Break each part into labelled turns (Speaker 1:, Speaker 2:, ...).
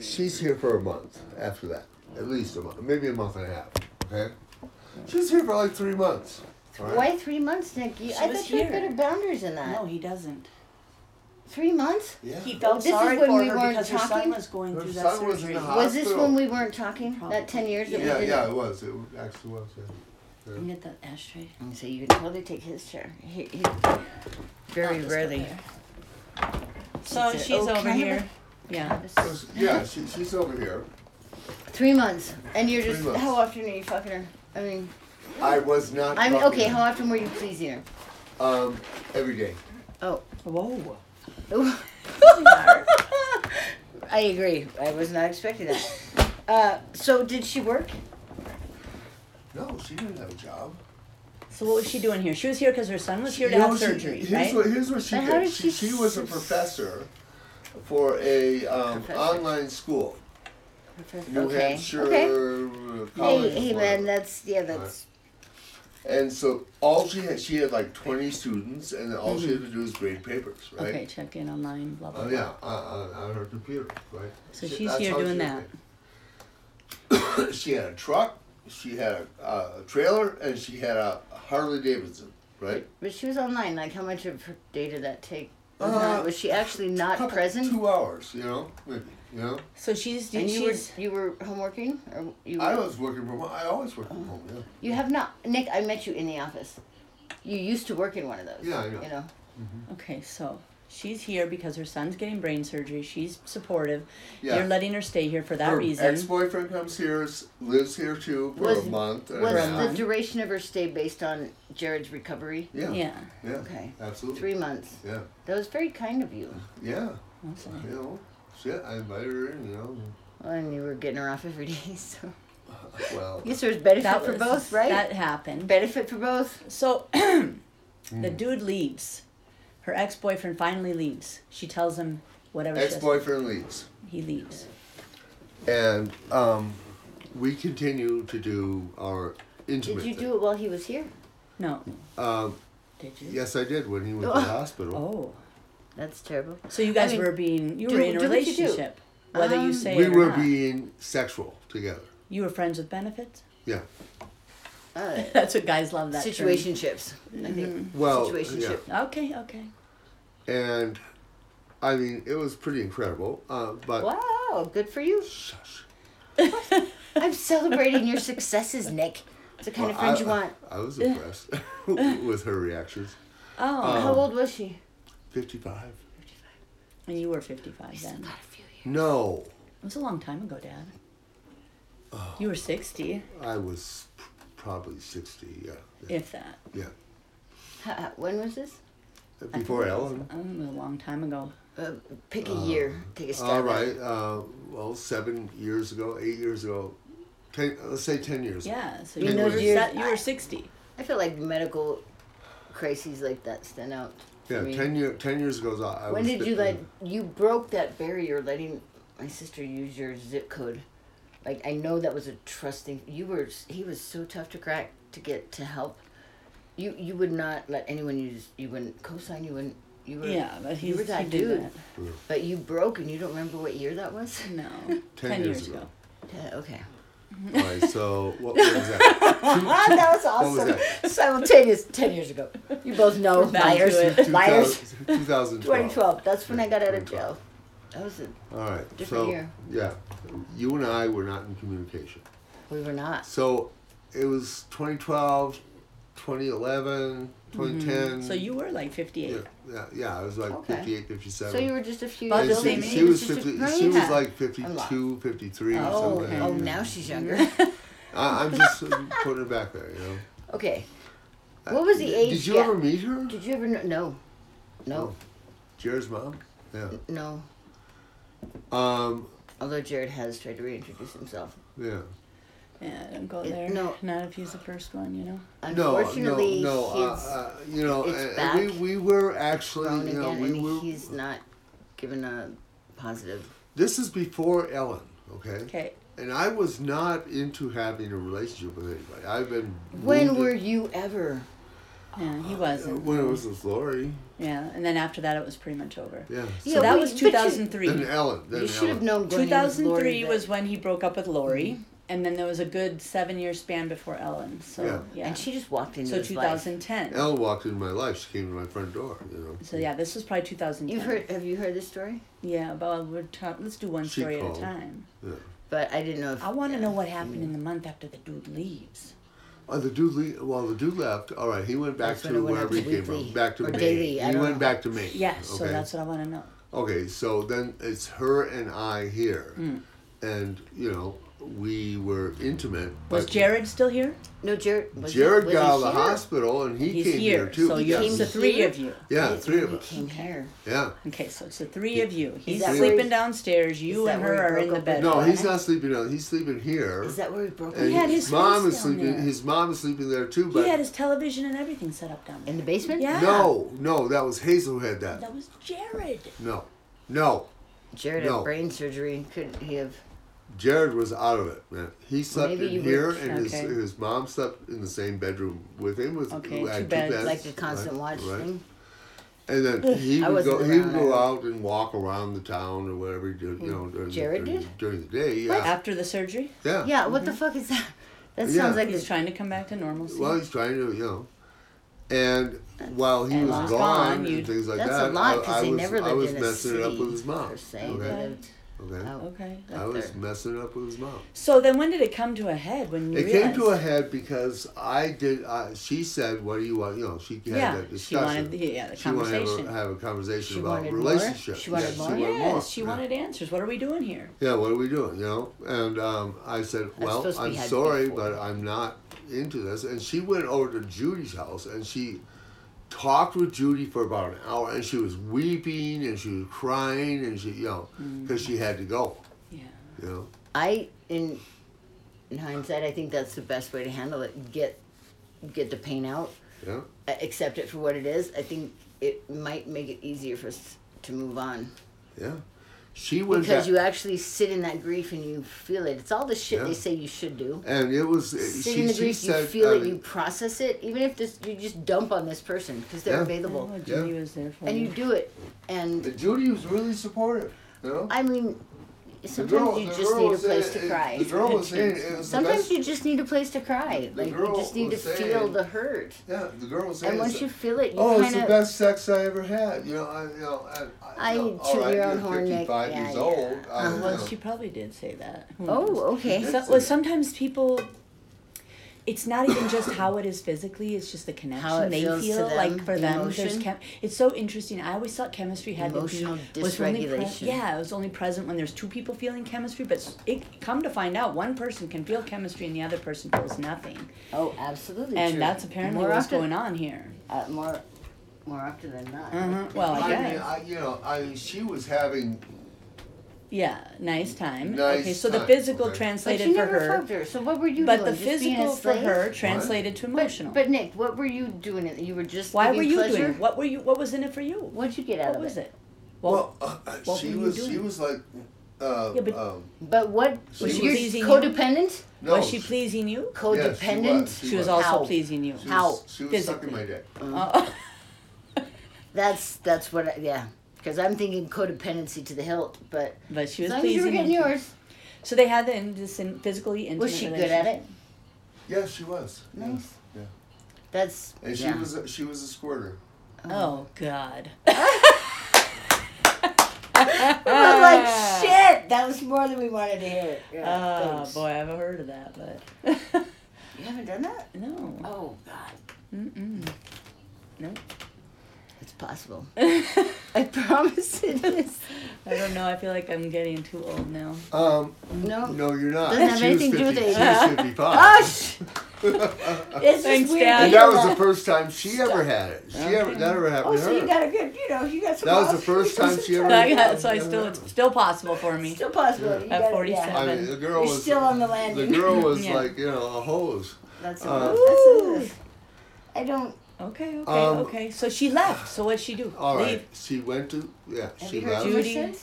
Speaker 1: she's here for a month after that, at least a month, maybe a month and a half. Okay, she's here for like three months. right?
Speaker 2: Why three months, Nikki?
Speaker 3: She
Speaker 2: I
Speaker 3: was
Speaker 2: thought you had
Speaker 3: here.
Speaker 2: better boundaries than that.
Speaker 3: No, he doesn't.
Speaker 2: Three months?
Speaker 1: Yeah.
Speaker 3: He felt
Speaker 2: This is
Speaker 3: sorry
Speaker 2: when
Speaker 3: for
Speaker 2: we
Speaker 3: her
Speaker 2: weren't
Speaker 3: because her son
Speaker 2: talking?
Speaker 3: was going
Speaker 1: Her
Speaker 3: through that
Speaker 1: son was in
Speaker 3: surgery.
Speaker 1: the
Speaker 2: Was this
Speaker 1: Hospital.
Speaker 2: when we weren't talking? That ten years that
Speaker 1: Uh, yeah,
Speaker 2: we didn't?
Speaker 1: yeah, it was. It actually was. Yeah.
Speaker 3: Can you get that ashtray?
Speaker 2: And Mm, So you can totally take his chair. He, he very
Speaker 3: I'll just go
Speaker 2: rarely.
Speaker 3: there. So
Speaker 2: Is it
Speaker 3: she's over
Speaker 2: okay?
Speaker 3: here. Yeah.
Speaker 1: So she- yeah, she, she's over here.
Speaker 2: Three months, and you're
Speaker 1: Three
Speaker 2: just
Speaker 1: months.
Speaker 2: how often are you fucking her? I mean,
Speaker 1: I was not.
Speaker 2: I mean,
Speaker 1: talking.
Speaker 2: okay, how often were you pleasing her?
Speaker 1: Um, every day.
Speaker 2: Oh,
Speaker 3: Whoa.
Speaker 2: I agree. I was not expecting that. Uh, so did she work?
Speaker 1: No, she didn't have a job.
Speaker 3: So what was she doing here? She was here because her son was here to
Speaker 1: You know,
Speaker 3: have
Speaker 1: she-
Speaker 3: surgery,
Speaker 1: here's
Speaker 3: right?
Speaker 1: What, here's what she
Speaker 2: But
Speaker 1: did.
Speaker 2: how did
Speaker 1: she,
Speaker 2: she
Speaker 1: she was a
Speaker 2: s-
Speaker 1: professor for a um,
Speaker 2: Professor.
Speaker 1: online school, New
Speaker 2: okay.
Speaker 1: Hampshire
Speaker 2: Okay.
Speaker 1: uh,
Speaker 2: Hey,
Speaker 1: College.
Speaker 2: hey, man,
Speaker 1: whatever.
Speaker 2: that's yeah, that's
Speaker 1: and so all she had, she had like 20 students, and all she had to do was grade papers, right?
Speaker 3: Okay, check in online, blah
Speaker 1: Oh
Speaker 3: blah. blah.
Speaker 1: yeah, on, on, on her computer, right?
Speaker 3: So
Speaker 1: She-
Speaker 3: she's
Speaker 1: that's
Speaker 3: here
Speaker 1: how
Speaker 3: doing
Speaker 1: she
Speaker 3: that.
Speaker 1: did it. she had a truck, she had a, uh, trailer, and she had a Harley Davidson, right?
Speaker 2: But she was online. Like, how much of her day did that take? Was,
Speaker 1: Uh,
Speaker 2: not, was she actually not
Speaker 1: Couple-
Speaker 2: present?
Speaker 1: Two hours, you know, maybe, you know.
Speaker 3: So she's
Speaker 2: and you were
Speaker 3: she's
Speaker 2: you were homeworking, or you were,
Speaker 1: I was working from home. I always work from home. Yeah.
Speaker 2: you have not Nick. I met you in the office. You used to work in one of those.
Speaker 1: Yeah, I know.
Speaker 2: You know.
Speaker 3: okay. So she's here because her son's getting brain surgery. She's supportive.
Speaker 1: Yeah.
Speaker 3: You're letting her stay here for that
Speaker 1: her
Speaker 3: reason.
Speaker 1: ex-boyfriend comes here, s- lives here too for
Speaker 2: Was-
Speaker 1: a month. and a
Speaker 2: Was
Speaker 1: half.
Speaker 2: the duration of her stay based on Jared's recovery?
Speaker 1: yeah. yeah,
Speaker 3: yeah.
Speaker 2: Okay.
Speaker 1: absolutely.
Speaker 2: Three months.
Speaker 1: Yeah,
Speaker 2: That was very kind of you.
Speaker 1: yeah,
Speaker 3: Okay.
Speaker 1: you know, shit. I invited her in, you know.
Speaker 2: And you were getting her off every day, so.
Speaker 1: uh, Well,
Speaker 2: Yes, there's benefit
Speaker 3: That
Speaker 2: for
Speaker 3: was-
Speaker 2: both, right?
Speaker 3: That happened.
Speaker 2: benefit for both.
Speaker 3: So
Speaker 1: Mm.
Speaker 3: the dude leaves. Her ex boyfriend finally leaves. She tells him whatever she has-
Speaker 1: ex-boyfriend leaves,
Speaker 3: He leaves.
Speaker 1: and um, we continue to do our intimate.
Speaker 2: Did you
Speaker 1: thing.
Speaker 2: do it while he was here?
Speaker 3: No.
Speaker 1: Um,
Speaker 3: Did you?
Speaker 1: yes, I did when he went to the hospital.
Speaker 3: Oh.
Speaker 2: That's terrible.
Speaker 3: So you guys
Speaker 2: I mean,
Speaker 3: were being you
Speaker 2: do-
Speaker 3: were in a
Speaker 2: do what you do.
Speaker 3: relationship. Whether you
Speaker 2: Um,
Speaker 3: say
Speaker 1: we
Speaker 3: it or
Speaker 1: were
Speaker 3: not.
Speaker 1: being sexual together.
Speaker 3: You were friends with benefits?
Speaker 1: Yeah.
Speaker 2: Uh,
Speaker 3: That's what guys love that term.
Speaker 2: situationships. I think.
Speaker 1: Well, yeah.
Speaker 2: Situationship.
Speaker 3: Okay, okay.
Speaker 1: and I mean, it was pretty incredible. Uh, but
Speaker 2: Wow, good for you. I'm celebrating your successes, Nick. It's the kind of
Speaker 1: Well,
Speaker 2: friend
Speaker 1: I,
Speaker 2: you want.
Speaker 1: I was impressed with her reactions. uh,
Speaker 3: Oh,
Speaker 1: um,
Speaker 2: How old was she?
Speaker 1: Fifty-five.
Speaker 3: and you were 55 then.
Speaker 2: Not a few years.
Speaker 1: No,
Speaker 3: It was a long time ago, Dad.
Speaker 1: Oh.
Speaker 3: You were 60,
Speaker 1: I was p- probably sixty. Yeah, yeah.
Speaker 3: if that.
Speaker 1: yeah.
Speaker 2: Ha- uh, When was this?
Speaker 1: Before Ellen.
Speaker 3: I don't know, Um, a long time ago.
Speaker 2: Uh, pick a year. Take a stab.
Speaker 1: All
Speaker 2: at it.
Speaker 1: right. Uh, well, seven years ago, eight years ago, ten. Let's say ten years. ago.
Speaker 3: Yeah, so
Speaker 2: You
Speaker 3: you,
Speaker 2: know,
Speaker 3: were,
Speaker 2: you-
Speaker 3: se- you were 60.
Speaker 2: I feel like medical crises like that stand out. for
Speaker 1: Yeah,
Speaker 2: me.
Speaker 1: ten year, ten years ago. I, I
Speaker 2: When
Speaker 1: was
Speaker 2: did
Speaker 1: fit-
Speaker 2: you let you broke that barrier, letting my sister use your zip code? Like I know that was a trust thing. You were he was so tough to crack to get to help. You you would not let anyone use. You wouldn't co-sign. You wouldn't. You were
Speaker 3: Yeah, but
Speaker 2: you
Speaker 3: he's,
Speaker 2: were that
Speaker 3: he did
Speaker 2: dude. But you broke, and you don't remember what year that was.
Speaker 3: that. No.
Speaker 1: 10 years ago.
Speaker 2: Yeah, okay.
Speaker 1: All right. So what was that?
Speaker 2: Ah, that was
Speaker 1: What was
Speaker 2: awesome.
Speaker 1: that?
Speaker 2: Simultaneous, ten years ago. You both know
Speaker 3: back to
Speaker 2: liars,
Speaker 3: it.
Speaker 2: liars.
Speaker 1: Two thousand
Speaker 2: Twenty
Speaker 1: twelve.
Speaker 2: twelve. That's when I got out of
Speaker 1: 2012.
Speaker 2: jail. That was a,
Speaker 1: All right.
Speaker 2: Different
Speaker 1: so
Speaker 2: year.
Speaker 1: yeah, you and I were not in communication.
Speaker 2: we were not.
Speaker 1: So it was 2012, 2011,
Speaker 2: Mm-hmm.
Speaker 1: 2010.
Speaker 3: Mm-hmm. So you were like 58.
Speaker 1: Yeah, yeah, yeah, I was like
Speaker 2: Okay.
Speaker 1: fifty-eight, fifty-seven.
Speaker 2: So
Speaker 1: 58, 57.
Speaker 2: you were just a few
Speaker 3: About
Speaker 1: And
Speaker 2: years
Speaker 3: the
Speaker 1: she,
Speaker 3: same
Speaker 2: older.
Speaker 1: she
Speaker 3: age.
Speaker 1: was
Speaker 2: Just a-
Speaker 1: 50,
Speaker 2: no,
Speaker 1: she
Speaker 2: you
Speaker 1: was
Speaker 2: had-
Speaker 1: like
Speaker 2: A
Speaker 1: 52,
Speaker 2: lot.
Speaker 1: 53 or
Speaker 2: Oh,
Speaker 1: something.
Speaker 2: oh,
Speaker 1: yeah.
Speaker 2: now she's younger.
Speaker 1: I, I'm just uh, putting it back there, you know.
Speaker 2: okay. What was the age?
Speaker 1: Uh, Did you
Speaker 2: yeah.
Speaker 1: ever meet her? Oh.
Speaker 2: Did you ever know? No. No.
Speaker 1: Jared's mom? Yeah.
Speaker 2: No.
Speaker 1: Um,
Speaker 2: Although Jared has tried to reintroduce himself.
Speaker 1: yeah.
Speaker 3: Yeah, don't go
Speaker 2: It-
Speaker 3: there.
Speaker 2: no.
Speaker 3: Not if he's the first one, you know?
Speaker 1: No,
Speaker 2: Unfortunately,
Speaker 1: no, no. Uh,
Speaker 2: he's
Speaker 1: uh, you know,
Speaker 2: it's
Speaker 1: and,
Speaker 2: back,
Speaker 1: and we, we were
Speaker 2: grown
Speaker 1: actually, you know,
Speaker 2: again,
Speaker 1: we
Speaker 2: and
Speaker 1: were.
Speaker 2: he's not given a positive.
Speaker 1: This is before Ellen, okay?
Speaker 3: Okay.
Speaker 1: And I was not into having a relationship with anybody. I've been
Speaker 2: When
Speaker 1: wounded-
Speaker 2: were you ever?
Speaker 1: Uh,
Speaker 3: Yeah, he wasn't.
Speaker 1: when it was with Lori.
Speaker 3: Yeah, and then after that, it was pretty much over.
Speaker 1: Yeah.
Speaker 2: Yeah,
Speaker 3: So that
Speaker 2: but-
Speaker 3: was
Speaker 2: but you-
Speaker 3: 2003.
Speaker 1: Then Ellen. Then
Speaker 2: You should have
Speaker 1: Ellen.
Speaker 2: known. When he was Lori
Speaker 3: 2003
Speaker 2: that-
Speaker 3: was when he broke up with Lori, and then there was a good seven year span before Ellen. So yeah,
Speaker 1: Yeah.
Speaker 2: and she just walked into
Speaker 3: so
Speaker 2: his life.
Speaker 3: 2010.
Speaker 1: Ellen walked into my life. She came to my front door. You know.
Speaker 3: So yeah, this was probably 2010.
Speaker 2: You've heard? Have you heard this story?
Speaker 3: Yeah, but we're ta- let's do one
Speaker 1: She
Speaker 3: story at a
Speaker 1: called.
Speaker 3: time.
Speaker 1: Yeah.
Speaker 2: But I didn't know. if...
Speaker 3: I want to know what happened in the month after the dude leaves.
Speaker 1: Oh, the dude. Le- well, the dude left. All right. He went back
Speaker 2: That's what I
Speaker 1: to
Speaker 2: went
Speaker 1: wherever
Speaker 2: up
Speaker 1: he
Speaker 2: to
Speaker 1: came
Speaker 2: Wheatley.
Speaker 1: from. Back to
Speaker 2: Or
Speaker 1: Maine.
Speaker 2: Daley, I
Speaker 1: He
Speaker 2: don't
Speaker 1: went
Speaker 2: know.
Speaker 1: back to Maine.
Speaker 3: Yeah,
Speaker 1: Okay.
Speaker 3: so that's what I want to know.
Speaker 1: Okay, so then it's her and I here, and you know we were intimate.
Speaker 3: Was
Speaker 1: but
Speaker 3: Jared still here?
Speaker 2: No, Jared. Was
Speaker 1: Jared
Speaker 2: he, was
Speaker 1: got out
Speaker 2: he
Speaker 1: of the
Speaker 2: here?
Speaker 1: hospital, and he
Speaker 3: He's
Speaker 1: came
Speaker 3: here.
Speaker 1: here, too.
Speaker 3: So
Speaker 2: He
Speaker 3: you,
Speaker 1: yeah.
Speaker 2: came
Speaker 3: it's the three
Speaker 2: here?
Speaker 3: of you.
Speaker 1: yeah,
Speaker 2: He-
Speaker 1: three of
Speaker 2: he
Speaker 1: us.
Speaker 2: came here.
Speaker 1: Yeah.
Speaker 3: Okay, so it's the three of you. He's
Speaker 2: that
Speaker 3: sleeping
Speaker 2: where he-
Speaker 3: downstairs. You
Speaker 2: that
Speaker 3: and
Speaker 2: where
Speaker 3: her
Speaker 2: he
Speaker 3: are
Speaker 2: broke
Speaker 3: in the
Speaker 2: up with
Speaker 3: bed.
Speaker 1: No, he's
Speaker 3: right?
Speaker 1: not sleeping out. He's sleeping here.
Speaker 2: Is that where he broke?
Speaker 1: and
Speaker 3: had
Speaker 2: up?
Speaker 3: his
Speaker 1: mom
Speaker 3: house
Speaker 1: is
Speaker 3: down
Speaker 1: sleeping.
Speaker 3: there.
Speaker 1: His mom is sleeping there too. But
Speaker 3: He had his television and everything set up down there.
Speaker 2: in the basement.
Speaker 3: Yeah.
Speaker 1: no, no, that was Hazel who had
Speaker 3: That
Speaker 1: that.
Speaker 3: was Jared.
Speaker 1: No, no,
Speaker 2: Jared
Speaker 1: No.
Speaker 2: had brain surgery. Couldn't he have?
Speaker 1: Jared was out of it, man. He slept
Speaker 2: Maybe you
Speaker 1: in here,
Speaker 2: were-
Speaker 1: and his,
Speaker 3: okay.
Speaker 1: his mom slept in the same bedroom with him. With uh,
Speaker 3: Okay, two
Speaker 1: two
Speaker 3: beds.
Speaker 1: beds,
Speaker 2: Like the constant
Speaker 1: right,
Speaker 2: watch
Speaker 1: right.
Speaker 2: thing.
Speaker 1: And then he
Speaker 2: I
Speaker 1: would
Speaker 2: wasn't
Speaker 1: go. He
Speaker 2: around,
Speaker 1: would
Speaker 2: I
Speaker 1: go
Speaker 2: don't-
Speaker 1: out and walk around the town or whatever he did. You know, during
Speaker 2: Jared
Speaker 1: the, during,
Speaker 2: did?
Speaker 1: during the day. Yeah,
Speaker 3: After the surgery,
Speaker 1: yeah,
Speaker 2: Yeah. What the fuck is that? That
Speaker 1: Yeah.
Speaker 2: sounds like
Speaker 3: he's
Speaker 2: his.
Speaker 3: trying to come back to normalcy.
Speaker 1: Well, he's trying to, you know. And while he
Speaker 3: And
Speaker 1: was
Speaker 3: while he's
Speaker 1: gone,
Speaker 3: gone, you-
Speaker 1: and things like
Speaker 2: That's
Speaker 1: that,
Speaker 2: a lot
Speaker 1: I, I
Speaker 2: because they
Speaker 1: was,
Speaker 2: never lived
Speaker 1: I was
Speaker 2: in a
Speaker 1: messing
Speaker 2: city
Speaker 1: it up with his mom.
Speaker 2: per se. oh, They
Speaker 1: okay,
Speaker 2: lived
Speaker 1: okay.
Speaker 2: out.
Speaker 3: okay.
Speaker 1: I was
Speaker 2: there.
Speaker 1: messing it up with his mom.
Speaker 3: So then, when did it come to a head? When you
Speaker 1: It
Speaker 3: realized?
Speaker 1: came to a head because I did. I, she said, "What do you want?" You know, she had
Speaker 3: Yeah,
Speaker 1: that
Speaker 3: she
Speaker 1: discussion.
Speaker 3: wanted the- yeah, the
Speaker 1: She wanted to
Speaker 3: conversation.
Speaker 1: have a conversation
Speaker 2: She
Speaker 1: about
Speaker 2: wanted more?
Speaker 1: relationships.
Speaker 2: She wanted
Speaker 1: yeah,
Speaker 2: more?
Speaker 1: She wanted
Speaker 3: Yes,
Speaker 1: more.
Speaker 3: she
Speaker 1: yeah.
Speaker 3: wanted answers. What are we doing here?
Speaker 1: Yeah, what are we doing? You know, and um, I said, "Well,
Speaker 2: supposed to be
Speaker 1: I'm
Speaker 2: had
Speaker 1: sorry,
Speaker 2: before.
Speaker 1: but I'm not into this." And she went over to Judy's house and she talked with Judy for about an hour, and she was weeping and she was crying and she, you know,
Speaker 2: Mm.
Speaker 1: because she had to go.
Speaker 3: Yeah.
Speaker 1: You know,
Speaker 2: I in in hindsight, I think that's the best way to handle it. Get get the pain out,
Speaker 1: yeah,
Speaker 2: uh, accept it for what it is. I think it might make it easier for us to move on
Speaker 1: yeah. She went
Speaker 2: because
Speaker 1: back-
Speaker 2: you actually sit in that grief and you feel it. It's all the shit they
Speaker 1: Yeah.
Speaker 2: say you should do.
Speaker 1: and it was uh,
Speaker 2: Sit
Speaker 1: she,
Speaker 2: in the
Speaker 1: she
Speaker 2: grief, you
Speaker 1: said, um, uh,
Speaker 2: feel
Speaker 1: I
Speaker 2: it,
Speaker 1: mean,
Speaker 2: you process it. Even if this, you just dump on this person because they're
Speaker 1: Yeah.
Speaker 2: available,
Speaker 3: Oh, Judy was there for
Speaker 2: and
Speaker 3: you.
Speaker 2: you do it. And
Speaker 1: Judy was really supportive. You know,
Speaker 2: I mean,
Speaker 1: The
Speaker 2: sometimes
Speaker 1: girl-
Speaker 2: you
Speaker 1: the
Speaker 2: just
Speaker 1: girl
Speaker 2: need a
Speaker 1: was
Speaker 2: place
Speaker 1: saying- uh,
Speaker 2: to cry.
Speaker 1: The girl was saying it was the
Speaker 2: Sometimes
Speaker 1: best.
Speaker 2: you just need a place to cry.
Speaker 1: The
Speaker 2: Like you
Speaker 1: girl
Speaker 2: just need to
Speaker 1: was
Speaker 2: feel
Speaker 1: saying-
Speaker 2: the hurt.
Speaker 1: Yeah, the girl was saying
Speaker 2: And
Speaker 1: it's
Speaker 2: once
Speaker 1: the-
Speaker 2: you feel it, you
Speaker 1: Oh, it's the
Speaker 2: kind of.
Speaker 1: best sex I ever had. You know, I, you know, I,
Speaker 2: I
Speaker 1: I, you know,
Speaker 2: toot
Speaker 1: all right,
Speaker 2: your own
Speaker 1: you're
Speaker 2: horn, Nick.
Speaker 1: 55
Speaker 2: Yeah,
Speaker 1: years
Speaker 2: yeah. Uh-huh.
Speaker 1: old. I, you
Speaker 3: Uh, Well,
Speaker 1: know,
Speaker 3: she probably did say that. Who knows?
Speaker 2: Oh, okay.
Speaker 3: So, well, sometimes people. It's not even just how it is physically; it's just the connection
Speaker 2: How it
Speaker 3: they
Speaker 2: feels to
Speaker 3: feel. like
Speaker 2: them,
Speaker 3: for
Speaker 2: the
Speaker 3: them, there's
Speaker 2: emotion.
Speaker 3: chem- it's so interesting. I always thought chemistry had
Speaker 2: Emotional
Speaker 3: to be was only
Speaker 2: dysregulation.
Speaker 3: yeah, it was only present when there's two people feeling chemistry. But s- it come to find out, one person can feel chemistry and the other person feels nothing,
Speaker 2: Oh, absolutely.
Speaker 3: and
Speaker 2: true.
Speaker 3: that's apparently
Speaker 2: more
Speaker 3: what's
Speaker 2: often,
Speaker 3: going on here.
Speaker 2: Uh, more, more often than not.
Speaker 3: Uh-huh.
Speaker 2: oh,
Speaker 3: Well, I
Speaker 1: I mean,
Speaker 3: guess
Speaker 1: I, you know, I mean, she was having.
Speaker 3: yeah, nice time.
Speaker 1: Nice
Speaker 3: okay, so the
Speaker 1: time,
Speaker 3: physical
Speaker 1: okay.
Speaker 2: But
Speaker 3: translated
Speaker 2: you
Speaker 3: for
Speaker 2: never
Speaker 3: her,
Speaker 2: fucked her. So what were you
Speaker 3: but
Speaker 2: doing?
Speaker 3: the
Speaker 2: Just being a
Speaker 3: physical for
Speaker 2: slave?
Speaker 3: her translated to
Speaker 2: But-
Speaker 3: emotional.
Speaker 2: But, Nick, what were you doing? in- You were just.
Speaker 3: Why
Speaker 2: giving
Speaker 3: were you
Speaker 2: pleasure?
Speaker 3: doing? it? What were you? What was in it for you? What,
Speaker 2: What'd you get out of
Speaker 3: was it?
Speaker 1: Well, uh, uh,
Speaker 3: what
Speaker 1: she
Speaker 3: were you
Speaker 1: was. She
Speaker 3: doing?
Speaker 1: was like. Uh,
Speaker 3: Yeah, but-
Speaker 1: um,
Speaker 2: But what
Speaker 1: Was she
Speaker 2: you're
Speaker 3: pleasing you?
Speaker 2: codependent?
Speaker 1: no,
Speaker 3: was she pleasing you?
Speaker 1: yes, she
Speaker 2: Codependent.
Speaker 1: was,
Speaker 3: She was
Speaker 1: was.
Speaker 3: also
Speaker 2: How?
Speaker 3: pleasing you.
Speaker 1: She was-
Speaker 2: How?
Speaker 1: She was
Speaker 3: Physically.
Speaker 1: sucking my dick.
Speaker 3: Oh.
Speaker 2: That's that's what. I, yeah, because I'm thinking codependency to the hilt. But
Speaker 3: but she
Speaker 2: as
Speaker 3: was
Speaker 2: long as you were
Speaker 3: pleasing.
Speaker 2: getting
Speaker 3: you.
Speaker 2: yours,
Speaker 3: So they had the in, this in, physically intimate.
Speaker 2: was she good at it?
Speaker 3: relationship.
Speaker 1: Yeah, she was. yeah,
Speaker 2: Nice.
Speaker 1: Yeah.
Speaker 2: That's
Speaker 1: And she
Speaker 2: yeah.
Speaker 1: was. A, she was a squirter.
Speaker 3: Oh God.
Speaker 2: We were like,
Speaker 3: Ah.
Speaker 2: shit, that was more than we wanted to hear. Yeah,
Speaker 3: Oh
Speaker 2: thanks.
Speaker 3: boy, I've heard of that, but
Speaker 2: You haven't done that?
Speaker 3: no.
Speaker 2: Oh, God.
Speaker 3: Mm-mm. No,
Speaker 2: It's possible.
Speaker 3: I
Speaker 2: I promise it is.
Speaker 3: don't know. I feel like I'm getting too old now.
Speaker 1: Um,
Speaker 2: No.
Speaker 1: no, you're not.
Speaker 2: Doesn't have
Speaker 1: she
Speaker 2: anything to
Speaker 1: was
Speaker 2: do
Speaker 1: 50
Speaker 2: with it. Oh,
Speaker 1: She was fifty-five.
Speaker 2: Gosh! It's
Speaker 3: Thanks,
Speaker 2: just weird.
Speaker 3: Dad.
Speaker 1: And that was the first time she ever had it. She ever
Speaker 3: Okay.
Speaker 1: that ever
Speaker 2: Oh,
Speaker 1: happened to
Speaker 2: so you
Speaker 1: her.
Speaker 2: got a good, you know, you got some.
Speaker 1: That was the
Speaker 2: balls.
Speaker 1: first time she ever-
Speaker 3: I got, so I still it's still possible for me.
Speaker 2: Still possible. You
Speaker 3: At
Speaker 2: got it,
Speaker 3: 47.
Speaker 2: Yeah.
Speaker 1: I mean, the girl
Speaker 2: You're
Speaker 1: was
Speaker 2: still on the landing.
Speaker 1: The girl was
Speaker 3: Yeah.
Speaker 1: like, you know, a hose.
Speaker 2: That's
Speaker 1: Uh,
Speaker 2: a, that's a, I don't.
Speaker 3: Okay, okay,
Speaker 1: Um,
Speaker 3: okay. So she left. So what'd she do?
Speaker 1: All right.
Speaker 3: Leave.
Speaker 1: She went to yeah.
Speaker 2: Have
Speaker 1: she
Speaker 2: you heard
Speaker 1: left.
Speaker 2: from her
Speaker 3: Judy.
Speaker 2: since?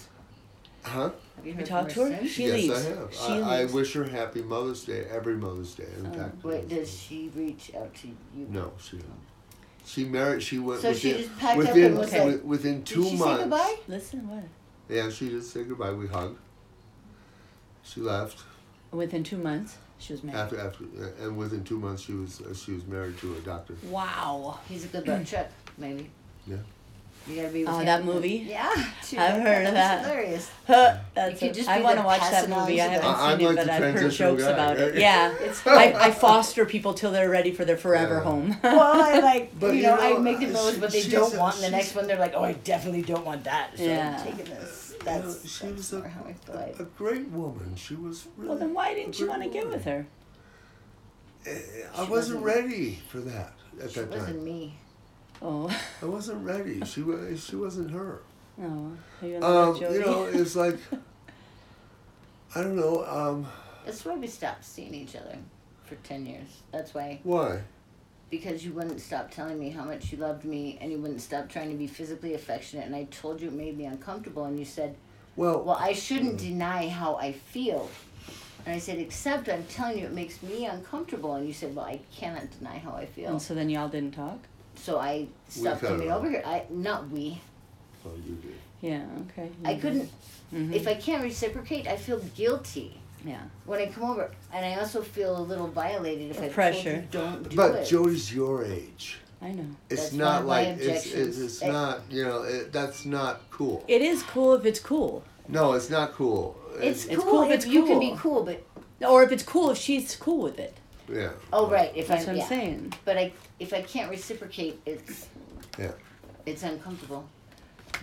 Speaker 1: Huh?
Speaker 2: Have you
Speaker 3: We
Speaker 2: heard
Speaker 3: talked to
Speaker 2: from
Speaker 3: her.
Speaker 2: since?
Speaker 3: She
Speaker 1: yes,
Speaker 3: leaves.
Speaker 1: I have.
Speaker 3: She
Speaker 1: I, I
Speaker 3: leaves.
Speaker 1: wish her happy Mother's Day every Mother's Day. In
Speaker 3: Oh.
Speaker 1: fact,
Speaker 2: Wait, does she reach out to you?
Speaker 1: no, she. She married. She went.
Speaker 2: So she
Speaker 1: within,
Speaker 2: just packed up
Speaker 1: within,
Speaker 2: and was like-
Speaker 1: wi- within two
Speaker 2: Did she
Speaker 1: months.
Speaker 2: say goodbye?
Speaker 3: Listen, what?
Speaker 1: Yeah, she just said goodbye. We hugged. She left
Speaker 3: Within two months, she was married.
Speaker 1: after after, and within two months she was uh, she was married to a doctor.
Speaker 3: Wow.
Speaker 2: He's a good luck Chuck, maybe.
Speaker 1: Yeah.
Speaker 2: You gotta be with
Speaker 3: Oh,
Speaker 2: him.
Speaker 3: that movie?
Speaker 2: Yeah. shoot,
Speaker 3: I've heard
Speaker 2: was
Speaker 3: of that.
Speaker 2: hilarious.
Speaker 3: Huh, that's
Speaker 2: could
Speaker 3: it.
Speaker 2: just
Speaker 3: I
Speaker 2: be
Speaker 3: want to
Speaker 2: the
Speaker 3: watch that
Speaker 2: passing
Speaker 3: movie. I
Speaker 2: on to
Speaker 3: haven't
Speaker 1: the- I- I'm
Speaker 3: seen it,
Speaker 1: like
Speaker 3: but
Speaker 1: the
Speaker 3: I've heard
Speaker 1: transitional
Speaker 3: jokes
Speaker 1: guy,
Speaker 3: about it.
Speaker 1: right?
Speaker 3: Yeah.
Speaker 2: It's
Speaker 3: I, I foster people till they're ready for their forever
Speaker 1: Yeah.
Speaker 3: home.
Speaker 2: well, I like
Speaker 1: But
Speaker 2: you
Speaker 1: you
Speaker 2: know, I
Speaker 1: know,
Speaker 2: make them
Speaker 1: uh,
Speaker 2: know it's what they
Speaker 1: she's
Speaker 2: don't
Speaker 1: a-
Speaker 2: want, and the next
Speaker 1: she's-
Speaker 2: one they're like, "Oh, I definitely don't want that." So
Speaker 3: Yeah.
Speaker 2: I'm taking this.
Speaker 1: You know,
Speaker 2: That's,
Speaker 1: she
Speaker 2: that's
Speaker 1: was a,
Speaker 2: more how I feel.
Speaker 1: a-
Speaker 2: Like.
Speaker 1: a great woman. She was. Really
Speaker 3: well, then why
Speaker 1: a
Speaker 3: didn't you
Speaker 1: great
Speaker 3: want to get
Speaker 1: woman. Eh,
Speaker 3: with her?
Speaker 1: I
Speaker 2: wasn't-
Speaker 1: wasn't ready for that at
Speaker 2: It
Speaker 1: that
Speaker 2: wasn't
Speaker 1: time.
Speaker 2: me.
Speaker 3: Oh,
Speaker 1: I wasn't ready. She was. She wasn't her.
Speaker 3: no. Oh. Are you in love
Speaker 1: Um,
Speaker 3: with
Speaker 1: you
Speaker 3: Jody?
Speaker 1: know, it's like. I don't know. Um,
Speaker 2: That's why we stopped seeing each other for ten years. That's why
Speaker 1: why?
Speaker 2: because you wouldn't stop telling me how much you loved me, and you wouldn't stop trying to be physically affectionate, and I told you it made me uncomfortable, and you said,
Speaker 1: Well,
Speaker 2: Well, I shouldn't
Speaker 1: Mm.
Speaker 2: deny how I feel. And I said, except I'm telling you, it makes me uncomfortable. And you said, well, I cannot deny how I feel.
Speaker 3: and so then y'all didn't talk?
Speaker 2: So I stopped
Speaker 1: cut it
Speaker 2: coming
Speaker 1: off.
Speaker 2: over here. I Not we.
Speaker 1: oh, you did.
Speaker 3: Yeah, okay.
Speaker 2: I couldn't,
Speaker 3: Mhm.
Speaker 2: if I can't reciprocate, I feel guilty
Speaker 3: Yeah.
Speaker 2: when I come over. And I also feel a little violated if I
Speaker 3: Pressure.
Speaker 2: don't do
Speaker 1: But
Speaker 2: it.
Speaker 1: Jody's your age.
Speaker 3: I know.
Speaker 1: It's
Speaker 2: That's one
Speaker 1: not
Speaker 2: of my
Speaker 1: like it's it's,
Speaker 2: objections.
Speaker 1: it's
Speaker 2: That-
Speaker 1: not you know it, that's not cool.
Speaker 3: It is cool if it's cool.
Speaker 1: no, it's not cool.
Speaker 2: it's,
Speaker 3: it's
Speaker 2: cool
Speaker 3: cool if
Speaker 2: if
Speaker 3: it's
Speaker 2: you can
Speaker 3: cool.
Speaker 2: be cool, but,
Speaker 3: Or if it's cool if she's cool with it.
Speaker 1: yeah.
Speaker 2: oh, right, if
Speaker 3: That's
Speaker 2: I,
Speaker 3: what I'm
Speaker 2: yeah.
Speaker 3: saying.
Speaker 2: But I, if I can't reciprocate, it's,
Speaker 1: Yeah.
Speaker 2: it's uncomfortable.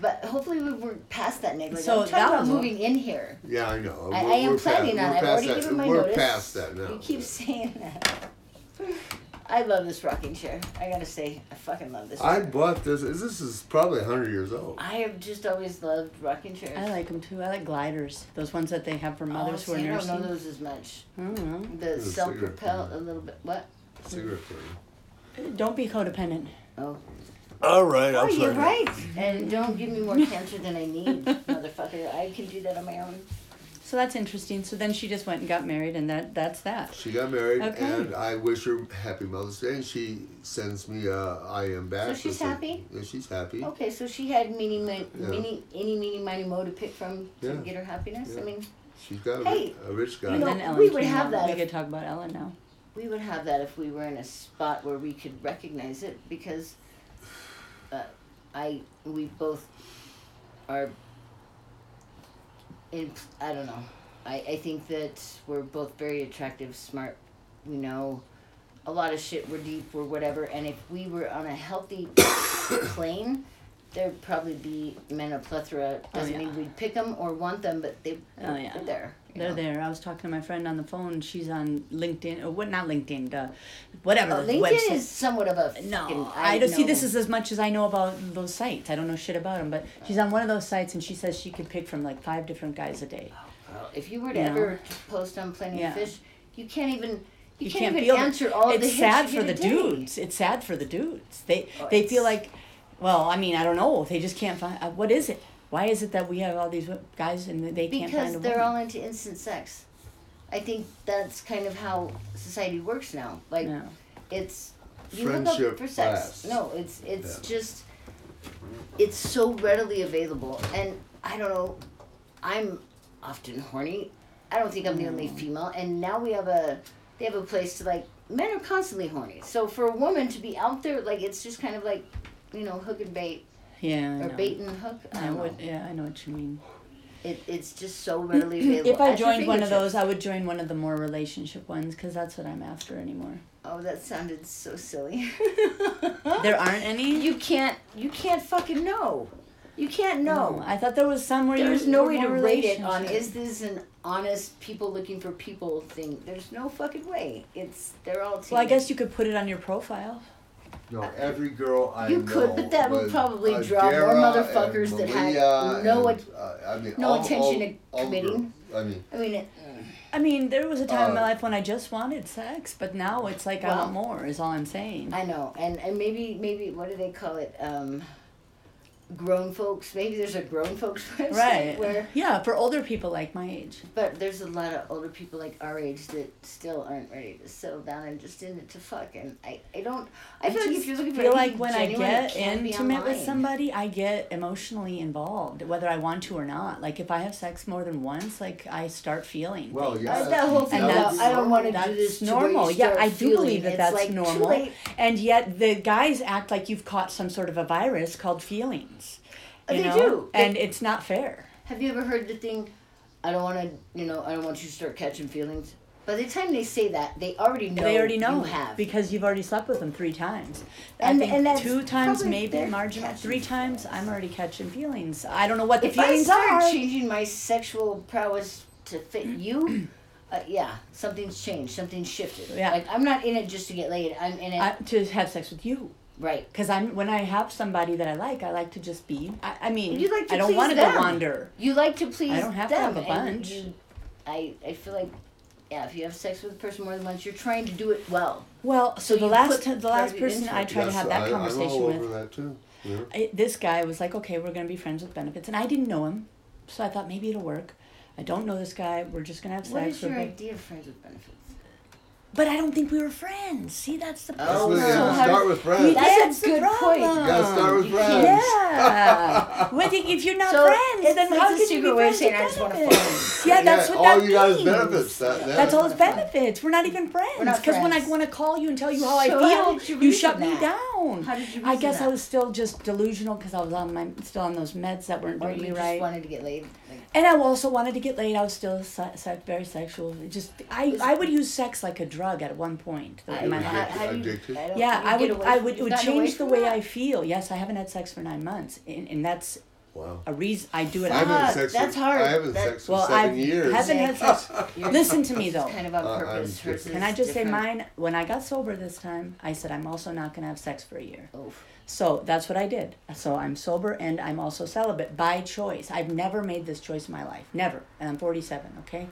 Speaker 2: But hopefully we were past that negative.
Speaker 3: So
Speaker 2: I'm
Speaker 3: that
Speaker 2: talking about
Speaker 3: was-
Speaker 2: moving in here.
Speaker 1: Yeah, I know.
Speaker 2: I,
Speaker 1: We're-
Speaker 2: I am
Speaker 1: we're pa-
Speaker 2: planning on
Speaker 1: we're
Speaker 2: it. I've
Speaker 1: past
Speaker 2: already
Speaker 1: that.
Speaker 2: given my
Speaker 1: We're
Speaker 2: notice.
Speaker 1: past that now.
Speaker 2: You keep saying that. I love this rocking chair. I gotta say, I fucking love this.
Speaker 1: I
Speaker 2: chair.
Speaker 1: bought this. This is probably hundred years old.
Speaker 2: I have just always loved rocking chairs.
Speaker 3: I like them too. I like gliders. Those ones that they have for mothers
Speaker 2: Honestly,
Speaker 3: who are
Speaker 2: Oh, I don't
Speaker 3: nursing.
Speaker 2: know those as much.
Speaker 3: I don't
Speaker 2: The
Speaker 1: Those
Speaker 2: self
Speaker 1: cigarette
Speaker 2: propel
Speaker 1: thing.
Speaker 2: a little bit. What?
Speaker 1: Cigarette thing.
Speaker 3: know. Don't be codependent.
Speaker 2: Oh.
Speaker 1: All right.
Speaker 2: Oh, you're right. And don't give me more cancer than I need, motherfucker. I can do that on my own.
Speaker 3: So that's interesting. So then she just went and got married, and that that's that.
Speaker 1: She got married,
Speaker 3: Okay.
Speaker 1: and I wish her happy Mother's Day. And she sends me a I am back.
Speaker 2: she's
Speaker 1: with a-
Speaker 2: happy?
Speaker 1: Yeah, she's happy.
Speaker 2: Okay, so she had many, many,
Speaker 1: Yeah.
Speaker 2: many any, many, many mo to pick from to
Speaker 1: Yeah.
Speaker 2: get her happiness. I
Speaker 1: Yeah.
Speaker 2: mean,
Speaker 1: She's got a,
Speaker 2: Hey,
Speaker 1: ri- a rich guy.
Speaker 3: And
Speaker 2: know-
Speaker 3: then Ellen
Speaker 2: we would
Speaker 3: came
Speaker 2: have
Speaker 3: on.
Speaker 2: that
Speaker 3: We
Speaker 2: if-
Speaker 3: could talk about Ellen now.
Speaker 2: We would have that if we were in a spot where we could recognize it because uh, I we both are in I don't know. I, I think that we're both very attractive, smart, we know a lot of shit, we're deep, we're whatever, and if we were on a healthy plane, there'd probably be men a plethora. Doesn't
Speaker 3: Oh, yeah.
Speaker 2: mean we'd pick them or want them, but they,
Speaker 3: Oh, yeah.
Speaker 2: they're there. you
Speaker 3: They're
Speaker 2: know.
Speaker 3: there. I was talking to my friend on the phone. She's on LinkedIn or what? Not LinkedIn. Duh, whatever.
Speaker 2: Oh,
Speaker 3: the
Speaker 2: LinkedIn
Speaker 3: website.
Speaker 2: is somewhat of a fucking-
Speaker 3: No, I, don't see
Speaker 2: know.
Speaker 3: this is as much as I know about those sites. I don't know shit about them, but she's on one of those sites and she says she can pick from like five different guys a day.
Speaker 2: Well, if you were to
Speaker 3: You know?
Speaker 2: ever post on Plenty
Speaker 3: Yeah.
Speaker 2: of Fish, you can't even you,
Speaker 3: You
Speaker 2: can't,
Speaker 3: can't feel
Speaker 2: even
Speaker 3: it.
Speaker 2: answer all
Speaker 3: it's
Speaker 2: the hits
Speaker 3: sad
Speaker 2: you
Speaker 3: for the
Speaker 2: get a day.
Speaker 3: dudes. It's sad for the dudes. They
Speaker 2: Oh,
Speaker 3: they feel
Speaker 2: it's-
Speaker 3: like, well, I mean, I don't know. They just can't find. Uh, what is it? Why is it that we have all these wo- guys and they can't find
Speaker 2: Because
Speaker 3: a
Speaker 2: they're
Speaker 3: woman?
Speaker 2: all into instant sex. I think that's kind of how society works now. Like
Speaker 3: No.
Speaker 2: it's you hook
Speaker 1: Friendship
Speaker 2: up for sex.
Speaker 1: lasts.
Speaker 2: No, it's it's
Speaker 1: Yeah.
Speaker 2: just it's so readily available and I don't know I'm often horny. I don't think I'm the
Speaker 1: Mm.
Speaker 2: only female and now we have a they have a place to like men are constantly horny. So for a woman to be out there like it's just kind of like you know hook and bait
Speaker 3: Yeah. I
Speaker 2: or
Speaker 3: know.
Speaker 2: bait and hook. I
Speaker 3: I
Speaker 2: don't know.
Speaker 3: would, yeah, I know what you mean.
Speaker 2: It, it's just so readily available.
Speaker 3: If I
Speaker 2: at your
Speaker 3: joined one of
Speaker 2: fingertips.
Speaker 3: those, I would join one of the more relationship ones because that's what I'm after anymore.
Speaker 2: Oh, that sounded so silly.
Speaker 3: There aren't any.
Speaker 2: you can't you can't fucking know. You can't know.
Speaker 3: No, I thought there was some where you-
Speaker 2: There's no way to
Speaker 3: more
Speaker 2: rate it on
Speaker 3: relationship.
Speaker 2: is this an honest people looking for people thing. There's no fucking way. It's they're all
Speaker 3: Well, I guess you could put it on your profile.
Speaker 1: No, every girl I
Speaker 2: You could,
Speaker 1: know
Speaker 2: but that would
Speaker 1: was
Speaker 2: probably draw more
Speaker 1: Adara
Speaker 2: motherfuckers
Speaker 1: and
Speaker 2: that had
Speaker 1: Malia
Speaker 2: no
Speaker 1: and, uh, I mean,
Speaker 2: no
Speaker 1: all-
Speaker 2: intention
Speaker 1: all-
Speaker 2: of
Speaker 1: all
Speaker 2: committing.
Speaker 1: girls. I mean,
Speaker 2: I mean it,
Speaker 3: I mean, there was a time in my
Speaker 1: Uh,
Speaker 3: life when I just wanted sex, but now it's like I want
Speaker 2: Um, Well-
Speaker 3: more. Is all I'm saying.
Speaker 2: I know. And and maybe maybe what do they call it? Um grown folks. Maybe there's a grown folks website
Speaker 3: Right.
Speaker 2: where,
Speaker 3: Yeah, for older people like my age.
Speaker 2: but there's a lot of older people like our age that still aren't ready to settle down and just in it to fuck. And I, I don't. I, feel like if
Speaker 3: just
Speaker 2: you're looking for
Speaker 3: feel
Speaker 2: anything
Speaker 3: like when I
Speaker 2: genuine, it
Speaker 3: get
Speaker 2: can be
Speaker 3: intimate with
Speaker 2: online.
Speaker 3: somebody, I get emotionally involved, whether I want to or not. Like if I have sex more than once, like I start feeling.
Speaker 1: Well,
Speaker 3: things.
Speaker 1: yeah.
Speaker 2: Uh, that whole thing
Speaker 3: And
Speaker 2: about
Speaker 3: that's-
Speaker 2: I don't want to
Speaker 3: that's
Speaker 2: do this. to where you
Speaker 3: normal. Yeah,
Speaker 2: start
Speaker 3: I do
Speaker 2: feeling
Speaker 3: believe that
Speaker 2: it's
Speaker 3: that's
Speaker 2: like, too
Speaker 3: normal.
Speaker 2: late.
Speaker 3: And yet the guys act like you've caught some sort of a virus called feelings. You
Speaker 2: They
Speaker 3: know?
Speaker 2: do. They-
Speaker 3: and it's not fair.
Speaker 2: Have you ever heard the thing? I don't want to. You know, I don't want you to start catching feelings. By the time they say that, they already know.
Speaker 3: they already know
Speaker 2: you have.
Speaker 3: because you've already slept with them three times.
Speaker 2: And-
Speaker 3: I think
Speaker 2: and that's
Speaker 3: two times
Speaker 2: probably
Speaker 3: maybe
Speaker 2: their
Speaker 3: marginal.
Speaker 2: catching
Speaker 3: Three times I'm already catching feelings. I don't know what the
Speaker 2: if I
Speaker 3: feelings
Speaker 2: start
Speaker 3: are.
Speaker 2: changing my sexual prowess to fit you, uh, yeah, something's changed. Something's shifted.
Speaker 3: Yeah.
Speaker 2: Like I'm not in it just to get laid. I'm in it
Speaker 3: I, uh, to have sex with you.
Speaker 2: right.
Speaker 3: Because I'm when I have somebody that I like, I like to just be. I, I mean,
Speaker 2: You like to
Speaker 3: I don't
Speaker 2: please
Speaker 3: want
Speaker 2: them.
Speaker 3: to wander.
Speaker 2: You like to please.
Speaker 3: I don't have to
Speaker 2: them,
Speaker 3: have a
Speaker 2: and
Speaker 3: bunch.
Speaker 2: you- I I feel like. Yeah, if you have sex with a person more than once, you're trying to do it well.
Speaker 3: Well,
Speaker 2: So
Speaker 3: so, the
Speaker 2: you
Speaker 3: last
Speaker 2: put
Speaker 3: ti- the
Speaker 2: part
Speaker 3: last
Speaker 2: of your
Speaker 3: person
Speaker 2: into
Speaker 3: I
Speaker 2: it.
Speaker 3: tried to
Speaker 1: Yes,
Speaker 3: have that
Speaker 1: I, I'm
Speaker 3: conversation
Speaker 1: all
Speaker 3: with,
Speaker 1: over that too. Yeah.
Speaker 3: I, this guy was like, okay, we're going to be friends with benefits. And I didn't know him. So I thought maybe it'll work. I don't know this guy. We're just going to have
Speaker 2: What
Speaker 3: sex.
Speaker 2: is
Speaker 3: We're
Speaker 2: your
Speaker 3: gonna-
Speaker 2: idea of friends with benefits?
Speaker 3: But I don't think we were friends. See, that's the problem.
Speaker 1: That's what you
Speaker 2: no.
Speaker 1: gotta start with friends.
Speaker 2: That's a
Speaker 3: the
Speaker 2: good point. You
Speaker 1: You gotta start with
Speaker 2: You
Speaker 1: friends.
Speaker 2: can't-
Speaker 3: Yeah. What if, if you're not
Speaker 2: So,
Speaker 3: friends,
Speaker 2: it's-
Speaker 3: then
Speaker 2: it's
Speaker 3: how
Speaker 2: a
Speaker 3: could you be
Speaker 2: secret way of
Speaker 3: friends
Speaker 2: saying,
Speaker 3: with
Speaker 2: "I just wanna
Speaker 3: benefits? Yeah, that's
Speaker 1: Yeah,
Speaker 3: what
Speaker 1: all
Speaker 3: that
Speaker 1: you got is
Speaker 3: means.
Speaker 1: benefits. That, that-
Speaker 3: That's all his
Speaker 2: That's fine.
Speaker 3: benefits. We're not even
Speaker 2: We're
Speaker 3: friends.
Speaker 2: not
Speaker 3: Because when I
Speaker 2: friends.
Speaker 3: want to call you and tell you
Speaker 2: So
Speaker 3: how
Speaker 2: how
Speaker 3: I
Speaker 2: did
Speaker 3: feel,
Speaker 2: you
Speaker 3: you shut
Speaker 2: reason
Speaker 3: me
Speaker 2: that?
Speaker 3: down.
Speaker 2: How did you
Speaker 3: I
Speaker 2: reason
Speaker 3: guess I
Speaker 2: that?
Speaker 3: was still just delusional because I was on my still on those meds that weren't
Speaker 2: Or
Speaker 3: doing
Speaker 2: you
Speaker 3: me
Speaker 2: just
Speaker 3: right.
Speaker 2: wanted to get laid? Like,
Speaker 3: And I also wanted to get laid. I was still se- se- very sexual. It just I, I would use sex like a drug at one point
Speaker 2: I-
Speaker 3: in my
Speaker 1: would
Speaker 3: life.
Speaker 1: have-
Speaker 2: how- how do you-
Speaker 1: Addicted.
Speaker 2: I don't-
Speaker 3: Yeah,
Speaker 2: you
Speaker 3: I
Speaker 2: get
Speaker 3: would
Speaker 2: away
Speaker 3: I
Speaker 2: from-
Speaker 3: would it
Speaker 2: you've
Speaker 3: would
Speaker 2: gotten away
Speaker 3: change the
Speaker 2: from
Speaker 3: way
Speaker 2: that?
Speaker 3: I feel. Yes, I haven't had sex for nine months, and, and that's
Speaker 1: wow.
Speaker 3: a reason I do it.
Speaker 1: I haven't
Speaker 2: Ah,
Speaker 1: had sex
Speaker 2: that's
Speaker 1: for,
Speaker 2: hard.
Speaker 1: I haven't
Speaker 2: That-
Speaker 1: had sex for
Speaker 3: well, I
Speaker 1: seven years.
Speaker 3: haven't had sex.
Speaker 2: You're-
Speaker 3: Listen to me though.
Speaker 2: kind of on
Speaker 1: Uh,
Speaker 2: purpose.
Speaker 1: I'm
Speaker 2: hers
Speaker 1: different.
Speaker 3: Can
Speaker 2: is
Speaker 3: I just say
Speaker 2: different.
Speaker 3: mine? When I got sober this time, I said I'm also not gonna have sex for a year.
Speaker 2: Oh,
Speaker 3: So that's what I did. So I'm sober and I'm also celibate by choice. I've never made this choice in my life, never, and I'm 47. Okay,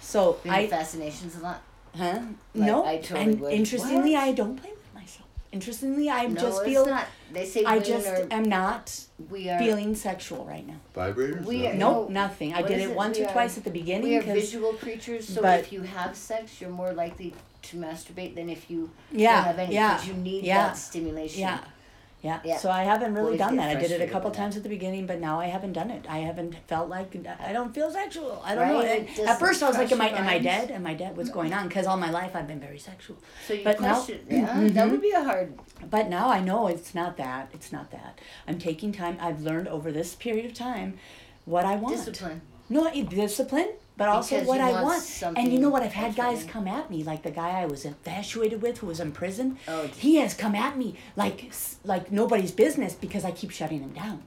Speaker 3: so
Speaker 2: been
Speaker 3: I
Speaker 2: fascinations a lot.
Speaker 3: Huh?
Speaker 2: Like,
Speaker 3: no.
Speaker 2: I totally
Speaker 3: and
Speaker 2: would.
Speaker 3: interestingly,
Speaker 2: What?
Speaker 3: I don't play with myself. Interestingly, I
Speaker 2: No,
Speaker 3: just
Speaker 2: it's
Speaker 3: feel
Speaker 2: not. They say
Speaker 3: I
Speaker 2: women
Speaker 3: just
Speaker 2: are,
Speaker 3: am not
Speaker 2: we are
Speaker 3: feeling sexual right now.
Speaker 1: Vibrators?
Speaker 2: We
Speaker 1: No.
Speaker 2: are-
Speaker 3: Nope,
Speaker 2: No,
Speaker 3: nothing. I
Speaker 2: what
Speaker 3: did
Speaker 2: is
Speaker 3: it
Speaker 2: it?
Speaker 3: once
Speaker 2: We
Speaker 3: or
Speaker 2: are-
Speaker 3: twice at the
Speaker 2: we
Speaker 3: beginning
Speaker 2: are
Speaker 3: because
Speaker 2: visual creatures. So
Speaker 3: but-
Speaker 2: if you have sex, you're more likely to masturbate than if you
Speaker 3: Yeah,
Speaker 2: don't have any.
Speaker 3: yeah,
Speaker 2: 'cause you need
Speaker 3: yeah,
Speaker 2: that stimulation.
Speaker 3: yeah. Yeah.
Speaker 2: Yeah.
Speaker 3: so I haven't really
Speaker 2: Boys
Speaker 3: done
Speaker 2: get
Speaker 3: that. I did it a
Speaker 2: frustrated
Speaker 3: couple
Speaker 2: with that.
Speaker 3: times at the beginning, but now I haven't done it. I haven't felt like I don't feel sexual. I don't know.
Speaker 2: Right? It
Speaker 3: And
Speaker 2: doesn't
Speaker 3: at first, I was like, "Am I
Speaker 2: cross your
Speaker 3: am I
Speaker 2: minds.
Speaker 3: dead? Am I dead? What's going on?" Because all my life I've been very sexual.
Speaker 2: So you
Speaker 3: But mm-hmm. now-
Speaker 2: question. yeah, that would be a hard.
Speaker 3: But now I know it's not that. It's not that. I'm taking time. I've learned over this period of time what I want.
Speaker 2: Discipline.
Speaker 3: No, i- discipline, but also
Speaker 2: Because
Speaker 3: what
Speaker 2: you
Speaker 3: I
Speaker 2: want
Speaker 3: want.
Speaker 2: something
Speaker 3: And you know what? I've had guys
Speaker 2: different.
Speaker 3: come at me, like the guy I was infatuated with, who was in prison.
Speaker 2: Oh, geez.
Speaker 3: he has come at me like s- like nobody's business because I keep shutting him down.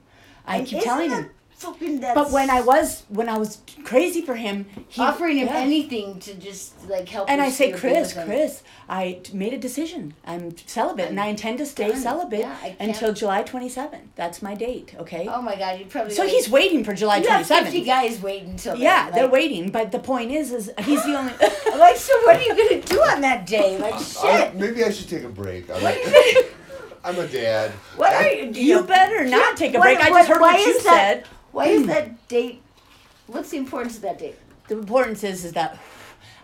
Speaker 3: I keep telling
Speaker 2: Isn't
Speaker 3: him.
Speaker 2: that Fucking that's
Speaker 3: But when I was when I was crazy for him, he,
Speaker 2: offering him
Speaker 3: yeah.
Speaker 2: anything to just like help.
Speaker 3: And
Speaker 2: you
Speaker 3: I say,
Speaker 2: feel good
Speaker 3: Chris,
Speaker 2: with him."
Speaker 3: Chris, I t- made a decision. I'm celibate, and I intend to stay
Speaker 2: done.
Speaker 3: celibate
Speaker 2: Yeah, I can't-
Speaker 3: until July 27th. That's my date. Okay.
Speaker 2: Oh my God, you probably.
Speaker 3: so
Speaker 2: like,
Speaker 3: he's waiting for July
Speaker 2: You have 50
Speaker 3: 27th.
Speaker 2: guys waiting until.
Speaker 3: Yeah,
Speaker 2: then,
Speaker 3: they're
Speaker 2: like,
Speaker 3: waiting, but the point is, is he's the only.
Speaker 2: Like, so what are you gonna do on that day? Like,
Speaker 1: I,
Speaker 2: shit.
Speaker 1: maybe I should take a break. I'm, a, I'm a dad.
Speaker 2: What are you?
Speaker 3: you better not take a
Speaker 2: What-
Speaker 3: break. I just heard
Speaker 2: why
Speaker 3: what you
Speaker 2: is that-
Speaker 3: said.
Speaker 2: Why is that date? What's the importance of that date?
Speaker 3: The importance is, is that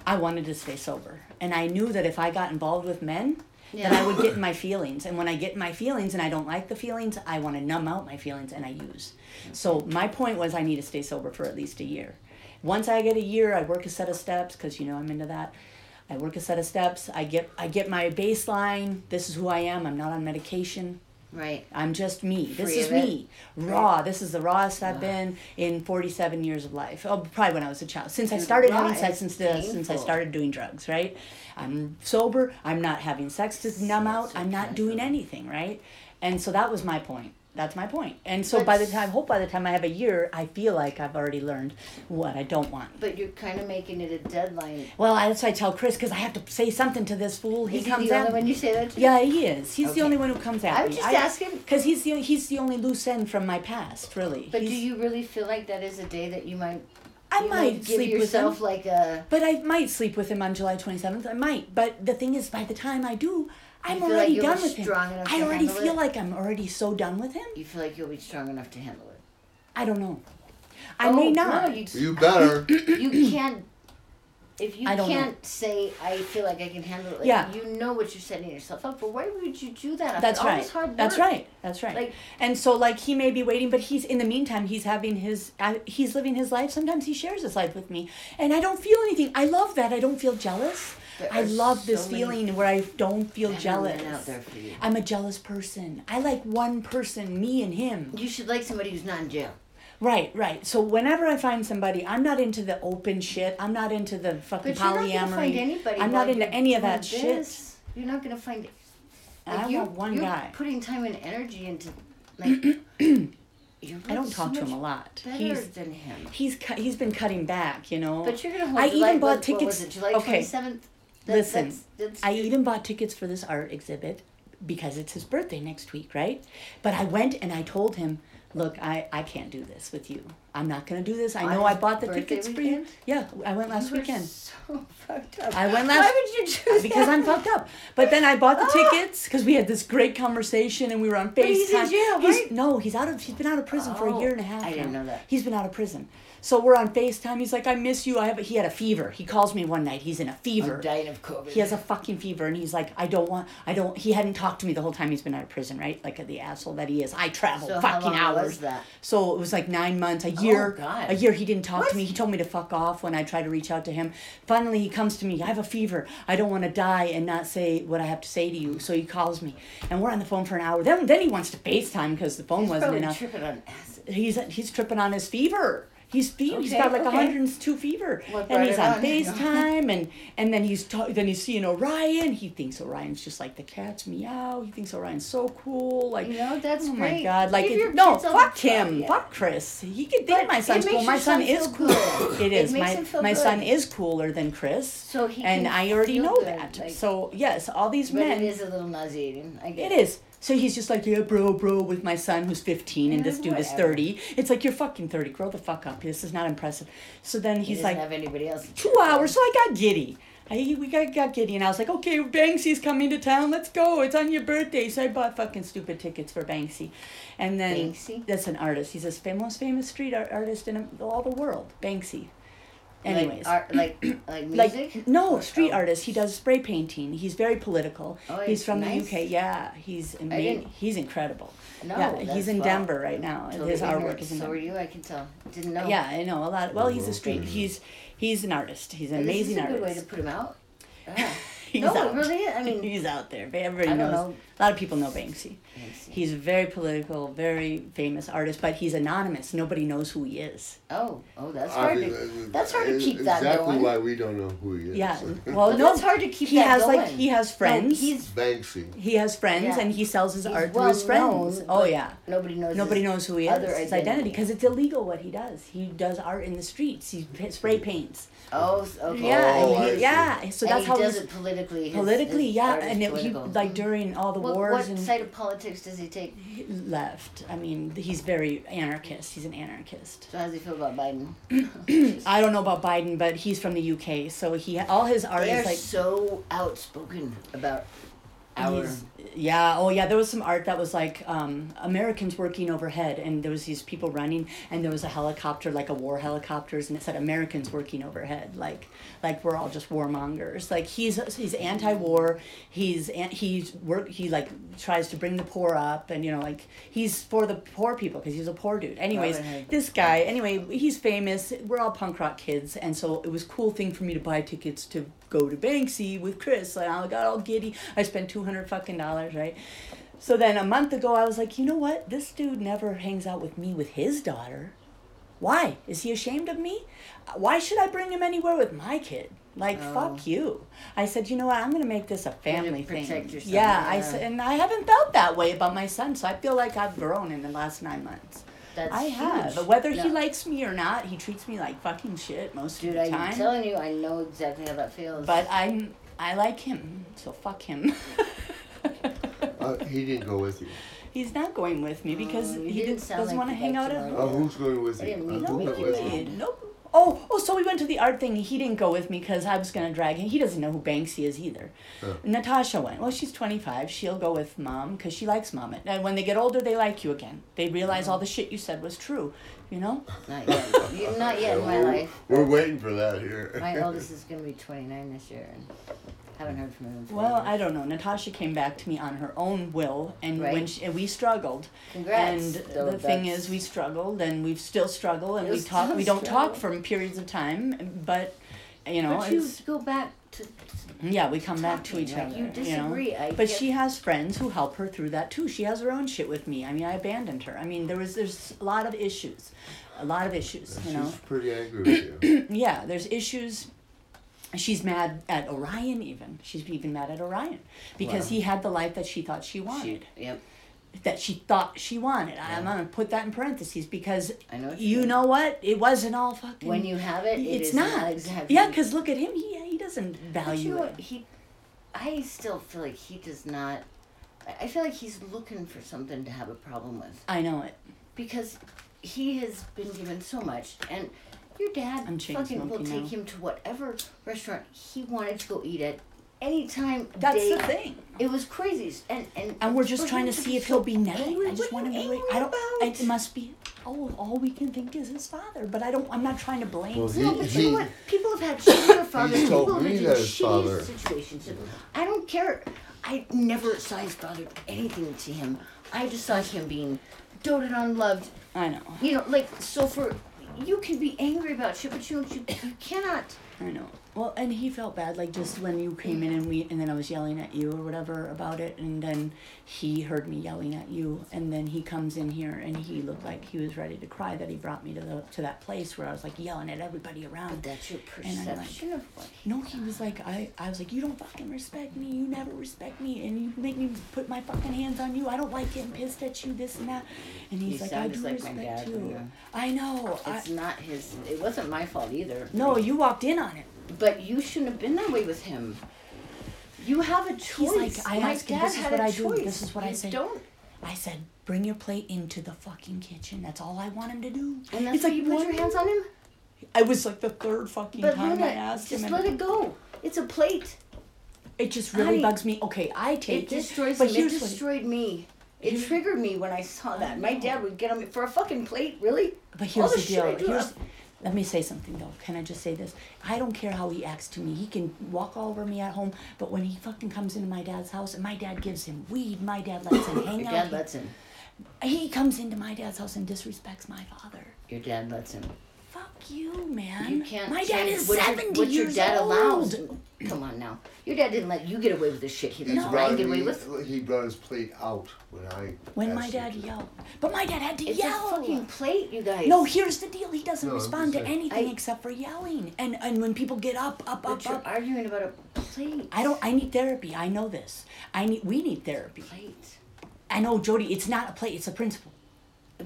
Speaker 3: I wanted to stay sober, and I knew that if I got involved with men. Then I
Speaker 2: Yeah.
Speaker 3: would get in my feelings, and when I get in my feelings and I don't like the feelings, I want to numb out my feelings and I use. So my point was, I need to stay sober for at least a year. Once I get a year, I work a set of steps because you know I'm into that. I work a set of steps. I get I get my baseline. This is who I am. I'm not on medication.
Speaker 2: Right.
Speaker 3: I'm just me. This
Speaker 2: Free
Speaker 3: is
Speaker 2: of it.
Speaker 3: me. Raw. This is the rawest I've been in 47 years of life. Oh, probably when I was a child. Since I started
Speaker 2: raw
Speaker 3: having sex,
Speaker 2: is
Speaker 3: since the, since I
Speaker 2: painful.
Speaker 3: started doing drugs, right? I'm sober. I'm not having sex to numb out. I'm not doing anything, right? And so that was my point. That's my point. And so by the
Speaker 2: But-
Speaker 3: time, hope by the time I have a year, I feel like I've already learned what I don't want.
Speaker 2: But you're kind of making it a deadline.
Speaker 3: Well, I- that's why I tell Chris because I have to say something to this fool. He
Speaker 2: Is
Speaker 3: comes
Speaker 2: he the
Speaker 3: at
Speaker 2: only
Speaker 3: me.
Speaker 2: one you say that to?
Speaker 3: Yeah, he is. He's
Speaker 2: Okay.
Speaker 3: the only one who comes at
Speaker 2: I'm
Speaker 3: me.
Speaker 2: just asking.
Speaker 3: because he's the he's the only loose end from my past, really.
Speaker 2: But do
Speaker 3: He's-
Speaker 2: you really feel like that is a day that you might?
Speaker 3: I
Speaker 2: you
Speaker 3: might
Speaker 2: give
Speaker 3: sleep with him.
Speaker 2: yourself like a.
Speaker 3: But I might sleep with him on July twenty seventh. I might. But the thing is, by the time I do, I'm
Speaker 2: feel like
Speaker 3: already
Speaker 2: you'll be
Speaker 3: done with him.
Speaker 2: strong enough
Speaker 3: I
Speaker 2: to
Speaker 3: already
Speaker 2: handle
Speaker 3: feel
Speaker 2: it?
Speaker 3: like I'm already so done with him.
Speaker 2: You feel like you'll be strong enough to handle it.
Speaker 3: I don't know. I
Speaker 2: oh,
Speaker 3: may not.
Speaker 2: No, you,
Speaker 1: You better.
Speaker 2: you can't. If you
Speaker 3: I don't know.
Speaker 2: can't say, I feel like I can handle it, like,
Speaker 3: Yeah.
Speaker 2: you know what you're setting yourself up for. Why would you do that? After
Speaker 3: That's
Speaker 2: all
Speaker 3: right.
Speaker 2: This hard
Speaker 3: That's
Speaker 2: work?
Speaker 3: right. That's right.
Speaker 2: Like-
Speaker 3: and so like he may be waiting, but he's in the meantime he's having his uh, he's living his life. Sometimes he shares his life with me, and I don't feel anything. I love that. I don't feel jealous.
Speaker 2: There
Speaker 3: I
Speaker 2: are
Speaker 3: love this
Speaker 2: so many
Speaker 3: feeling where I don't feel
Speaker 2: better men
Speaker 3: jealous.
Speaker 2: out there for you.
Speaker 3: I'm a jealous person. I like one person, me and him.
Speaker 2: You should like somebody who's not in jail.
Speaker 3: Right, right. So whenever I find somebody, I'm not into the open shit. I'm not into the fucking
Speaker 2: But
Speaker 3: polyamory.
Speaker 2: you're not gonna find anybody.
Speaker 3: I'm
Speaker 2: while
Speaker 3: not into
Speaker 2: you're
Speaker 3: any of
Speaker 2: doing
Speaker 3: that shit.
Speaker 2: this. You're not gonna find.
Speaker 3: I
Speaker 2: you're-
Speaker 3: want one
Speaker 2: you're
Speaker 3: guy.
Speaker 2: Putting time and energy into. Like, you're
Speaker 3: I don't
Speaker 2: so
Speaker 3: talk to
Speaker 2: much
Speaker 3: him a lot.
Speaker 2: Better
Speaker 3: He's
Speaker 2: than him.
Speaker 3: he's cu- he's been cutting back, you know.
Speaker 2: But you're gonna hold.
Speaker 3: I
Speaker 2: July,
Speaker 3: even bought
Speaker 2: what- What was
Speaker 3: tickets-
Speaker 2: it, July
Speaker 3: okay.
Speaker 2: twenty seventh.
Speaker 3: Listen,
Speaker 2: that's, that's,
Speaker 3: I even bought tickets for this art exhibit because it's his birthday next week, right? But I went and I told him, "Look, I I can't do this with you. I'm not going to do this. I
Speaker 2: On
Speaker 3: know I
Speaker 2: his
Speaker 3: bought the
Speaker 2: birthday
Speaker 3: tickets
Speaker 2: weekend?
Speaker 3: for you. Yeah, I went last
Speaker 2: You were
Speaker 3: weekend.
Speaker 2: So fucked up.
Speaker 3: I went last-
Speaker 2: Why would you do that?
Speaker 3: because I'm fucked up. But then I bought the tickets because we had this great conversation and we were on FaceTime.
Speaker 2: he's in jail,
Speaker 3: He's-
Speaker 2: right?
Speaker 3: No, he's out of. He's been out of prison for a
Speaker 2: Oh,
Speaker 3: year and a half.
Speaker 2: I didn't
Speaker 3: now.
Speaker 2: know that.
Speaker 3: He's been out of prison. So we're on FaceTime. He's like, I miss you. I have. A, he had a fever. He calls me one night. He's in a fever.
Speaker 2: I'm dying of COVID.
Speaker 3: He has a fucking fever, and he's like, I don't want, I don't. He hadn't talked to me the whole time he's been out of prison, right? Like the asshole that he is. I traveled
Speaker 2: So how
Speaker 3: fucking
Speaker 2: long was
Speaker 3: hours.
Speaker 2: that? Oh,
Speaker 3: So it was like nine months, a year.
Speaker 2: God.
Speaker 3: A year he didn't talk
Speaker 2: What?
Speaker 3: to me. He told me to fuck off when I tried to reach out to him. Finally, he comes to me. I have a fever. I don't want to die and not say what I have to say to you. So he calls me, and we're on the phone for an hour. Then, then he wants to FaceTime because the phone
Speaker 2: He's
Speaker 3: wasn't
Speaker 2: probably
Speaker 3: enough
Speaker 2: tripping on acid.
Speaker 3: he's he's tripping on his fever. He's fe- he's
Speaker 2: Okay,
Speaker 3: got like a
Speaker 2: okay.
Speaker 3: 102 fever,
Speaker 2: What
Speaker 3: and
Speaker 2: brought
Speaker 3: he's
Speaker 2: it
Speaker 3: on
Speaker 2: on?
Speaker 3: FaceTime, and and then he's ta- then he's seeing Orion. He thinks Orion's just like the cat's meow. He thinks Orion's so cool. Like
Speaker 2: You know, that's
Speaker 3: oh my
Speaker 2: great.
Speaker 3: god, like
Speaker 2: Give your
Speaker 3: it, no,
Speaker 2: kids all
Speaker 3: fuck
Speaker 2: the fun,
Speaker 3: him,
Speaker 2: yeah.
Speaker 3: fuck Chris. He can think
Speaker 2: But
Speaker 3: my
Speaker 2: it
Speaker 3: son's
Speaker 2: makes
Speaker 3: cool. My
Speaker 2: your
Speaker 3: son
Speaker 2: son
Speaker 3: is
Speaker 2: feel
Speaker 3: cool.
Speaker 2: good. It
Speaker 3: It is
Speaker 2: makes
Speaker 3: my
Speaker 2: him feel
Speaker 3: my
Speaker 2: good.
Speaker 3: son is cooler than Chris.
Speaker 2: So he
Speaker 3: and
Speaker 2: can
Speaker 3: I already
Speaker 2: feel
Speaker 3: know
Speaker 2: good,
Speaker 3: that.
Speaker 2: like-
Speaker 3: so yes, all these
Speaker 2: But
Speaker 3: men.
Speaker 2: it is a little nauseating. I
Speaker 3: It
Speaker 2: get
Speaker 3: is. So he's just like, yeah, bro, bro, with my son who's 15 and
Speaker 2: Yeah,
Speaker 3: this dude is
Speaker 2: whatever.
Speaker 3: 30. It's like, you're fucking 30. Grow the fuck up. This is not impressive. So then
Speaker 2: He
Speaker 3: he's
Speaker 2: doesn't
Speaker 3: like,
Speaker 2: have anybody else.
Speaker 3: two hours. So I got giddy. I, we got, got giddy and I was like, okay, Banksy's coming to town. Let's go. It's on your birthday. So I bought fucking stupid tickets for Banksy. And then
Speaker 2: Banksy?
Speaker 3: that's an artist. He's this famous, famous street art artist in all the world. Banksy.
Speaker 2: Like
Speaker 3: Anyways
Speaker 2: art- like like
Speaker 3: like
Speaker 2: music.
Speaker 3: no street
Speaker 2: oh.
Speaker 3: artist he does spray painting he's very political
Speaker 2: Oh,
Speaker 3: he's
Speaker 2: it's
Speaker 3: from
Speaker 2: nice.
Speaker 3: the uk yeah he's amazing
Speaker 2: didn't-
Speaker 3: he's incredible
Speaker 2: No,
Speaker 3: yeah he's
Speaker 2: that's
Speaker 3: in
Speaker 2: wow.
Speaker 3: denver right now and
Speaker 2: Totally
Speaker 3: his
Speaker 2: ignorant.
Speaker 3: artwork is in
Speaker 2: So
Speaker 3: denver
Speaker 2: are you? I can tell. Didn't know.
Speaker 3: yeah i know a lot well he's a
Speaker 1: Okay.
Speaker 3: street he's he's an artist he's an
Speaker 2: And
Speaker 3: amazing
Speaker 2: this is a good way
Speaker 3: artist
Speaker 2: to put him out. Yeah.
Speaker 3: he's
Speaker 2: no,
Speaker 3: out
Speaker 2: it really is. I mean,
Speaker 3: he's out there everybody
Speaker 2: I don't
Speaker 3: knows
Speaker 2: know.
Speaker 3: a lot of people know banksy
Speaker 2: Banksy.
Speaker 3: he's a very political very famous artist but he's anonymous nobody knows who he is
Speaker 2: oh, oh, that's hard. To, that's hard to keep that
Speaker 1: Exactly
Speaker 2: going.
Speaker 1: why we don't know who he is.
Speaker 3: yeah well
Speaker 2: But
Speaker 3: no
Speaker 2: that's hard to keep
Speaker 3: he
Speaker 2: that
Speaker 3: has
Speaker 2: going.
Speaker 3: like he has friends
Speaker 2: No, he's
Speaker 1: Banksy.
Speaker 3: He has friends
Speaker 2: Yeah.
Speaker 3: and he sells his
Speaker 2: He's well
Speaker 3: art through his friends.
Speaker 2: known,
Speaker 3: oh
Speaker 2: but
Speaker 3: yeah.
Speaker 2: nobody knows.
Speaker 3: Nobody
Speaker 2: his
Speaker 3: knows who he is.
Speaker 2: other
Speaker 3: His identity because it's illegal what he does. He does art in the streets. He p- spray
Speaker 2: Mm-hmm.
Speaker 3: paints.
Speaker 2: Oh, s- okay.
Speaker 3: yeah,
Speaker 1: Oh,
Speaker 3: and
Speaker 1: I
Speaker 3: he-
Speaker 1: see.
Speaker 3: yeah. So
Speaker 2: and
Speaker 3: that's
Speaker 2: he
Speaker 3: how
Speaker 2: does
Speaker 3: he's
Speaker 2: it politically. His,
Speaker 3: politically.
Speaker 2: his
Speaker 3: yeah,
Speaker 2: art is
Speaker 3: and it, he
Speaker 2: political.
Speaker 3: like during all the
Speaker 2: what,
Speaker 3: wars
Speaker 2: what
Speaker 3: and
Speaker 2: side of politics does he take?
Speaker 3: he left. I mean, he's very anarchist. He's an anarchist.
Speaker 2: So how does he feel about Biden?
Speaker 3: I don't know about Biden, but he's from the UK, so he all his art
Speaker 2: They are
Speaker 3: is like
Speaker 2: so outspoken about our.
Speaker 3: He's- yeah oh yeah there was some art that was like um, americans working overhead and there was these people running and there was a helicopter like a war helicopters and it said americans working overhead like like we're all just warmongers like he's he's anti-war he's an, he's work he like tries to bring the poor up and you know like he's for the poor people because he's a poor dude anyways
Speaker 2: Robin Hood.
Speaker 3: this guy anyway he's famous we're all punk rock kids and so it was a cool thing for me to buy tickets to go to banksy with chris and i got all giddy i spent 200 fucking dollars right so then a month ago i was like you know what this dude never hangs out with me with his daughter why is he ashamed of me why should i bring him anywhere with my kid like
Speaker 2: Oh.
Speaker 3: fuck you i said you know what i'm gonna make this a family thing
Speaker 2: protect yourself,
Speaker 3: yeah i
Speaker 2: yeah.
Speaker 3: said and i haven't felt that way about my son so i feel like i've grown in the last nine months
Speaker 2: That's
Speaker 3: I have.
Speaker 2: huge.
Speaker 3: But whether
Speaker 2: No.
Speaker 3: he likes me or not, he treats me like fucking shit most
Speaker 2: Dude,
Speaker 3: of the
Speaker 2: I'm
Speaker 3: time.
Speaker 2: telling you, I know exactly how that feels.
Speaker 3: but I'm I like him, so fuck him.
Speaker 1: Uh, he didn't go with you.
Speaker 3: He's not going with me because
Speaker 2: Oh, you
Speaker 3: he
Speaker 2: didn't
Speaker 3: d-
Speaker 2: sound
Speaker 3: doesn't
Speaker 2: like
Speaker 3: want to
Speaker 2: you
Speaker 3: hang
Speaker 2: liked
Speaker 3: out
Speaker 2: him
Speaker 3: at
Speaker 2: at
Speaker 1: Oh,
Speaker 3: all.
Speaker 1: who's going with
Speaker 2: I
Speaker 1: you?
Speaker 2: didn't
Speaker 1: Uh,
Speaker 2: mean
Speaker 1: who
Speaker 2: to
Speaker 1: went
Speaker 2: make
Speaker 1: with
Speaker 2: you
Speaker 1: you?
Speaker 2: mad.
Speaker 3: Nope. oh, oh, so we went to the art thing. He didn't go with me because I was going to drag him. He doesn't know who Banksy is either. Natasha went. Well, she's 25. She'll go with mom because she likes mom. And when they get older, they like you again. They realize all the shit you said was true, you know?
Speaker 2: Not yet. You- Not yet in my life.
Speaker 1: We're waiting for that here.
Speaker 2: My eldest is going to be 29 this year, and haven't heard from him. in four
Speaker 3: Well,
Speaker 2: years.
Speaker 3: I don't know. Natasha came back to me on her own will, and when
Speaker 2: Right.
Speaker 3: she, and we struggled,
Speaker 2: Congrats,
Speaker 3: and
Speaker 2: though,
Speaker 3: the thing
Speaker 2: that's-
Speaker 3: is, we struggled, and we still struggle, and
Speaker 2: You'll
Speaker 3: we talk.
Speaker 2: still
Speaker 3: We don't talk
Speaker 2: struggle.
Speaker 3: for periods of time, but you know,
Speaker 2: But you
Speaker 3: it's,
Speaker 2: go back to
Speaker 3: yeah, we come back to
Speaker 2: talking,
Speaker 3: each
Speaker 2: like,
Speaker 3: other.
Speaker 2: you
Speaker 3: know?
Speaker 2: disagree, I
Speaker 3: but
Speaker 2: get-
Speaker 3: she has friends who help her through that too. She has her own shit with me. I mean, I abandoned her. I mean, there was there's a lot of issues, a lot of issues. You know,
Speaker 1: She's pretty angry with you.
Speaker 3: yeah, there's issues. She's mad at Orion even. She's even mad at Orion because
Speaker 1: Wow.
Speaker 3: he had the life that she thought she wanted,
Speaker 2: Yep.
Speaker 3: that she thought she wanted. I- I'm gonna put that in parentheses because
Speaker 2: I know what you
Speaker 3: you
Speaker 2: mean.
Speaker 3: know what it wasn't all fucking.
Speaker 2: When you have it, it
Speaker 3: it's
Speaker 2: is
Speaker 3: not.
Speaker 2: not exactly-
Speaker 3: Yeah, because look at him. He he doesn't
Speaker 2: But you
Speaker 3: value
Speaker 2: know
Speaker 3: it.
Speaker 2: what? He, I still feel like he does not. I- I feel like he's looking for something to have a problem with
Speaker 3: I know it.
Speaker 2: because he has been given so much, and your dad
Speaker 3: I'm chain
Speaker 2: fucking will
Speaker 3: smoking
Speaker 2: take
Speaker 3: now.
Speaker 2: him to whatever restaurant he wanted to go eat at any time.
Speaker 3: That's
Speaker 2: day.
Speaker 3: the thing.
Speaker 2: It was crazy, and and
Speaker 3: And we're
Speaker 2: for
Speaker 3: just trying
Speaker 2: him
Speaker 3: to see
Speaker 2: be
Speaker 3: if he'll
Speaker 2: so
Speaker 3: be nice.
Speaker 2: angry,
Speaker 3: I just
Speaker 2: what are
Speaker 3: want to
Speaker 2: you
Speaker 3: know.
Speaker 2: angry
Speaker 3: I don't.
Speaker 2: about?
Speaker 3: It must be. Oh, all we can think is his father. But I don't. I'm not trying to blame.
Speaker 1: Well,
Speaker 2: No,
Speaker 1: He-
Speaker 2: but
Speaker 1: he-
Speaker 2: you know what? People have had shittier fathers.
Speaker 1: He told
Speaker 2: People have
Speaker 1: me
Speaker 2: been in
Speaker 1: that his father-
Speaker 2: shitty situations. I don't care. I never saw his father do anything to him. I just saw him being doted on, loved.
Speaker 3: I know.
Speaker 2: You know, like so. For you can be angry about shit, but you don't. You, you cannot.
Speaker 3: I know. Well, and he felt bad, like just when you came in and we, and then I was yelling at you or whatever about it, and then he heard me yelling at you, and then he comes in here and he looked like he was ready to cry that he brought me to the to that place where I was like yelling at everybody around.
Speaker 2: That's your
Speaker 3: And I'm like-
Speaker 2: perception of what.
Speaker 3: No, he was like, I, I was like, you don't fucking respect me. You never respect me, and you make me put my fucking hands on you. I don't like getting pissed at you, this and that. And he's
Speaker 2: He
Speaker 3: like, I
Speaker 2: sounds
Speaker 3: do
Speaker 2: like my
Speaker 3: respect
Speaker 2: dad
Speaker 3: you.
Speaker 2: when you're-
Speaker 3: I know. I,
Speaker 2: It's not his. It wasn't my fault either.
Speaker 3: no, you walked in on it.
Speaker 2: But you shouldn't have been that way with him. You have a
Speaker 3: He's
Speaker 2: choice.
Speaker 3: like, I
Speaker 2: my
Speaker 3: ask him,
Speaker 2: dad
Speaker 3: "This is
Speaker 2: had
Speaker 3: what
Speaker 2: a
Speaker 3: I do,
Speaker 2: choice.
Speaker 3: this is what I
Speaker 2: You
Speaker 3: say."
Speaker 2: Don't
Speaker 3: I said, bring your plate into the fucking kitchen. That's all I want him to do.
Speaker 2: And that's why you put your hands on him?
Speaker 3: I was like the third fucking
Speaker 2: But
Speaker 3: time I
Speaker 2: Luna,
Speaker 3: asked
Speaker 2: just
Speaker 3: him.
Speaker 2: let
Speaker 3: and-
Speaker 2: it go. It's a plate.
Speaker 3: It just really
Speaker 2: I-
Speaker 3: bugs me. Okay, I take
Speaker 2: It destroys
Speaker 3: But
Speaker 2: him. It
Speaker 3: here's what-
Speaker 2: destroyed me. It
Speaker 3: Here's-
Speaker 2: triggered me when I saw that. My dad would get him for a fucking plate, really?
Speaker 3: But
Speaker 2: All
Speaker 3: here's the,
Speaker 2: shit I
Speaker 3: deal.
Speaker 2: do,
Speaker 3: Here's,
Speaker 2: I'm-
Speaker 3: let me say something though. Can I just say this? I don't care how he acts to me. He can walk all over me at home, but when he fucking comes into my dad's house and my dad gives him weed, my dad lets him hang
Speaker 2: Your
Speaker 3: out.
Speaker 2: dad
Speaker 3: he-
Speaker 2: lets him.
Speaker 3: he comes into my dad's house and disrespects my father.
Speaker 2: Your dad lets him.
Speaker 3: Fuck you, man.
Speaker 2: You can't.
Speaker 3: my dad
Speaker 2: change
Speaker 3: is
Speaker 2: what your-
Speaker 3: 70
Speaker 2: what your
Speaker 3: years
Speaker 2: dad
Speaker 3: old.
Speaker 2: allows. Come on now. Your dad didn't let you get away with the shit he
Speaker 1: He's
Speaker 2: lets
Speaker 1: brought
Speaker 2: Ryan get
Speaker 1: me-
Speaker 2: away with.
Speaker 1: He brought his plate out when I.
Speaker 3: When my
Speaker 1: asked
Speaker 3: dad
Speaker 1: him.
Speaker 3: yelled. But my dad had to
Speaker 2: It's
Speaker 3: yell.
Speaker 2: a fucking plate, you guys.
Speaker 3: no, here's the deal. He doesn't
Speaker 1: No, I'm
Speaker 3: respond to
Speaker 1: just saying.
Speaker 3: anything
Speaker 2: I-
Speaker 3: except for yelling. And and when people get up, up,
Speaker 2: But
Speaker 3: up,
Speaker 2: you're
Speaker 3: up.
Speaker 2: arguing about a plate.
Speaker 3: I don't I need therapy. I know this. I need we need therapy.
Speaker 2: Plate.
Speaker 3: I know Jody, it's not a play, it's a principle.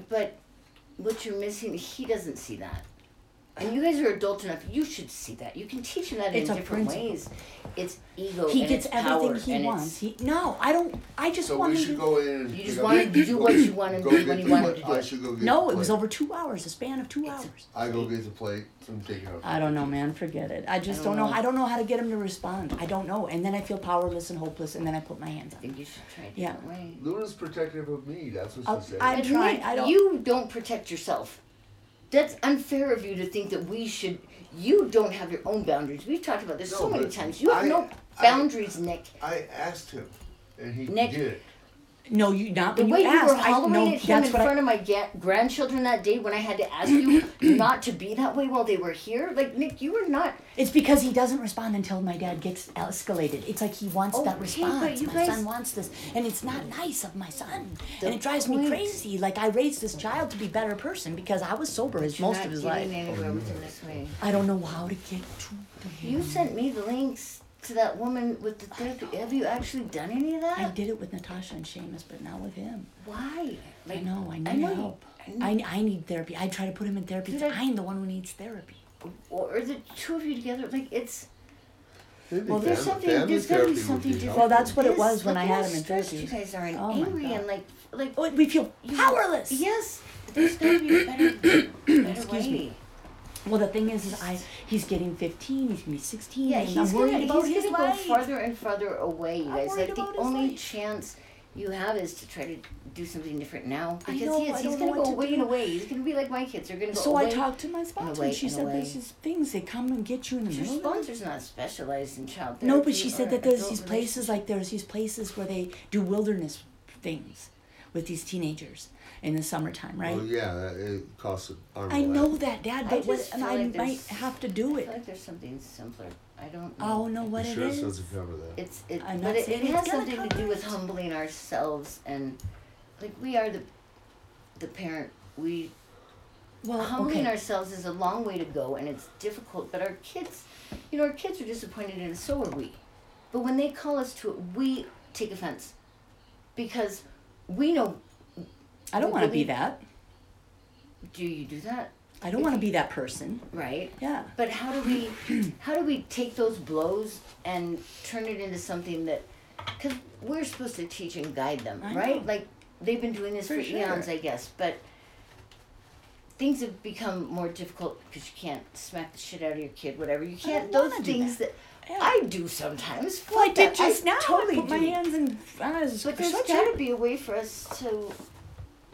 Speaker 2: But what you're missing, he doesn't see that. And you guys are adult enough. You should see that. You can teach him that
Speaker 3: It's a
Speaker 2: in different
Speaker 3: principle.
Speaker 2: ways. It's ego.
Speaker 3: He
Speaker 2: and
Speaker 3: gets
Speaker 2: it's
Speaker 3: everything
Speaker 2: power,
Speaker 3: he
Speaker 2: and
Speaker 3: wants.
Speaker 2: it's-
Speaker 3: He, no, I don't I just
Speaker 1: So
Speaker 3: want
Speaker 1: we
Speaker 3: him to
Speaker 1: should go in. and
Speaker 2: You
Speaker 1: pick
Speaker 2: just
Speaker 1: up-
Speaker 2: wanted to do what you wanted
Speaker 1: Go
Speaker 2: to do
Speaker 1: get
Speaker 2: when you
Speaker 1: the
Speaker 2: wanted
Speaker 1: plate.
Speaker 2: to do
Speaker 1: I
Speaker 2: it.
Speaker 1: should go get
Speaker 3: No,
Speaker 1: the
Speaker 3: it was
Speaker 1: plate.
Speaker 3: over two hours, a span of two hours.
Speaker 1: I go get the plate and take it out.
Speaker 3: I don't know, man. Forget it. I just
Speaker 2: I
Speaker 3: don't
Speaker 2: don't
Speaker 3: know.
Speaker 2: know.
Speaker 3: I don't know how to get him to respond. I don't know. And then I feel powerless and hopeless, and then I put my hands
Speaker 2: I
Speaker 3: up.
Speaker 2: think you should try a
Speaker 3: Yeah.
Speaker 2: different way.
Speaker 1: Luna's protective of me. That's
Speaker 3: I'll-
Speaker 1: what she said.
Speaker 3: Oh, I- I'm
Speaker 2: But
Speaker 3: trying,
Speaker 2: Nick,
Speaker 3: I don't-
Speaker 2: You don't protect yourself. That's unfair of you to think that we should. You don't have your own boundaries. We've talked about this
Speaker 1: No,
Speaker 2: so many
Speaker 1: but
Speaker 2: times. You have
Speaker 1: I-
Speaker 2: no
Speaker 1: I-
Speaker 2: boundaries, Nick.
Speaker 1: I asked him, and he
Speaker 2: Nick,
Speaker 1: did it.
Speaker 3: No, you not
Speaker 2: The
Speaker 3: when
Speaker 2: way
Speaker 3: you
Speaker 2: you were
Speaker 3: asked. I
Speaker 2: hollering
Speaker 3: know
Speaker 2: at him
Speaker 3: that's
Speaker 2: in
Speaker 3: what I,
Speaker 2: front of my ga- grandchildren that day when I had to ask you not to be that way while they were here, like Nick, you were not.
Speaker 3: It's because he doesn't respond until my dad gets escalated. It's like he wants that
Speaker 2: Okay,
Speaker 3: response.
Speaker 2: but you
Speaker 3: my
Speaker 2: guys-
Speaker 3: son wants this, and it's not nice of my son, and it
Speaker 2: The
Speaker 3: drives me
Speaker 2: point-
Speaker 3: crazy. Like I raised this child to be a better person because I was sober his most of his life.
Speaker 2: anywhere with him this way.
Speaker 3: I don't know how to get to him.
Speaker 2: You sent me the links to that woman with the therapy. Have you actually done any of
Speaker 3: I
Speaker 2: that?
Speaker 3: did it with Natasha and Seamus, but not with him.
Speaker 2: Why? Like,
Speaker 3: I know. I need
Speaker 2: I know you-
Speaker 3: help.
Speaker 2: I
Speaker 3: I, I need therapy. I try to put him in therapy.
Speaker 2: Did I-
Speaker 3: I'm the one who needs therapy.
Speaker 2: or the two of you together, like it's.
Speaker 1: Maybe
Speaker 3: Well, there's
Speaker 1: fam-
Speaker 2: something-
Speaker 1: family
Speaker 2: there's gotta be
Speaker 1: therapy would
Speaker 2: something different.
Speaker 1: helpful.
Speaker 3: Well, that's what it
Speaker 2: this,
Speaker 3: was when
Speaker 2: look
Speaker 3: I
Speaker 2: at
Speaker 3: had
Speaker 2: how
Speaker 3: him in
Speaker 2: stressed
Speaker 3: therapy.
Speaker 2: You guys are and
Speaker 3: Oh my
Speaker 2: angry
Speaker 3: God.
Speaker 2: and like like
Speaker 3: Oh, we feel
Speaker 2: you-
Speaker 3: powerless.
Speaker 2: Yes, there's gotta be a better, better way.
Speaker 3: Excuse me. Well, the thing is, is I he's getting 15. He's gonna be 16.
Speaker 2: Yeah,
Speaker 3: and
Speaker 2: he's
Speaker 3: I'm worried
Speaker 2: gonna,
Speaker 3: about
Speaker 2: he's
Speaker 3: his
Speaker 2: gonna
Speaker 3: life.
Speaker 2: go farther and farther away, you
Speaker 3: I'm
Speaker 2: guys.
Speaker 3: worried
Speaker 2: Like the
Speaker 3: about his
Speaker 2: only
Speaker 3: life.
Speaker 2: chance you have is to try to do something different now
Speaker 3: I
Speaker 2: because
Speaker 3: know,
Speaker 2: he
Speaker 3: I
Speaker 2: is, he's
Speaker 3: don't know
Speaker 2: gonna
Speaker 3: what
Speaker 2: go
Speaker 3: to
Speaker 2: away
Speaker 3: do.
Speaker 2: and away. He's gonna be like my kids. They're gonna go
Speaker 3: So
Speaker 2: away.
Speaker 3: I talked to my sponsor,
Speaker 2: away,
Speaker 3: and she
Speaker 2: and
Speaker 3: said,
Speaker 2: away.
Speaker 3: "There's these things they come and get you in the
Speaker 2: Your
Speaker 3: middle." of the night."
Speaker 2: sponsor's not specialized in child therapy.
Speaker 3: No, but she
Speaker 2: or
Speaker 3: said that there's
Speaker 2: adult
Speaker 3: these
Speaker 2: relations-
Speaker 3: places like there's these places where they do wilderness things with these teenagers in the summertime, right?
Speaker 1: Well, Oh, yeah, that- it costs an arm. and
Speaker 3: I
Speaker 1: a leg.
Speaker 3: know that, Dad, but what,
Speaker 2: just
Speaker 3: and
Speaker 2: feel
Speaker 3: I
Speaker 2: like
Speaker 3: might
Speaker 2: there's-
Speaker 3: have to do
Speaker 2: I
Speaker 3: it.
Speaker 2: feel like there's something simpler. I don't
Speaker 3: I
Speaker 2: know.
Speaker 3: don't know what it
Speaker 1: Insurance
Speaker 3: is.
Speaker 1: doesn't cover that.
Speaker 2: It's it,
Speaker 3: I'm
Speaker 2: but
Speaker 3: not
Speaker 2: it,
Speaker 3: saying
Speaker 2: it
Speaker 3: Oh, it's
Speaker 2: has
Speaker 3: gonna
Speaker 2: something to
Speaker 3: cover
Speaker 2: do with
Speaker 3: it.
Speaker 2: humbling ourselves and, like, we are the, the parent. We
Speaker 3: Well,
Speaker 2: humbling
Speaker 3: okay.
Speaker 2: ourselves is a long way to go, and it's difficult. But our kids, you know, our kids are disappointed, and so are we. But when they call us to it, we take offense, because we know.
Speaker 3: I don't
Speaker 2: we
Speaker 3: want to be
Speaker 2: believe-
Speaker 3: that.
Speaker 2: Do you do that?
Speaker 3: I don't want to be that person.
Speaker 2: Right.
Speaker 3: Yeah.
Speaker 2: But how do we, how do we take those blows and turn it into something that, because we're supposed to teach and guide them,
Speaker 3: I
Speaker 2: right?
Speaker 3: know.
Speaker 2: Like they've been doing this for,
Speaker 3: For sure.
Speaker 2: eons, I guess. But things have become more difficult because you can't smack the shit out of your kid, whatever. You can't.
Speaker 3: don't
Speaker 2: Those
Speaker 3: wanna do
Speaker 2: things that,
Speaker 3: Yeah.
Speaker 2: I do sometimes.
Speaker 3: Well, I
Speaker 2: Fuck
Speaker 3: did
Speaker 2: that,
Speaker 3: just now.
Speaker 2: Totally
Speaker 3: I put my
Speaker 2: do.
Speaker 3: hands in. uh, I was
Speaker 2: But there's
Speaker 3: such
Speaker 2: got
Speaker 3: a-
Speaker 2: to be a way for us to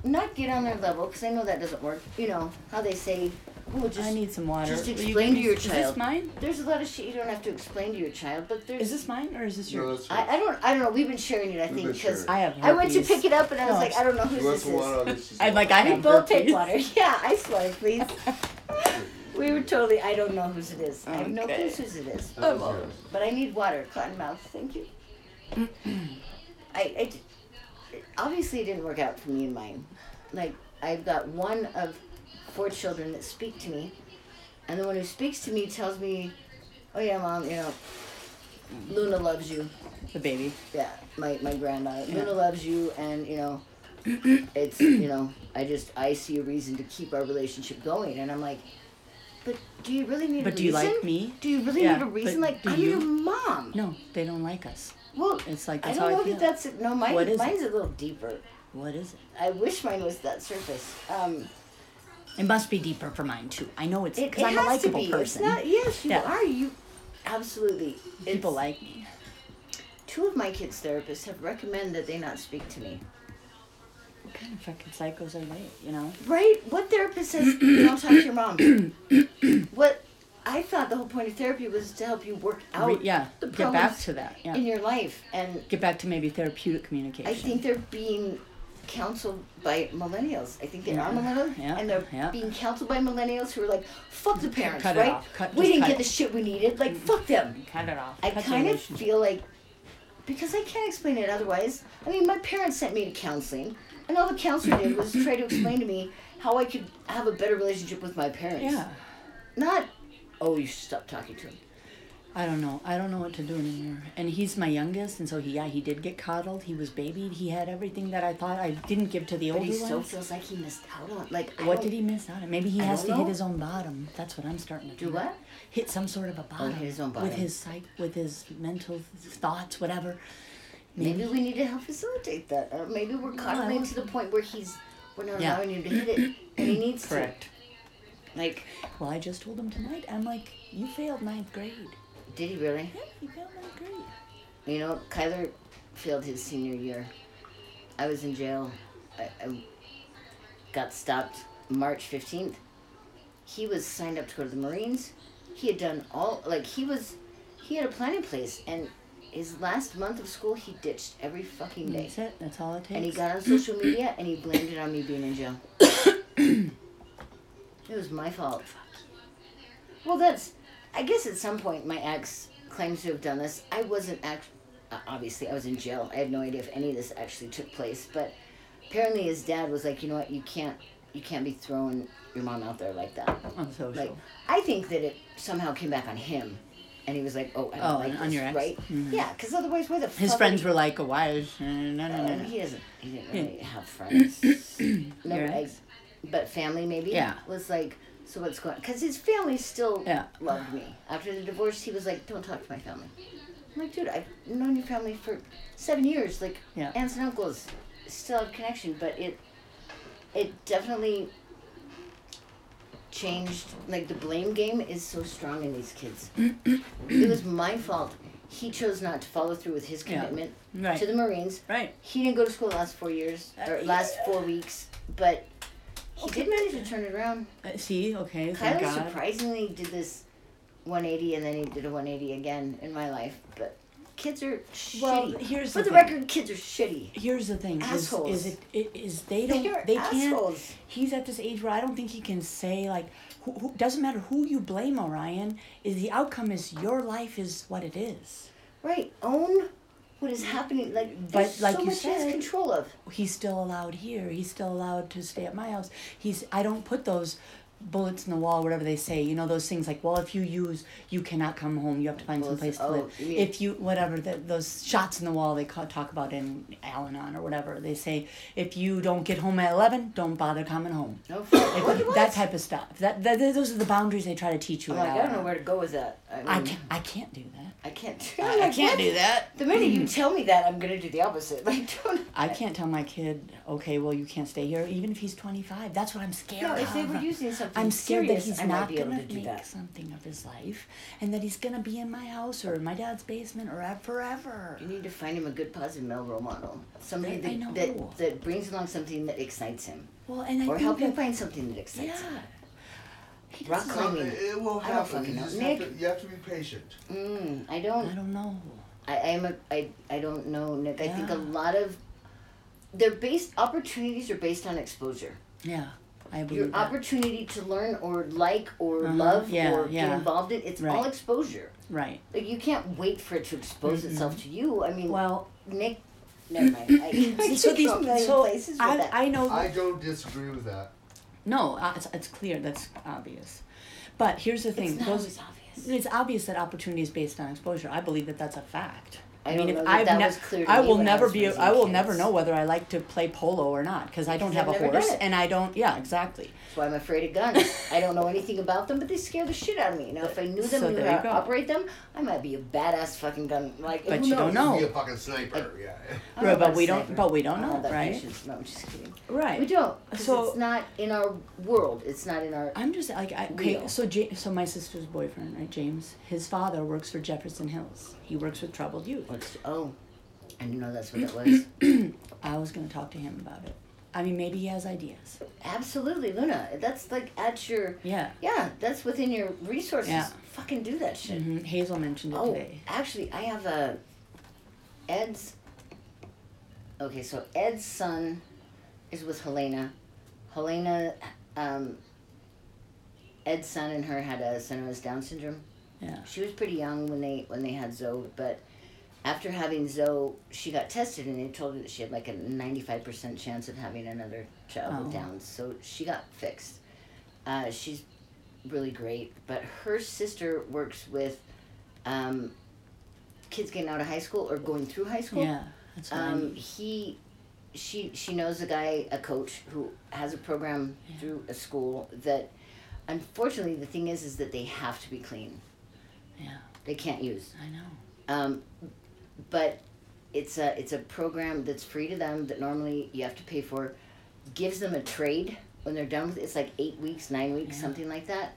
Speaker 2: not get on their level because I know that doesn't work. You know how they say, "Oh, just
Speaker 3: I need some water.
Speaker 2: just
Speaker 3: Will you
Speaker 2: explain
Speaker 3: give
Speaker 2: to
Speaker 3: me-
Speaker 2: your
Speaker 3: Is
Speaker 2: child.
Speaker 3: this mine?
Speaker 2: There's a lot of shit you don't have to explain to your child, but there's.
Speaker 3: Is this mine or is this
Speaker 1: No,
Speaker 3: yours?
Speaker 1: that's
Speaker 2: I, I don't I don't know. We've been sharing it. I
Speaker 1: We've
Speaker 2: think
Speaker 1: been
Speaker 2: because
Speaker 1: sharing
Speaker 3: I have.
Speaker 2: I went to
Speaker 3: herpes.
Speaker 2: pick it up and I was
Speaker 3: No,
Speaker 2: like, I don't know who
Speaker 1: You want
Speaker 2: this
Speaker 1: some
Speaker 2: is.
Speaker 1: water? I'll get you some
Speaker 3: I'm like,
Speaker 1: water.
Speaker 3: I
Speaker 2: We
Speaker 3: have
Speaker 2: both take
Speaker 3: herpes.
Speaker 2: water. Yeah, ice water, please. we were totally. I don't know whose it is. I have no
Speaker 3: Okay.
Speaker 2: clue whose it is.
Speaker 1: That was yours.
Speaker 2: But I need water. Cotton mouth. Thank you. I, I d- it obviously it didn't work out for me and mine. Like I've got one of four children that speak to me, and the one who speaks to me tells me, "Oh yeah, mom, you know, Luna loves you."
Speaker 3: The baby.
Speaker 2: Yeah, my my granddaughter.
Speaker 3: Yeah.
Speaker 2: Luna loves you, and you know, it's you know, I just I see a reason to keep our relationship going, and I'm like, but do you really need?
Speaker 3: But
Speaker 2: a
Speaker 3: do you
Speaker 2: reason?
Speaker 3: like me?
Speaker 2: Do you really
Speaker 3: Yeah,
Speaker 2: need a reason?
Speaker 3: but
Speaker 2: Like
Speaker 3: do
Speaker 2: I'm your
Speaker 3: you?
Speaker 2: mom.
Speaker 3: No, they don't like us.
Speaker 2: Well,
Speaker 3: It's like,
Speaker 2: I
Speaker 3: that's
Speaker 2: don't
Speaker 3: how I
Speaker 2: know
Speaker 3: feel.
Speaker 2: that that's it. no. Mine
Speaker 3: What is it?
Speaker 2: mine's a little deeper.
Speaker 3: What is it?
Speaker 2: I wish mine was that surface. Um,
Speaker 3: It must be deeper for mine too. I know it's
Speaker 2: it,
Speaker 3: because
Speaker 2: it
Speaker 3: I'm a
Speaker 2: has to
Speaker 3: likable
Speaker 2: be.
Speaker 3: person.
Speaker 2: It's not, yes, you
Speaker 3: Yeah.
Speaker 2: are. You absolutely.
Speaker 3: People
Speaker 2: It's-
Speaker 3: like me.
Speaker 2: two of my kids' therapists have recommended that they not speak to me.
Speaker 3: What kind of fucking psychos are they? You know?
Speaker 2: Right? What therapist says you don't talk to your mom? what I thought the whole point of therapy was to help you work out
Speaker 3: Re- yeah.
Speaker 2: Oh, the
Speaker 3: Get back
Speaker 2: problems
Speaker 3: to that. Yeah.
Speaker 2: in your life. And
Speaker 3: Get back to maybe therapeutic communication.
Speaker 2: I think they're being counseled by millennials. I think they are
Speaker 3: Yeah,
Speaker 2: millennials.
Speaker 3: yeah,
Speaker 2: and they're
Speaker 3: yeah.
Speaker 2: being counseled by millennials who are like, fuck the parents,
Speaker 3: Cut it
Speaker 2: right?
Speaker 3: off. Cut-
Speaker 2: we
Speaker 3: just
Speaker 2: didn't
Speaker 3: cut
Speaker 2: get
Speaker 3: it." Mm.
Speaker 2: the shit we needed. Like, fuck them.
Speaker 3: cut it off.
Speaker 2: I
Speaker 3: Cut the
Speaker 2: kind of
Speaker 3: relationship.
Speaker 2: feel like because I can't explain it otherwise. I mean, my parents sent me to counseling, and all the counselor did was try to explain to me how I could have a better relationship with my parents.
Speaker 3: Yeah.
Speaker 2: Not, oh, you should stop talking to him.
Speaker 3: I don't know. I don't know what to do anymore. And he's my youngest, and so he yeah he did get coddled. He was babied. He had everything that I thought I didn't give to the
Speaker 2: But
Speaker 3: older
Speaker 2: he still
Speaker 3: ones.
Speaker 2: feels like he missed out on. Like, I
Speaker 3: what
Speaker 2: don't-
Speaker 3: did he miss out on? Maybe he
Speaker 2: I
Speaker 3: has
Speaker 2: don't know.
Speaker 3: to hit his own bottom. That's what I'm starting to
Speaker 2: Do what? Oh,
Speaker 3: Hit some sort of a bottom.
Speaker 2: hit his own
Speaker 3: With
Speaker 2: bottom.
Speaker 3: his psych, with his mental thoughts, whatever.
Speaker 2: Maybe we need to help facilitate that. Or maybe we're coddling
Speaker 3: don't-
Speaker 2: to the point where he's, we're not
Speaker 3: Yeah.
Speaker 2: allowing him to hit it, and he needs to. Like,
Speaker 3: Well, I just told him tonight. I'm like, you failed ninth grade.
Speaker 2: did he really?
Speaker 3: Yeah, you failed ninth grade.
Speaker 2: You know, Kyler failed his senior year. I was in jail. I, I got stopped March 15th. He was signed up to go to the Marines. He had done all, like, he was, he had a plan in place. And his last month of school, he ditched every fucking day.
Speaker 3: That's it. That's all it takes.
Speaker 2: And he got on social media and he blamed it on me being in jail. it was my fault. Well, that's. I guess at some point my ex claims to have done this. I wasn't act. uh, Obviously, I was in jail. I had no idea if any of this actually took place. But apparently, his dad was like, "You know what? You can't. You can't be throwing your mom out there like that."
Speaker 3: on social.
Speaker 2: Like, I think that it somehow came back on him, and he was like, "Oh, I don't
Speaker 3: Oh,
Speaker 2: like
Speaker 3: on- on
Speaker 2: this,
Speaker 3: your ex? Mm-hmm.
Speaker 2: right? Yeah, because otherwise, why the
Speaker 3: his
Speaker 2: fuck would
Speaker 3: friends were like, "Why is no, no, no, no,
Speaker 2: um,
Speaker 3: no."
Speaker 2: he doesn't. He didn't really have friends. no,
Speaker 3: Your
Speaker 2: but,
Speaker 3: ex?
Speaker 2: I- but family maybe.
Speaker 3: Yeah.
Speaker 2: Was like, so what's going? Because his family still
Speaker 3: Yeah.
Speaker 2: loved me. After the divorce, he was like, "Don't talk to my family." I'm like, dude, I've known your family for seven years. Like,
Speaker 3: Yeah.
Speaker 2: aunts and uncles still have connection, but it, it definitely changed like the blame game is so strong in these kids. it was my fault. He chose not to follow through with his
Speaker 3: Yeah.
Speaker 2: commitment
Speaker 3: Right.
Speaker 2: to the Marines.
Speaker 3: Right.
Speaker 2: He didn't go to school the last four years or
Speaker 3: Uh,
Speaker 2: last
Speaker 3: yeah.
Speaker 2: four weeks, but he did manage to turn it around.
Speaker 3: Uh, see. Okay.
Speaker 2: Tyler
Speaker 3: Thank God.
Speaker 2: surprisingly did this 180 and then he did a 180 again in my life, but kids are shitty.
Speaker 3: Well, here's
Speaker 2: For
Speaker 3: the
Speaker 2: the,
Speaker 3: thing.
Speaker 2: record, kids are shitty.
Speaker 3: Here's the thing. Is,
Speaker 2: Assholes.
Speaker 3: is it? i- Is they don't?
Speaker 2: They
Speaker 3: They,
Speaker 2: are
Speaker 3: can't.
Speaker 2: assholes.
Speaker 3: He's at this age where I don't think he can say like. Who, who, doesn't matter who you blame, Orion. Is the outcome is your life is what it is.
Speaker 2: Right. Own what is happening. Like,
Speaker 3: But
Speaker 2: there's
Speaker 3: like
Speaker 2: so
Speaker 3: you
Speaker 2: much he has
Speaker 3: said-
Speaker 2: control of.
Speaker 3: he's still allowed here. He's still allowed to stay at my house. He's I don't put those bullets in the wall, whatever they say. You know those things like, well, if you use, you cannot come home. You have to find some
Speaker 2: Bullets-
Speaker 3: place to
Speaker 2: oh,
Speaker 3: live.
Speaker 2: you mean-
Speaker 3: If you whatever that those shots in the wall they ca- talk about in Al-Anon or whatever they say, if you don't get home at eleven, don't bother coming home.
Speaker 2: No fuck. What, what?
Speaker 3: That type of stuff. That, that those are the boundaries they try to teach you.
Speaker 2: I'm
Speaker 3: at
Speaker 2: like, I don't know
Speaker 3: Al-Anon.
Speaker 2: where to go with that. I, mean,
Speaker 3: I can't. I can't do that.
Speaker 2: I can't.
Speaker 3: I- I can't do that.
Speaker 2: The minute you tell me that, I'm gonna do the opposite. Like, don't.
Speaker 3: I can't tell my kid, okay, well, you can't stay here, even if he's 25. That's what I'm scared
Speaker 2: No,
Speaker 3: of.
Speaker 2: if they were using something
Speaker 3: I'm scared
Speaker 2: serious,
Speaker 3: that he's
Speaker 2: I might
Speaker 3: not
Speaker 2: be able
Speaker 3: gonna
Speaker 2: to do
Speaker 3: make
Speaker 2: that.
Speaker 3: something of his life, and that he's gonna be in my house or in my dad's basement or at forever.
Speaker 2: You need to find him a good positive male role model. Somebody
Speaker 3: I- I
Speaker 2: that,
Speaker 3: know.
Speaker 2: that that brings along something that excites him,
Speaker 3: Well, and I
Speaker 2: or
Speaker 3: think
Speaker 2: help him
Speaker 3: that-
Speaker 2: find something that excites
Speaker 3: Yeah.
Speaker 2: him.
Speaker 3: He
Speaker 2: Rock
Speaker 3: doesn't-
Speaker 2: climbing.
Speaker 1: it, it will
Speaker 2: I don't
Speaker 1: happen.
Speaker 2: fucking
Speaker 1: You,
Speaker 2: know.
Speaker 1: just have
Speaker 2: Nick?
Speaker 1: to, you have to be patient.
Speaker 2: Mm, I don't.
Speaker 3: I don't know.
Speaker 2: I, I'm a, I, I don't know, Nick. I think a
Speaker 3: Yeah.
Speaker 2: lot of they're based opportunities are based on exposure.
Speaker 3: Yeah, I believe
Speaker 2: Your
Speaker 3: that.
Speaker 2: opportunity to learn or like or
Speaker 3: Uh-huh,
Speaker 2: love
Speaker 3: yeah,
Speaker 2: or get
Speaker 3: yeah.
Speaker 2: involved in it's all
Speaker 3: Right.
Speaker 2: exposure.
Speaker 3: right.
Speaker 2: Like you can't wait for it to expose itself to you. I mean,
Speaker 3: Well,
Speaker 2: Nick, never mind. I, I
Speaker 3: so
Speaker 2: could
Speaker 3: these
Speaker 2: go a million
Speaker 3: so
Speaker 2: places with
Speaker 3: I,
Speaker 2: that.
Speaker 3: I know
Speaker 1: I don't disagree with that.
Speaker 3: no, uh, it's, it's clear that's obvious. But here's the thing:
Speaker 2: it's not
Speaker 3: those-
Speaker 2: always obvious.
Speaker 3: It's obvious that opportunity is based on exposure. I believe that that's a fact.
Speaker 2: I don't know that that was clear to
Speaker 3: I
Speaker 2: me
Speaker 3: will
Speaker 2: when I
Speaker 3: never
Speaker 2: was
Speaker 3: be.
Speaker 2: raising
Speaker 3: I will
Speaker 2: kids.
Speaker 3: never know whether I like to play polo or not because I don't
Speaker 2: Because
Speaker 3: have a
Speaker 2: I've never done
Speaker 3: horse
Speaker 2: it.
Speaker 3: and I don't. Yeah, exactly.
Speaker 2: That's why I'm afraid of guns. I don't know anything about them, but they scare the shit out of me. Now, if I knew them
Speaker 3: So
Speaker 2: and knew
Speaker 3: there
Speaker 2: how
Speaker 3: you
Speaker 2: to
Speaker 3: go.
Speaker 2: operate them, I might be a badass fucking gun. Like,
Speaker 3: But
Speaker 2: who
Speaker 3: you
Speaker 2: knows?
Speaker 3: don't
Speaker 1: Be a
Speaker 3: know.
Speaker 1: fucking sniper. Yeah.
Speaker 2: I don't know
Speaker 3: Right, but
Speaker 2: about
Speaker 3: we don't-
Speaker 2: sniper.
Speaker 3: but we don't
Speaker 2: I have
Speaker 3: know,
Speaker 2: that
Speaker 3: right?
Speaker 2: patience. No, I'm just kidding.
Speaker 3: Right.
Speaker 2: We don't. So
Speaker 3: So-
Speaker 2: it's not in our world. It's not in our.
Speaker 3: I'm just like I, okay.
Speaker 2: Real.
Speaker 3: So ja- so my sister's boyfriend, right, James. His father works for Jefferson Hills. He works with troubled youth.
Speaker 2: What's, oh, I didn't know that's what it was.
Speaker 3: I was going to talk to him about it. I mean, maybe he has ideas.
Speaker 2: Absolutely, Luna. That's like at your.
Speaker 3: Yeah.
Speaker 2: Yeah, that's within your resources.
Speaker 3: Yeah.
Speaker 2: Fucking do that shit.
Speaker 3: hmm Hazel mentioned it
Speaker 2: Oh,
Speaker 3: today.
Speaker 2: actually, I have a Ed's. Okay, so Ed's son is with Helena. Helena, um, Ed's son and her had a son who has Down syndrome.
Speaker 3: Yeah.
Speaker 2: She was pretty young when they when they had Zoe, but after having Zoe, she got tested and they told her that she had like a ninety five percent chance of having another child with
Speaker 3: Oh.
Speaker 2: Downs. So she got fixed. Uh, she's really great, but her sister works with um, kids getting out of high school or going through high school.
Speaker 3: Yeah. That's what I
Speaker 2: Um,
Speaker 3: mean.
Speaker 2: he, she, she knows a guy, a coach who has a program through a school that, unfortunately, the thing is, is that they have to be clean.
Speaker 3: Yeah.
Speaker 2: They can't use.
Speaker 3: I know.
Speaker 2: Um, but it's a it's a program that's free to them that normally you have to pay for. Gives them a trade when they're done with it. It's like eight weeks, nine weeks,
Speaker 3: Yeah.
Speaker 2: something like that.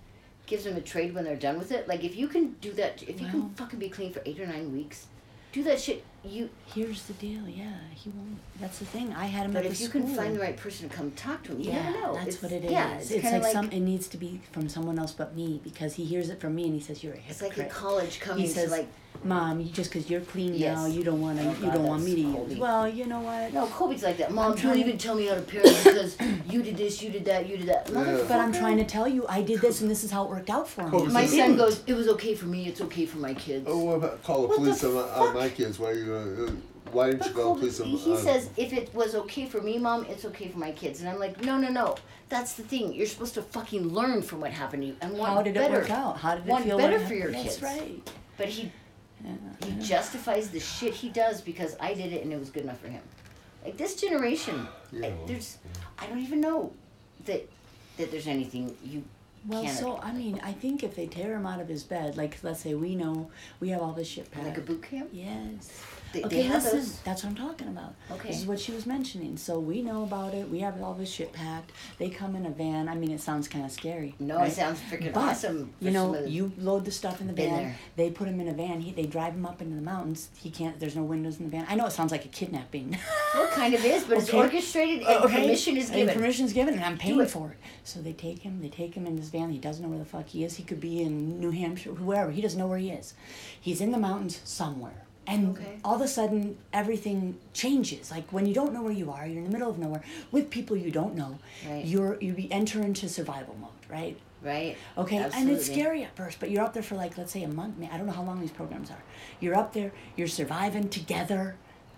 Speaker 2: Gives them a trade when they're done with it. Like if you can do that, if you can
Speaker 3: Well-
Speaker 2: fucking be clean for eight or nine weeks, do that shit. You
Speaker 3: Here's the deal. Yeah, he won't. That's the thing. I had him
Speaker 2: But
Speaker 3: at
Speaker 2: if
Speaker 3: the
Speaker 2: you
Speaker 3: school.
Speaker 2: can find the right person to come talk to him, you
Speaker 3: yeah,
Speaker 2: never know.
Speaker 3: that's
Speaker 2: It's-
Speaker 3: what it is.
Speaker 2: Yeah,
Speaker 3: it's
Speaker 2: it's, kind
Speaker 3: like,
Speaker 2: of like,
Speaker 3: some. It needs to be from someone else but me because he hears it from me and he says you're a
Speaker 2: it's like
Speaker 3: hypocrite.
Speaker 2: in college coming
Speaker 3: says-
Speaker 2: to like,
Speaker 3: Mom, you just because you're clean
Speaker 2: Yes.
Speaker 3: now, you don't want to.
Speaker 2: Oh,
Speaker 3: you
Speaker 2: God,
Speaker 3: don't want
Speaker 2: that's
Speaker 3: me to
Speaker 2: Colby.
Speaker 3: use. Well, you know what?
Speaker 2: no, Colby's like that. Mom, don't
Speaker 3: trying-
Speaker 2: even tell me how to parent because you did this, you did that, you did that. Motherfucker.
Speaker 3: But I'm trying to tell you, I did this and this is how it worked out for
Speaker 1: Colby's
Speaker 3: me.
Speaker 2: My
Speaker 1: Is it-
Speaker 2: son goes, it was okay for me, it's okay for my kids.
Speaker 1: Oh, what about call the
Speaker 2: What the
Speaker 1: police on, my- on
Speaker 2: fuck?
Speaker 1: my kids? Why you? Uh, why didn't
Speaker 2: But
Speaker 1: you um, call the
Speaker 2: Colby,
Speaker 1: police on?
Speaker 2: he
Speaker 1: on-
Speaker 2: says, if it was okay for me, mom, it's okay for my kids. And I'm like, no, no, no. That's the thing. You're supposed to fucking learn from what happened to you and want
Speaker 3: How did
Speaker 2: better.
Speaker 3: it work out? How did it
Speaker 2: want
Speaker 3: feel?
Speaker 2: better
Speaker 3: when-
Speaker 2: for your
Speaker 3: That's
Speaker 2: kids.
Speaker 3: right.
Speaker 2: But he
Speaker 3: Yeah.
Speaker 2: he justifies the shit he does because I did it and it was good enough for him. Like this generation,
Speaker 1: Yeah.
Speaker 2: I, there's I don't even know that that there's anything you
Speaker 3: Well,
Speaker 2: Canada.
Speaker 3: so I mean, I think if they tear him out of his bed, like let's say we know we have all this shit packed.
Speaker 2: like a boot camp.
Speaker 3: Yes.
Speaker 2: They- they
Speaker 3: okay,
Speaker 2: have
Speaker 3: listen.
Speaker 2: those?
Speaker 3: That's what I'm talking about.
Speaker 2: Okay.
Speaker 3: This is what she was mentioning. So we know about it. We have all this shit packed. They come in a van. I mean, it sounds kind of scary.
Speaker 2: No,
Speaker 3: right?
Speaker 2: it sounds freaking
Speaker 3: But,
Speaker 2: awesome. for
Speaker 3: You know,
Speaker 2: someone-
Speaker 3: you load the stuff in the
Speaker 2: Been
Speaker 3: van.
Speaker 2: there.
Speaker 3: They put him in a van. He, they drive him up into the mountains. He can't. There's no windows in the van. I know it sounds like a kidnapping.
Speaker 2: Well, it kind of is, but it's
Speaker 3: Okay. Uh,
Speaker 2: orchestrated and
Speaker 3: Okay.
Speaker 2: permission is
Speaker 3: And
Speaker 2: given.
Speaker 3: oh, permission is given, and I'm paying
Speaker 2: it.
Speaker 3: for it. So they take him. They take him in this van. He doesn't know where the fuck he is. He could be in New Hampshire, wherever. He doesn't know where he is. He's in the mountains somewhere. And
Speaker 2: Okay.
Speaker 3: all of a sudden, everything changes. Like when you don't know where you are, you're in the middle of nowhere with people you don't know.
Speaker 2: Right.
Speaker 3: You're you be- enter into survival mode, right?
Speaker 2: right?
Speaker 3: Okay,
Speaker 2: Absolutely.
Speaker 3: and it's scary at first, but you're up there for like let's say a month. man, I don't know how long these programs are. You're up there. You're surviving together.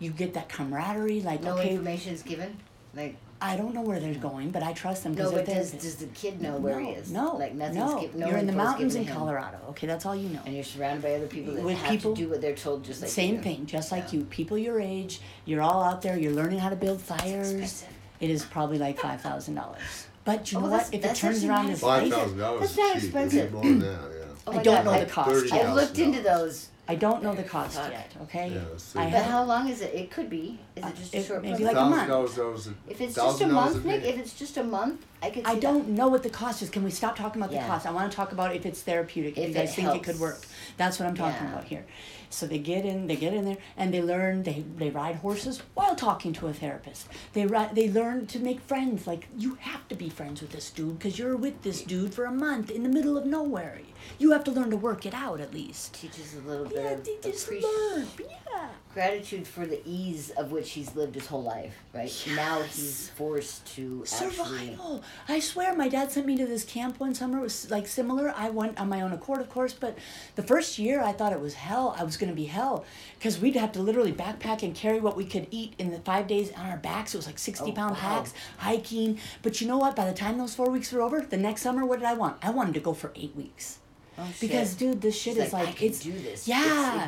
Speaker 3: You get that camaraderie. Like
Speaker 2: No
Speaker 3: okay,
Speaker 2: information is given. Like
Speaker 3: I don't know where they're going, but I trust them. 'cause
Speaker 2: no,
Speaker 3: they're
Speaker 2: but does
Speaker 3: therapists.
Speaker 2: does the kid know where he is?
Speaker 3: No,
Speaker 2: like nothing's
Speaker 3: no.
Speaker 2: given. No
Speaker 3: You're in the
Speaker 2: info's
Speaker 3: mountains
Speaker 2: given
Speaker 3: in
Speaker 2: to him.
Speaker 3: Colorado. Okay, that's all you know.
Speaker 2: and you're surrounded by other people that
Speaker 3: With
Speaker 2: have
Speaker 3: people-
Speaker 2: to do what they're told, just like you
Speaker 3: Same
Speaker 2: do.
Speaker 3: thing, just like
Speaker 2: Yeah.
Speaker 3: you. People your age, you're all out there. You're learning how to build fires.
Speaker 2: expensive.
Speaker 3: It is probably like five thousand dollars. But you
Speaker 2: Oh,
Speaker 3: know
Speaker 2: that's-
Speaker 3: what? If it
Speaker 2: that's
Speaker 3: turns
Speaker 2: actually
Speaker 3: around
Speaker 2: nice.
Speaker 3: as
Speaker 1: Five
Speaker 3: I,
Speaker 1: thousand dollars.
Speaker 2: That's not expensive.
Speaker 1: More than that, yeah.
Speaker 2: Oh
Speaker 3: I
Speaker 2: my
Speaker 3: don't
Speaker 2: God,
Speaker 3: know
Speaker 2: I-
Speaker 3: the cost.
Speaker 2: I've
Speaker 3: yet.
Speaker 1: $30.
Speaker 2: looked into those.
Speaker 3: I don't know the cost
Speaker 2: Fuck.
Speaker 3: yet. Okay.
Speaker 1: Yeah, let's see.
Speaker 3: I
Speaker 2: But
Speaker 3: have,
Speaker 2: how long is it? It could be. Is it just a
Speaker 3: Uh, it
Speaker 2: short
Speaker 3: may be
Speaker 2: program?
Speaker 3: like a
Speaker 1: Thousand
Speaker 3: month.
Speaker 1: dollars. that was a-
Speaker 2: if it's just a
Speaker 1: $1,000
Speaker 2: month,
Speaker 1: day.
Speaker 2: Nick, if it's just a month, I could see
Speaker 3: I
Speaker 2: that.
Speaker 3: don't know what the cost is. Can we stop talking about
Speaker 2: Yeah.
Speaker 3: the cost? I want to talk about if it's therapeutic. If,
Speaker 2: If
Speaker 3: you guys
Speaker 2: it
Speaker 3: think it could
Speaker 2: helps.
Speaker 3: work, that's what I'm talking
Speaker 2: Yeah.
Speaker 3: about here. So they get in, they get in there, and they learn. They they ride horses while talking to a therapist. They ride, they learn to make friends. Like you have to be friends with this dude because you're with this dude for a month in the middle of nowhere. You have to learn to work it out at least.
Speaker 2: Teaches a little bit
Speaker 3: Yeah,
Speaker 2: of
Speaker 3: they just
Speaker 2: appreci-
Speaker 3: learn. Yeah.
Speaker 2: gratitude for the ease of which he's lived his whole life, right? Now he's forced to actually.
Speaker 3: survival. I swear, my dad sent me to this camp one summer. It was like similar. I went on my own accord, of course, but the first year I thought it was hell. I was going to be hell because we'd have to literally backpack and carry what we could eat in the five days on our backs. It was like sixty
Speaker 2: Oh,
Speaker 3: pound
Speaker 2: wow.
Speaker 3: packs, hiking. But you know what? By the time those four weeks were over, the next summer, what did I want? I wanted to go for eight weeks.
Speaker 2: Oh,
Speaker 3: Because
Speaker 2: shit.
Speaker 3: dude, this shit
Speaker 2: She's
Speaker 3: is
Speaker 2: like,
Speaker 3: like,
Speaker 2: "I can
Speaker 3: it's
Speaker 2: do this. It's
Speaker 3: Yeah, you come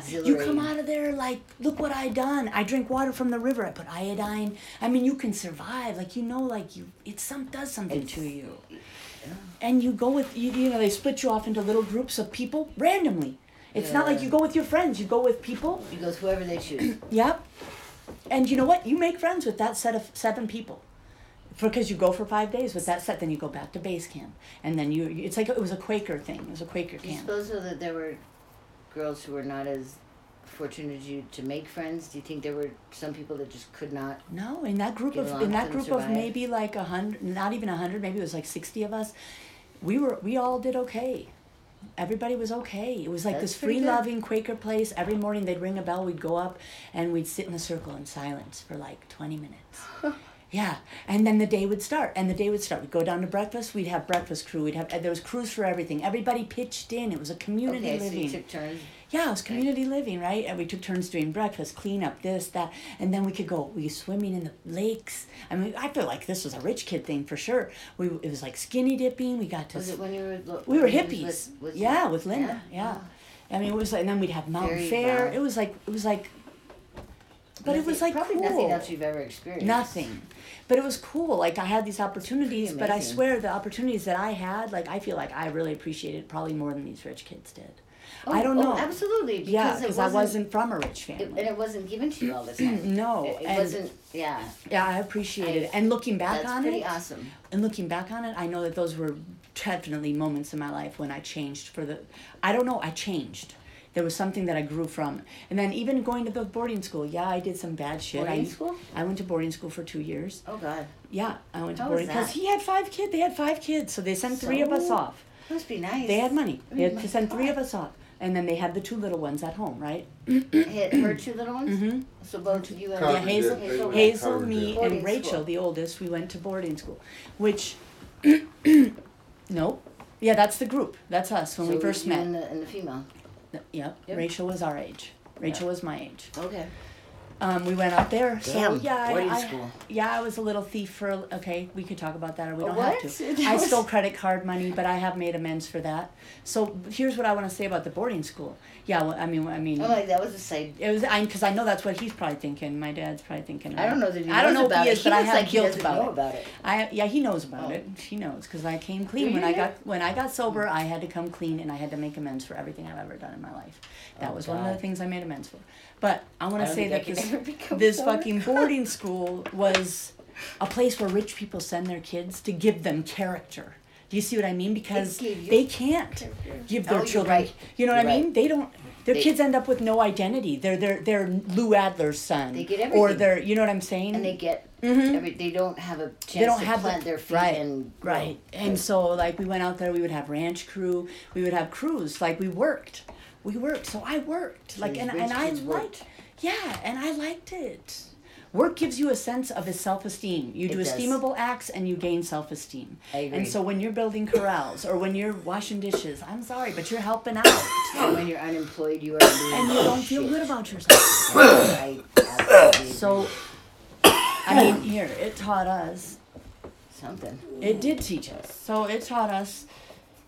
Speaker 2: exhilarating."
Speaker 3: out of there like, look what I done. I drink water from the river. I put iodine. I mean, you can survive. Like you know, like you, it some does something to you. And you go with you, you know they split you off into little groups of people randomly. It's not like
Speaker 2: Yeah.
Speaker 3: you go with your friends. You go with people.
Speaker 2: you go with whoever they choose.
Speaker 3: Yep. And you know what? You make friends with that set of seven people. Because you go for five days with that set, then you go back to base camp, and then you—it's like it was a Quaker thing. It was a Quaker
Speaker 2: Do you
Speaker 3: camp.
Speaker 2: suppose though that there were girls who were not as fortunate as you to make friends? Do you think there were some people that just could not?
Speaker 3: No, in that group
Speaker 2: Get
Speaker 3: of
Speaker 2: along
Speaker 3: in that
Speaker 2: and
Speaker 3: group of
Speaker 2: survive.
Speaker 3: maybe like a hundred, not even a hundred, maybe it was like sixty of us. We were we all did okay. Everybody was okay. It was like
Speaker 2: That's
Speaker 3: this
Speaker 2: pretty
Speaker 3: free
Speaker 2: good.
Speaker 3: loving Quaker place. Every morning they'd ring a bell, we'd go up and we'd sit in a circle in silence for like 20 minutes. yeah. And then the day would start. And the day would start. We'd go down to breakfast. We'd have breakfast crew. We'd have, and there was crews for everything. Everybody pitched in. It was a community
Speaker 2: Okay, so
Speaker 3: living.
Speaker 2: you took turns.
Speaker 3: Yeah, it was community living, right? And we took turns doing breakfast, clean up, this, that, and then we could go. We swimming in the lakes. I mean, I feel like this was a rich kid thing for sure. We it was like skinny dipping. We got to.
Speaker 2: Was it when you were? lo-
Speaker 3: we were
Speaker 2: when you was
Speaker 3: hippies.
Speaker 2: with- with-
Speaker 3: yeah, with Linda. Yeah.
Speaker 2: Oh.
Speaker 3: I mean, it was like, and then we'd have Mountain
Speaker 2: Very
Speaker 3: Fair.
Speaker 2: wild.
Speaker 3: It was like it was like. But it
Speaker 2: Nothing-
Speaker 3: was like
Speaker 2: probably
Speaker 3: cool.
Speaker 2: nothing else you've ever experienced.
Speaker 3: Nothing. But it was cool. Like I had these opportunities, but I
Speaker 2: amazing.
Speaker 3: swear the opportunities that I had, like I feel like I really appreciated probably more than these rich kids did.
Speaker 2: Oh,
Speaker 3: I don't
Speaker 2: oh,
Speaker 3: know.
Speaker 2: absolutely, because
Speaker 3: yeah,
Speaker 2: it
Speaker 3: because I
Speaker 2: wasn't-
Speaker 3: wasn't from a rich
Speaker 2: It,
Speaker 3: family.
Speaker 2: and it wasn't given to you all the time.
Speaker 3: no,
Speaker 2: It, it
Speaker 3: and-
Speaker 2: wasn't. Yeah.
Speaker 3: yeah, I appreciated it.
Speaker 2: I-
Speaker 3: And looking back
Speaker 2: That's
Speaker 3: on
Speaker 2: pretty
Speaker 3: it,
Speaker 2: awesome.
Speaker 3: and looking back on it, I know that those were definitely moments in my life when I changed for the. I don't know. I changed. There was something that I grew from, and then even going to the boarding school. Yeah, I did some bad shit.
Speaker 2: Boarding
Speaker 3: I,
Speaker 2: school?
Speaker 3: I went to boarding school for two years.
Speaker 2: Oh God.
Speaker 3: Yeah, I went to
Speaker 2: How
Speaker 3: boarding
Speaker 2: was
Speaker 3: because
Speaker 2: that?
Speaker 3: he had five kids. They had five kids, so they sent three of us
Speaker 2: So-
Speaker 3: off.
Speaker 2: Must be nice.
Speaker 3: They had money. They had
Speaker 2: my
Speaker 3: to send three of us off, and then they had the two little ones at home, right?
Speaker 2: hit her two little ones. So both of you and
Speaker 1: Yeah,
Speaker 3: Mm-hmm. Yeah, Hazel,
Speaker 1: Hazel- Hazel-
Speaker 3: Hazel,
Speaker 1: Howard
Speaker 3: me,
Speaker 1: did.
Speaker 2: Boarding
Speaker 3: and Rachel,
Speaker 2: school.
Speaker 3: the oldest, we went to boarding school, which, no, yeah, that's the group. That's us when
Speaker 2: So
Speaker 3: we first
Speaker 2: you
Speaker 3: met.
Speaker 2: And the, and the female.
Speaker 3: Yep.
Speaker 2: Yep.
Speaker 3: Rachel was our age. Rachel
Speaker 2: Yeah.
Speaker 3: was my age.
Speaker 2: Okay.
Speaker 3: Um, we went out there. so
Speaker 2: Damn,
Speaker 3: yeah, I,
Speaker 2: boarding
Speaker 3: I-
Speaker 2: school.
Speaker 3: yeah, I was a little thief for. a- Okay, we could talk about that,
Speaker 2: Oh,
Speaker 3: or we don't
Speaker 4: What?
Speaker 3: have
Speaker 4: It
Speaker 3: to. I
Speaker 4: was-
Speaker 3: stole credit card money, but I have made amends for that. So here's what I want to say about the boarding school. Yeah, well, I mean, I mean,
Speaker 2: I'm Oh, like, that was a side.
Speaker 3: it was I because I know that's what he's probably thinking. My dad's probably thinking.
Speaker 2: I don't know that he
Speaker 3: I don't
Speaker 2: knows
Speaker 3: know
Speaker 2: about
Speaker 3: if he
Speaker 2: it.
Speaker 3: is,
Speaker 2: He
Speaker 3: but I
Speaker 2: looks
Speaker 3: have
Speaker 2: like he
Speaker 3: guilt
Speaker 2: doesn't
Speaker 3: about
Speaker 2: know
Speaker 3: it.
Speaker 2: about it.
Speaker 3: I yeah, he knows about
Speaker 2: Oh.
Speaker 3: it. She knows because I came clean when
Speaker 4: you
Speaker 3: I
Speaker 4: know?
Speaker 3: got when I got sober. I had to come clean and I had to make amends for everything I've ever done in my life. That
Speaker 2: Oh,
Speaker 3: was one of
Speaker 2: God.
Speaker 3: the things I made amends for. But I want
Speaker 2: I
Speaker 3: to
Speaker 2: don't
Speaker 3: say
Speaker 2: think I
Speaker 3: that
Speaker 2: could
Speaker 3: this
Speaker 2: ever become
Speaker 3: this
Speaker 2: sober.
Speaker 3: fucking boarding school was a place where rich people send their kids to give them character. Do you see what I mean? Because
Speaker 2: give you
Speaker 3: they can't give
Speaker 2: Oh,
Speaker 3: their
Speaker 2: you're
Speaker 3: children.
Speaker 2: right.
Speaker 3: You know what
Speaker 2: You're
Speaker 3: I
Speaker 2: right.
Speaker 3: mean? They don't. Their
Speaker 2: They-
Speaker 3: kids end up with no identity. They're they're they're Lou Adler's son.
Speaker 2: They get
Speaker 3: Or
Speaker 2: everything.
Speaker 3: they're you know what I'm saying.
Speaker 2: And they get, every, they don't have a chance
Speaker 3: Mm-hmm. don't
Speaker 2: to
Speaker 3: have the-
Speaker 2: plant their feet
Speaker 3: right,
Speaker 2: and grow.
Speaker 3: Right. And so like we went out there, we would have ranch crew, we would have crews, like we worked. We worked. So I worked. Like
Speaker 2: these
Speaker 3: and,
Speaker 2: rich
Speaker 3: and I
Speaker 2: kids
Speaker 3: liked
Speaker 2: worked.
Speaker 3: Yeah, and I liked it. Work gives you a sense of a self esteem. You do
Speaker 2: does.
Speaker 3: esteemable acts and you gain self esteem.
Speaker 2: I agree.
Speaker 3: And so when you're building corrals or when you're washing dishes, I'm sorry, but you're helping out
Speaker 2: And when you're unemployed, you are doing
Speaker 3: and you don't feel
Speaker 2: shit.
Speaker 3: good about yourself.
Speaker 2: I absolutely
Speaker 3: So I mean here, it taught us
Speaker 2: something.
Speaker 3: It did teach us. So it taught us,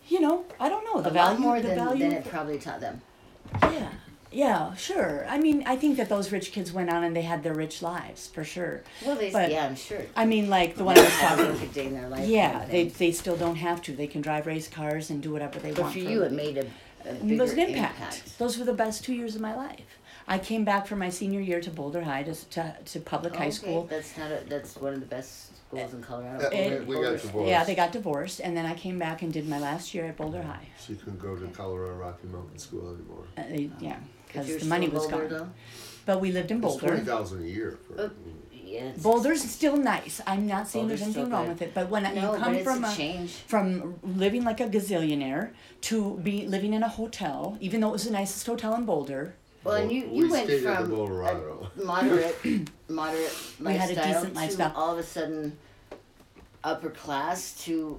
Speaker 3: you know, I don't know the
Speaker 2: a
Speaker 3: value.
Speaker 2: lot more
Speaker 3: the
Speaker 2: than,
Speaker 3: value.
Speaker 2: than it probably taught them.
Speaker 3: yeah, yeah, sure. I mean, I think that those rich kids went on and they had their rich lives for sure.
Speaker 2: Well, they,
Speaker 3: But-
Speaker 2: yeah, I'm sure.
Speaker 3: I mean, like the one I was
Speaker 2: Have
Speaker 3: talking.
Speaker 2: a good day in their life. kind
Speaker 3: Yeah,
Speaker 2: of
Speaker 3: they,
Speaker 2: thing.
Speaker 3: they still don't have to. They can drive race cars and do whatever they
Speaker 2: But
Speaker 3: want.
Speaker 2: for
Speaker 3: for a
Speaker 2: you, it
Speaker 3: living.
Speaker 2: made a, a
Speaker 3: It
Speaker 2: bigger
Speaker 3: was an impact.
Speaker 2: impact.
Speaker 3: Those were the best two years of my life. I came back for my senior year to Boulder High to s- to, to public high
Speaker 2: Oh, Okay,
Speaker 3: school.
Speaker 2: That's not a, that's one of the best schools in Colorado.
Speaker 1: Yeah, we, we got divorced.
Speaker 3: Yeah, they got divorced, and then I came back and did my last year at Boulder High.
Speaker 1: She couldn't go to Colorado Rocky Mountain School anymore.
Speaker 3: Uh, they- yeah,
Speaker 2: If
Speaker 3: because
Speaker 2: you're
Speaker 3: the money
Speaker 2: still
Speaker 3: was
Speaker 2: Boulder,
Speaker 3: gone.
Speaker 2: though,
Speaker 3: But we lived in
Speaker 1: It's twenty
Speaker 3: Boulder.
Speaker 1: thousand a year for.
Speaker 2: Uh, yeah, it's-
Speaker 3: Boulder's still nice. I'm not saying
Speaker 2: Boulder's
Speaker 3: there's
Speaker 2: still
Speaker 3: anything wrong
Speaker 2: good.
Speaker 3: with it, but when
Speaker 2: No,
Speaker 3: you
Speaker 2: but
Speaker 3: come
Speaker 2: it's
Speaker 3: from
Speaker 2: a
Speaker 3: a,
Speaker 2: change.
Speaker 3: from living like a gazillionaire to be living in a hotel, even though it was the nicest hotel in Boulder,
Speaker 2: Well, and you,
Speaker 1: Well,
Speaker 2: you
Speaker 1: we
Speaker 2: went
Speaker 1: stayed at the
Speaker 2: from
Speaker 1: Colorado.
Speaker 2: a moderate, moderate
Speaker 3: We had a
Speaker 2: lifestyle
Speaker 3: decent lifestyle.
Speaker 2: to all of a sudden upper class to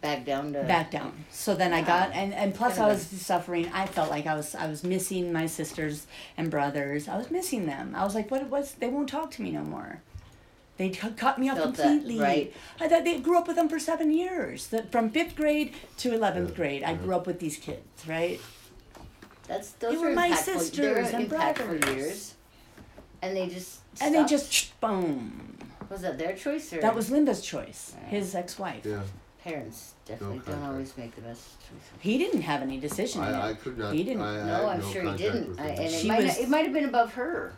Speaker 2: back down to
Speaker 3: back down. So then I got and, and plus I
Speaker 2: Kinda
Speaker 3: was suffering. I felt like I was I was missing my sisters and brothers. I was missing them. I was like, what was they won't talk to me no more. They cu- cut me off
Speaker 2: Felt that,
Speaker 3: completely.
Speaker 2: right.
Speaker 3: I thought they grew up with them for seven years. That from fifth grade to eleventh
Speaker 1: Yeah,
Speaker 3: grade, I
Speaker 1: yeah.
Speaker 3: grew up with these kids, right?
Speaker 2: That's those
Speaker 3: They were
Speaker 2: are
Speaker 3: my
Speaker 2: impactful- they were
Speaker 3: sisters and
Speaker 2: impactful
Speaker 3: brothers.
Speaker 2: years, and they just
Speaker 3: And they
Speaker 2: stopped.
Speaker 3: just boom.
Speaker 2: was that their choice or
Speaker 3: That was Linda's choice,
Speaker 2: Right.
Speaker 3: his ex-wife.
Speaker 1: Yeah,
Speaker 2: parents definitely don't
Speaker 1: contact.
Speaker 2: always make the best choices.
Speaker 3: He didn't have any decision. in
Speaker 1: I, I
Speaker 3: it.
Speaker 1: could not.
Speaker 3: He didn't.
Speaker 1: I, I
Speaker 2: No,
Speaker 1: had
Speaker 2: I'm
Speaker 1: Uh, no
Speaker 2: sure he
Speaker 1: contact
Speaker 2: didn't.
Speaker 1: with
Speaker 2: I,
Speaker 1: him.
Speaker 2: and it
Speaker 3: She
Speaker 2: might
Speaker 3: was-
Speaker 2: it might have been above her,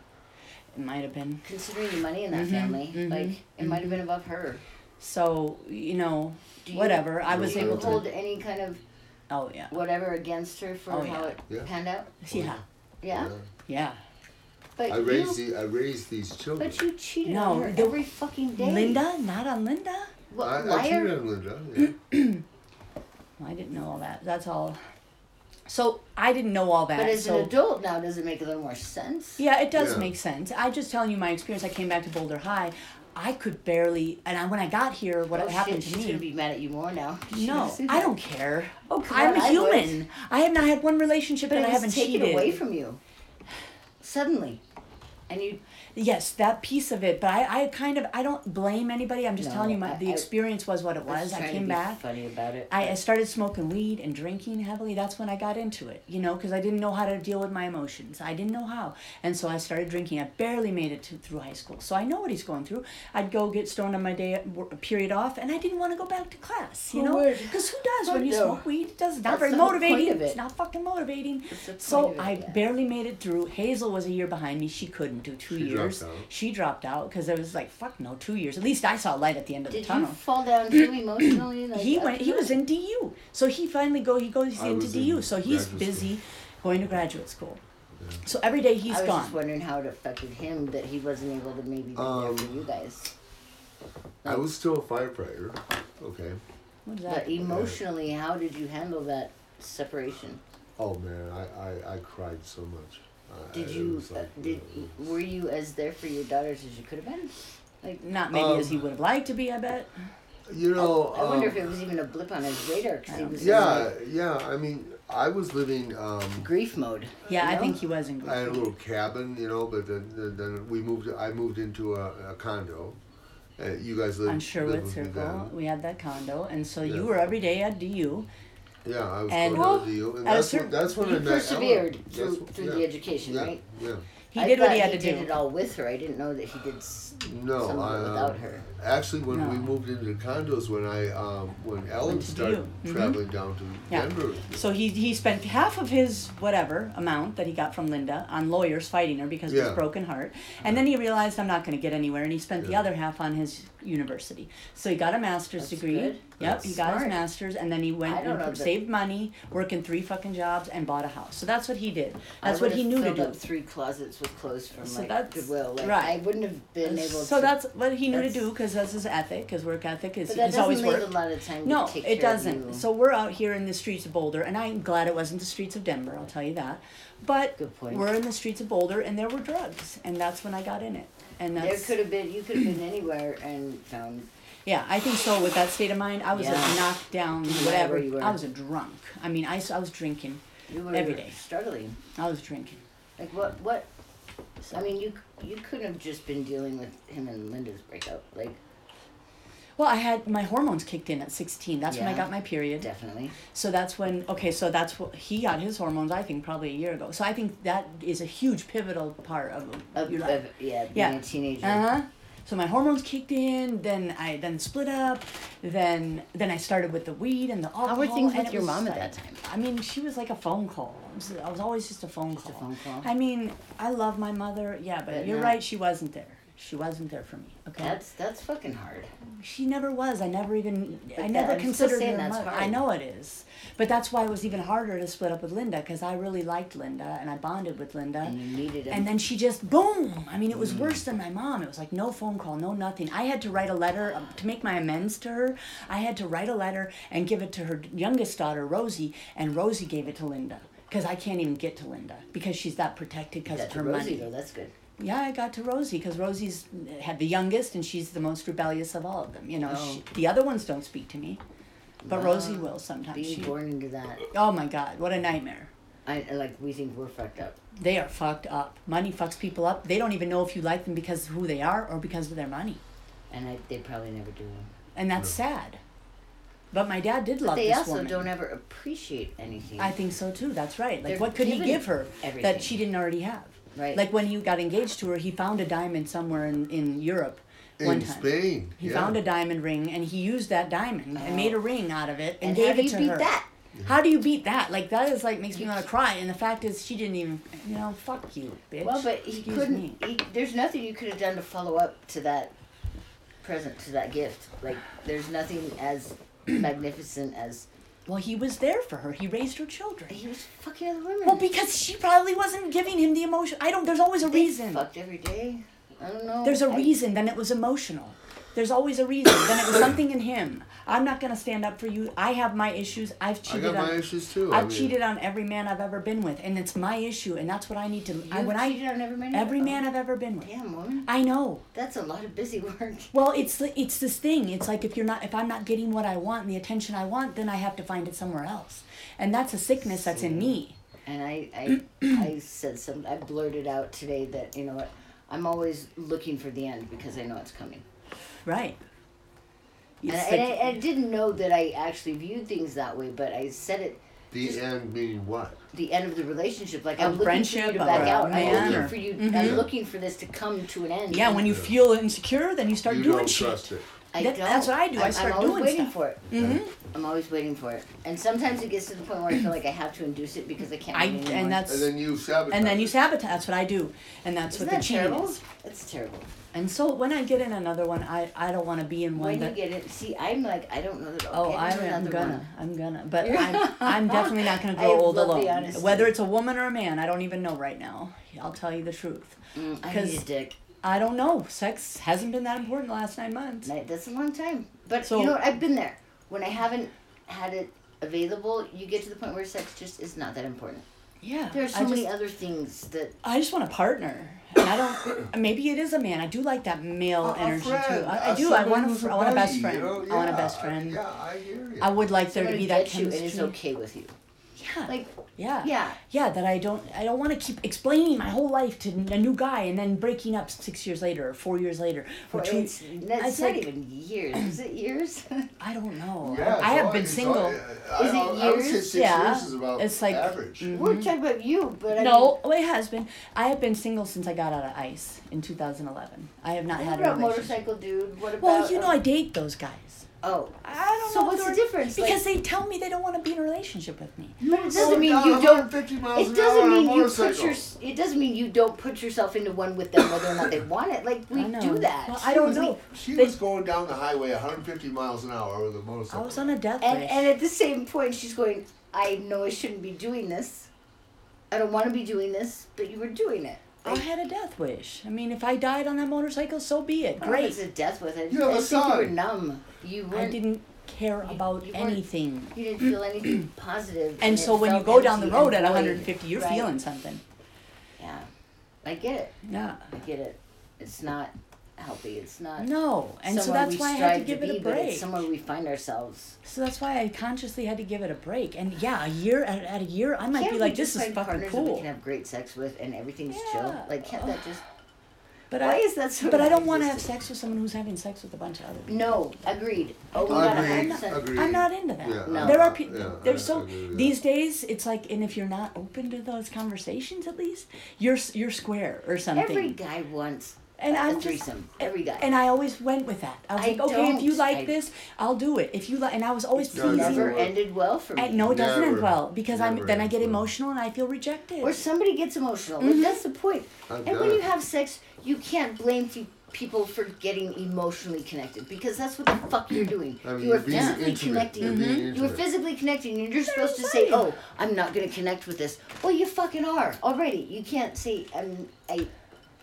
Speaker 3: It might have been.
Speaker 2: considering the money in
Speaker 3: Mm-hmm,
Speaker 2: that family. Like it might have been above her.
Speaker 3: So you know,
Speaker 2: Do you-
Speaker 3: whatever. I was
Speaker 1: Do
Speaker 2: Do
Speaker 1: you
Speaker 2: you
Speaker 3: able to.
Speaker 2: hold any kind of
Speaker 3: Oh yeah.
Speaker 2: whatever against her for
Speaker 3: Oh,
Speaker 2: how
Speaker 3: yeah.
Speaker 2: it
Speaker 1: Oh, Yeah.
Speaker 2: panned out?
Speaker 3: Yeah.
Speaker 2: Yeah,
Speaker 3: Yeah.
Speaker 2: but
Speaker 1: I
Speaker 2: you,
Speaker 1: raised the, I raised these children.
Speaker 2: but you cheated
Speaker 3: No,
Speaker 2: on her
Speaker 3: the-
Speaker 2: every fucking day,
Speaker 3: Linda, not on Linda.
Speaker 2: What,
Speaker 1: I, I cheated
Speaker 2: liar.
Speaker 1: on Linda.
Speaker 2: Hmm?
Speaker 1: Yeah.
Speaker 3: I didn't know all that. That's all. So I didn't know all that.
Speaker 2: But as
Speaker 3: so
Speaker 2: an adult now, does it make a little more sense?
Speaker 3: yeah, it does
Speaker 1: Yeah.
Speaker 3: make sense. I just telling you my experience. I came back to Boulder High. I could barely, and I, when I got here, what
Speaker 2: Oh,
Speaker 3: happened
Speaker 2: shit, she's
Speaker 3: to
Speaker 2: gonna
Speaker 3: me.
Speaker 2: be mad at you more now. She
Speaker 3: No,
Speaker 2: doesn't
Speaker 3: I
Speaker 2: that.
Speaker 3: don't care.
Speaker 2: Oh, come
Speaker 3: I'm
Speaker 2: on, I would.
Speaker 3: human. I, have not had one relationship
Speaker 2: But
Speaker 3: and
Speaker 2: it
Speaker 3: I
Speaker 2: was
Speaker 3: haven't
Speaker 2: taken
Speaker 3: cheated.
Speaker 2: away from you suddenly, and you
Speaker 3: Yes, that piece of it, but I, I kind of I don't blame anybody. I'm just
Speaker 2: No,
Speaker 3: telling you my,
Speaker 2: I-
Speaker 3: the
Speaker 2: I-
Speaker 3: experience was what it
Speaker 2: I
Speaker 3: was.
Speaker 2: was
Speaker 3: I
Speaker 2: trying to
Speaker 3: came
Speaker 2: be
Speaker 3: back.
Speaker 2: Funny about it.
Speaker 3: I, I started smoking weed and drinking heavily. That's when I got into it, you know, because I didn't know how to deal with my emotions. I didn't know how. And so I started drinking. I barely made it to, through high school. So I know what he's going through. I'd go get stoned on my day at wor- period off, and I didn't want to go back to class, you
Speaker 2: Who
Speaker 3: know?
Speaker 2: would?
Speaker 3: Because who does when
Speaker 2: Who
Speaker 3: you
Speaker 2: do?
Speaker 3: smoke weed? It does. It's not
Speaker 2: That's
Speaker 3: very
Speaker 2: the whole point
Speaker 3: motivating.
Speaker 2: of it.
Speaker 3: It's not fucking motivating.
Speaker 2: That's the
Speaker 3: So
Speaker 2: point of it,
Speaker 3: I
Speaker 2: yeah.
Speaker 3: barely made it through. Hazel was a year behind me. She couldn't do two
Speaker 1: She dropped
Speaker 3: years.
Speaker 1: out.
Speaker 3: She dropped out because it was like, fuck no, two years. At least I saw light at the end of
Speaker 2: Did
Speaker 3: the
Speaker 2: you
Speaker 3: tunnel
Speaker 2: fall down too emotionally? Like
Speaker 3: he
Speaker 2: after
Speaker 3: went he
Speaker 2: that?
Speaker 3: was in DU. So he finally go he goes
Speaker 1: I
Speaker 3: into
Speaker 1: was
Speaker 3: DU.
Speaker 1: in
Speaker 3: so he's
Speaker 1: graduate
Speaker 3: busy going to graduate school. So every day he's
Speaker 2: I was just
Speaker 3: gone.
Speaker 2: wondering how it affected him that he wasn't able to maybe be there for
Speaker 1: Um,
Speaker 2: you guys.
Speaker 1: I was still a firefighter. Okay.
Speaker 3: What is
Speaker 2: But
Speaker 3: that?
Speaker 2: emotionally, how did you handle that separation?
Speaker 1: Oh man, I, I, I cried so much. I-
Speaker 2: Did
Speaker 1: I, it
Speaker 2: you
Speaker 1: was
Speaker 2: uh,
Speaker 1: like,
Speaker 2: did
Speaker 1: uh,
Speaker 2: were you as there for your daughters as you could have been? Like
Speaker 3: Not maybe
Speaker 1: Um,
Speaker 3: as he would have liked to be, I bet.
Speaker 1: You know.
Speaker 2: oh, I wonder
Speaker 1: um,
Speaker 2: if it was even a blip on his radar because he was in,
Speaker 1: Yeah,
Speaker 2: like,
Speaker 1: yeah. I mean, I was living. Um,
Speaker 2: grief mode.
Speaker 3: Yeah,
Speaker 2: you
Speaker 3: I
Speaker 2: know?
Speaker 3: think he was in
Speaker 1: I had a
Speaker 3: grief.
Speaker 1: little cabin, you know, but then, then- then we moved. I moved into a, a condo. Uh, you guys lived
Speaker 3: On
Speaker 1: lived
Speaker 3: Sherwood
Speaker 1: with me
Speaker 3: Circle,
Speaker 1: then.
Speaker 3: we had that condo, and so
Speaker 1: Yeah.
Speaker 3: you were every day at DU.
Speaker 1: Yeah, I was
Speaker 3: And-
Speaker 1: going to you, and
Speaker 3: at a
Speaker 1: that's
Speaker 3: certain-
Speaker 1: when, that's when I
Speaker 2: You
Speaker 1: met Ellen.
Speaker 2: persevered
Speaker 1: That's
Speaker 2: through,
Speaker 1: wh-
Speaker 2: through
Speaker 1: yeah,
Speaker 2: the education,
Speaker 1: yeah,
Speaker 2: right?
Speaker 1: Yeah.
Speaker 3: He
Speaker 2: I
Speaker 3: did what
Speaker 2: thought
Speaker 3: he had to
Speaker 2: did it
Speaker 3: do.
Speaker 2: all with her. I didn't know that he did s-
Speaker 1: No,
Speaker 2: some of
Speaker 1: I,
Speaker 2: it
Speaker 1: um,
Speaker 2: without her.
Speaker 1: Actually, when we
Speaker 3: No.
Speaker 1: moved into condos, when I um, when Ellen
Speaker 3: to
Speaker 1: started
Speaker 3: DU. Mhm.
Speaker 1: traveling down to
Speaker 3: Yeah.
Speaker 1: Denver,
Speaker 3: So he he spent half of his whatever amount that he got from Linda on lawyers fighting her because of
Speaker 1: Yeah.
Speaker 3: his broken heart, and then he realized I'm not going to get anywhere, and he spent the
Speaker 1: Yeah.
Speaker 3: other half on his university. So he got a master's
Speaker 2: That's
Speaker 3: degree.
Speaker 2: good.
Speaker 3: Yep,
Speaker 1: That's
Speaker 3: he got
Speaker 2: smart.
Speaker 3: his master's, and then he
Speaker 2: I
Speaker 3: went
Speaker 2: don't
Speaker 3: and
Speaker 2: know
Speaker 3: put-
Speaker 2: that-
Speaker 3: saved money, working three fucking jobs, and bought a house. So that's what he did. That's
Speaker 2: I
Speaker 3: what
Speaker 2: would've
Speaker 3: he knew to
Speaker 2: filled
Speaker 3: do.
Speaker 2: Up three closets with clothes from
Speaker 3: So
Speaker 2: like
Speaker 3: that's-
Speaker 2: Goodwill. Like,
Speaker 3: right.
Speaker 2: I wouldn't have been able.
Speaker 3: so
Speaker 2: to,
Speaker 3: that's what he knew to
Speaker 2: that's-
Speaker 3: do because that's his ethic. His work ethic is
Speaker 2: But that
Speaker 3: has always
Speaker 2: doesn't leave
Speaker 3: worked.
Speaker 2: a lot of time. to
Speaker 3: No,
Speaker 2: take
Speaker 3: it
Speaker 2: care of
Speaker 3: doesn't.
Speaker 2: you.
Speaker 3: So we're out here in the streets of Boulder, and I'm glad it wasn't the streets of Denver. I'll tell you that. But
Speaker 2: Good point.
Speaker 3: we're in the streets of Boulder, and there were drugs, and that's when I got in it. And
Speaker 2: there
Speaker 3: that's
Speaker 2: could have been. You could have been anywhere and found.
Speaker 3: yeah, I think so. With that state of mind, I was
Speaker 2: Yeah.
Speaker 3: like knocked down,
Speaker 2: Didn't matter
Speaker 3: whatever.
Speaker 2: where you were.
Speaker 3: I was a drunk. I mean, I, s- I was drinking.
Speaker 2: You were
Speaker 3: Every day.
Speaker 2: struggling.
Speaker 3: I was drinking.
Speaker 2: Like what? What?
Speaker 3: So.
Speaker 2: I mean, you you couldn't have just been dealing with him and Linda's breakup. Like
Speaker 3: Well, I had my hormones kicked in at 16. That's when
Speaker 2: Yeah.
Speaker 3: I got my period.
Speaker 2: definitely.
Speaker 3: So that's when okay, so that's what he got his hormones. I think probably a year ago. So I think that is a huge pivotal part of,
Speaker 2: Of,
Speaker 3: your life.
Speaker 2: of, yeah, being
Speaker 3: Yeah.
Speaker 2: a teenager.
Speaker 3: Uh huh. So my hormones kicked in. Then I then split up. Then then I started with the weed and the alcohol.
Speaker 2: were things
Speaker 3: and
Speaker 2: with
Speaker 3: it
Speaker 2: your
Speaker 3: was
Speaker 2: mom at
Speaker 3: like-
Speaker 2: that time?
Speaker 3: I mean, she was like a phone call. I was, I was always just a phone
Speaker 2: a
Speaker 3: call.
Speaker 2: phone call?
Speaker 3: I mean, I love my mother. Yeah, but,
Speaker 2: But
Speaker 3: you're
Speaker 2: not-
Speaker 3: right. She wasn't there. She wasn't there for me. Okay.
Speaker 2: That's that's fucking hard.
Speaker 3: She never was. I never even. I
Speaker 2: that-
Speaker 3: never
Speaker 2: I'm still
Speaker 3: considered
Speaker 2: saying
Speaker 3: her
Speaker 2: that's
Speaker 3: mother.
Speaker 2: hard.
Speaker 3: I know it is, but that's why it was even harder to split up with Linda because I really liked Linda and I bonded with Linda.
Speaker 2: And you needed him.
Speaker 3: Uh, And then she just boom. I mean, it
Speaker 2: Mm.
Speaker 3: was worse than my mom. It was like no phone call, no nothing. I had to write a letter um, to make my amends to her. I had to write a letter and give it to her youngest daughter, Rosie, and Rosie gave it to Linda because I can't even get to Linda because she's that protected because
Speaker 2: That's
Speaker 3: of her
Speaker 2: Rosie
Speaker 3: money.
Speaker 2: though. That's good.
Speaker 3: Yeah, I got to Rosie because Rosie's uh, had the youngest and she's the most rebellious of all of them. You know,
Speaker 2: Oh.
Speaker 3: she, the other ones don't speak to me, but
Speaker 2: Wow.
Speaker 3: Rosie will sometimes.
Speaker 2: Being
Speaker 3: She,
Speaker 2: born into that,
Speaker 3: oh my God, what a nightmare.
Speaker 2: I I- like we think we're fucked up.
Speaker 3: They are fucked up. Money fucks people up. They don't even know if you like them because of who they are or because of their money.
Speaker 2: And I, they probably never do.
Speaker 3: And that's sad. But my dad did
Speaker 2: But
Speaker 3: love
Speaker 2: they
Speaker 3: this
Speaker 2: also
Speaker 3: woman.
Speaker 2: don't ever appreciate anything.
Speaker 3: I think so too. That's right. Like,
Speaker 2: They're
Speaker 3: what could he
Speaker 2: given
Speaker 3: give her
Speaker 2: everything.
Speaker 3: that she didn't already have?
Speaker 2: Right.
Speaker 3: Like when he got engaged to her, he found a diamond somewhere in, in Europe. one
Speaker 1: in
Speaker 3: time.
Speaker 1: Spain,
Speaker 3: He
Speaker 1: yeah.
Speaker 3: found a diamond ring and he used that diamond and made a ring out of it and,
Speaker 2: Oh. And how
Speaker 3: gave
Speaker 2: do
Speaker 3: it
Speaker 2: you
Speaker 3: to
Speaker 2: beat
Speaker 3: her.
Speaker 2: that?
Speaker 3: How do you beat that? Like that is like makes me want to cry. And the fact is, she didn't even. You know, fuck you, bitch.
Speaker 2: well, but he
Speaker 3: Excuse me.
Speaker 2: couldn't. He, there's nothing you could have done to follow up to that present, to that gift. Like there's nothing as magnificent as
Speaker 3: Well, he was there for her. He raised her children.
Speaker 2: he was fucking other women.
Speaker 3: Well, because she probably wasn't giving him the emotion. I don't. There's always a
Speaker 2: They
Speaker 3: reason.
Speaker 2: Fucked every day. I don't know.
Speaker 3: There's a
Speaker 2: I-
Speaker 3: reason. Then it was emotional. There's always a reason. then it was something in him. I'm not gonna stand up for you. I have my issues. I've
Speaker 1: I
Speaker 3: cheated
Speaker 1: got
Speaker 3: on.
Speaker 1: my issues too. I
Speaker 3: I've
Speaker 1: mean,
Speaker 3: cheated on every man I've ever been with, and it's my issue, and that's what I need to. I,
Speaker 2: You've
Speaker 3: when I
Speaker 2: cheated on every man.
Speaker 3: every
Speaker 2: Oh,
Speaker 3: man I've ever been with.
Speaker 2: Damn woman.
Speaker 3: I know.
Speaker 2: That's a lot of busy work.
Speaker 3: Well, it's the- it's this thing. It's like if you're not if I'm not getting what I want and the attention I want, then I have to find it somewhere else, and that's a sickness that's in me.
Speaker 2: And I, I, I said some. I blurted out today that you know what, I'm always looking for the end because I know it's coming.
Speaker 3: Right. It's
Speaker 2: And, I,
Speaker 3: like-
Speaker 2: and I, I didn't know that I actually viewed things that way, but I said it.
Speaker 1: the end meaning what?
Speaker 2: The end of the relationship, like
Speaker 3: Of
Speaker 2: I'm looking for you
Speaker 3: friendship
Speaker 2: to
Speaker 3: or
Speaker 2: back out.
Speaker 3: man
Speaker 2: I'm
Speaker 1: or-
Speaker 2: looking for you. I'm looking for this to come to an end.
Speaker 3: yeah, when you feel insecure, then you start
Speaker 1: You
Speaker 3: doing
Speaker 1: don't
Speaker 3: shit.
Speaker 1: trust it.
Speaker 2: I
Speaker 3: That-
Speaker 2: don't,
Speaker 3: that's what I do. I
Speaker 2: I'm,
Speaker 3: start
Speaker 2: I'm always
Speaker 3: doing
Speaker 2: waiting
Speaker 3: stuff.
Speaker 2: for it.
Speaker 3: Mm-hmm.
Speaker 2: I'm always waiting for it, and sometimes it gets to the point where I feel like I have to induce it because I can't.
Speaker 3: I
Speaker 2: wait anymore.
Speaker 3: and that's
Speaker 1: And then you sabotage.
Speaker 3: and then you
Speaker 1: it.
Speaker 3: sabotage. That's what I do, and that's
Speaker 2: Isn't
Speaker 3: what the
Speaker 2: that
Speaker 3: cheating
Speaker 2: terrible?
Speaker 3: is.
Speaker 2: That's terrible.
Speaker 3: And so when I get in another one, I I don't want to be in one
Speaker 2: When
Speaker 3: that.
Speaker 2: you get it, see, I'm like, I don't know that I'll
Speaker 3: Oh,
Speaker 2: get
Speaker 3: I'm,
Speaker 2: into
Speaker 3: I'm
Speaker 2: another
Speaker 3: gonna,
Speaker 2: one.
Speaker 3: I'm gonna, but I'm, I'm definitely not gonna
Speaker 2: I
Speaker 3: grow old
Speaker 2: love the
Speaker 3: alone.
Speaker 2: honesty.
Speaker 3: Whether it's a woman or a man, I don't even know right now. I'll tell you the truth.
Speaker 2: Mm, I
Speaker 3: Because-
Speaker 2: need a dick.
Speaker 3: I don't know. Sex hasn't been that important the last nine months.
Speaker 2: That- That's a long time. But
Speaker 3: So-
Speaker 2: you know what? I've been there. When I haven't had it available, you get to the point where sex just is not that important.
Speaker 3: Yeah,
Speaker 2: There are so
Speaker 3: I
Speaker 2: many
Speaker 3: just,
Speaker 2: other things that.
Speaker 3: I just want a partner. And I don't. Maybe it is a man. I do like that male
Speaker 1: A- a
Speaker 3: energy
Speaker 1: friend,
Speaker 3: too. I, I
Speaker 1: uh,
Speaker 3: do. I
Speaker 1: somebody
Speaker 3: want.
Speaker 1: who's
Speaker 3: A, I want a
Speaker 1: buddy,
Speaker 3: best friend.
Speaker 1: you know?
Speaker 3: I want a
Speaker 1: Yeah,
Speaker 3: best
Speaker 1: I-
Speaker 3: friend.
Speaker 1: Yeah, I hear you.
Speaker 3: I would like there to
Speaker 2: somebody
Speaker 3: be that
Speaker 2: gets you
Speaker 3: chemistry. Uh,
Speaker 2: and is okay with you.
Speaker 3: Yeah,
Speaker 2: Like,
Speaker 3: Yeah.
Speaker 2: Yeah.
Speaker 3: Yeah, that I don't I don't want to keep explaining my whole life to n- a new guy and then breaking up 6 years later or 4 years later.
Speaker 2: for
Speaker 3: or two-
Speaker 2: it's, that's
Speaker 3: it's
Speaker 2: not
Speaker 3: like, Mm-hmm.
Speaker 2: even years. Is it years?
Speaker 3: I don't know.
Speaker 1: Yeah,
Speaker 3: I
Speaker 1: it's
Speaker 3: have
Speaker 1: all-
Speaker 3: been
Speaker 1: it's
Speaker 3: single.
Speaker 1: All, I,
Speaker 2: Is it
Speaker 1: I, I would say
Speaker 2: years?
Speaker 1: six
Speaker 3: Yeah.
Speaker 1: years is about
Speaker 3: It's like- mm.
Speaker 1: average.
Speaker 2: We're talking about you, but I
Speaker 3: No, my husband. I have been single since I got out of ICE in 2011. I have not
Speaker 2: Mean,
Speaker 3: had
Speaker 2: what
Speaker 3: a
Speaker 2: about
Speaker 3: relationship.
Speaker 2: motorcycle dude? What about?
Speaker 3: Well, you know,
Speaker 2: um,
Speaker 3: I date those guys.
Speaker 2: oh,
Speaker 3: I don't
Speaker 2: So
Speaker 3: know.
Speaker 2: what's
Speaker 3: if
Speaker 2: the
Speaker 3: they're-
Speaker 2: difference?
Speaker 3: Because they tell me they don't want to be in a relationship with me.
Speaker 2: But it
Speaker 1: Going
Speaker 2: doesn't mean
Speaker 1: down
Speaker 2: you don't.
Speaker 1: 150 miles
Speaker 2: It
Speaker 1: an hour
Speaker 2: doesn't
Speaker 1: on a
Speaker 2: mean you put
Speaker 1: motorcycle.
Speaker 2: your. It doesn't mean you don't put yourself into one with them, whether or not they want it. Like we
Speaker 3: I know.
Speaker 2: do that.
Speaker 3: Well, I don't know.
Speaker 1: She
Speaker 3: They-
Speaker 1: was going down the highway 150 miles an hour with a motorcycle.
Speaker 3: I was on a death
Speaker 2: And
Speaker 3: wish.
Speaker 2: and at the same point, she's going. I know I shouldn't be doing this. I don't want to be doing this, but you were doing it.
Speaker 3: I had a death wish. I mean, if I died on that motorcycle, so be it. Great.
Speaker 2: It's a death with Oh, it.
Speaker 1: You have
Speaker 2: I
Speaker 1: a
Speaker 2: think you were
Speaker 1: son.
Speaker 2: numb. You were
Speaker 3: I didn't care about
Speaker 2: you weren't-
Speaker 3: anything.
Speaker 2: You didn't feel anything positive.
Speaker 3: And
Speaker 2: it
Speaker 3: so when you
Speaker 2: felt
Speaker 3: go down the
Speaker 2: empty
Speaker 3: road
Speaker 2: and
Speaker 3: at
Speaker 2: void.
Speaker 3: 150, you're
Speaker 2: Right.
Speaker 3: feeling something.
Speaker 2: Yeah, I get it. I
Speaker 3: Yeah.
Speaker 2: get it. It's not healthy. It's not.
Speaker 3: Uh, No. And so
Speaker 2: somewhere
Speaker 3: that's
Speaker 2: we
Speaker 3: why I
Speaker 2: strive
Speaker 3: had to give
Speaker 2: be,
Speaker 3: it a
Speaker 2: but
Speaker 3: break.
Speaker 2: It's somewhere we find ourselves.
Speaker 3: So that's why I consciously had to give it a break. And yeah, a year at, at a year, I might
Speaker 2: can't
Speaker 3: be
Speaker 2: we
Speaker 3: like,
Speaker 2: just
Speaker 3: this is
Speaker 2: find
Speaker 3: fucking
Speaker 2: partners that we
Speaker 3: cool.
Speaker 2: can have great sex with and everything's chill.
Speaker 3: Yeah.
Speaker 2: Like can't that just?
Speaker 3: But
Speaker 2: Why
Speaker 3: I,
Speaker 2: is that so?
Speaker 3: but I don't want to have
Speaker 2: non-existent?
Speaker 3: sex with someone who's having sex with a bunch of other people.
Speaker 2: No, agreed. Oh, we got
Speaker 1: Agreed.
Speaker 2: percent.
Speaker 1: Agreed.
Speaker 3: I'm not into that.
Speaker 1: Yeah,
Speaker 2: No.
Speaker 3: There
Speaker 1: I-
Speaker 3: are people.
Speaker 1: yeah, I-
Speaker 3: there's
Speaker 1: I
Speaker 3: so
Speaker 1: agree with that.
Speaker 3: these days. It's like, and if you're not open to those conversations, at least you're s- you're square or something.
Speaker 2: Every guy wants
Speaker 3: and
Speaker 2: a
Speaker 3: I'm just-
Speaker 2: threesome. Every guy.
Speaker 3: And I always went with that. I was
Speaker 2: I
Speaker 3: like, okay, if you
Speaker 2: don't.
Speaker 3: like
Speaker 2: I-
Speaker 3: this, I'll do it. If you like, and I was always
Speaker 1: No, it doesn't
Speaker 3: pleasing.
Speaker 2: never
Speaker 1: work.
Speaker 2: ended well for me.
Speaker 3: And no, it doesn't end
Speaker 1: Never.
Speaker 3: well because I'm
Speaker 1: Never
Speaker 3: then I
Speaker 1: ends
Speaker 3: get
Speaker 1: well.
Speaker 3: emotional and I feel rejected.
Speaker 2: or somebody gets emotional. Like, that's the point.
Speaker 1: I've
Speaker 2: and
Speaker 1: done
Speaker 2: when you
Speaker 1: it.
Speaker 2: have sex, you can't blame fe- people for getting emotionally connected because that's what the fuck you're doing.
Speaker 1: I mean,
Speaker 2: you are
Speaker 1: you're being
Speaker 2: physically
Speaker 1: intimate.
Speaker 2: connecting.
Speaker 1: You're being
Speaker 2: You are
Speaker 1: intimate.
Speaker 2: physically connecting, and Mm-hmm. you're supposed to say,
Speaker 3: exciting.
Speaker 2: "Oh, I'm not going to connect with this." Well, you fucking are already. You can't say, "I'm." I,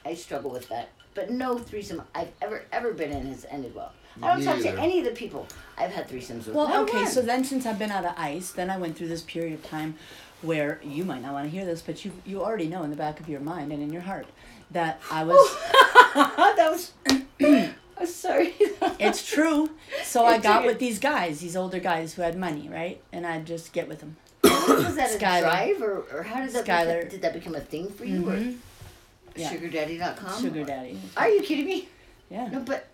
Speaker 2: I struggle with that. But no threesome I've ever ever been in has ended well. I don't
Speaker 1: Me
Speaker 2: talk to
Speaker 1: either.
Speaker 2: any of the people I've had threesomes with.
Speaker 3: Well,
Speaker 2: Not
Speaker 3: okay,
Speaker 2: one.
Speaker 3: so then since I've been out of ice, then I went through this period of time where you might not want to hear this, but you you already know in the back of your mind and in your heart that I
Speaker 2: Oh,
Speaker 3: was
Speaker 2: that was. I'm sorry.
Speaker 3: it's true. So I got
Speaker 2: did.
Speaker 3: with these guys, these older guys who had money, right? And I'd just get with them.
Speaker 2: was that a
Speaker 3: Skylar.
Speaker 2: drive or, or how did that
Speaker 3: Skylar. Mm-hmm.
Speaker 2: become, did that become a thing for you or
Speaker 3: Yeah.
Speaker 2: sugardaddy.com
Speaker 3: Sugar daddy.
Speaker 2: are you kidding me no
Speaker 3: Yeah.
Speaker 2: but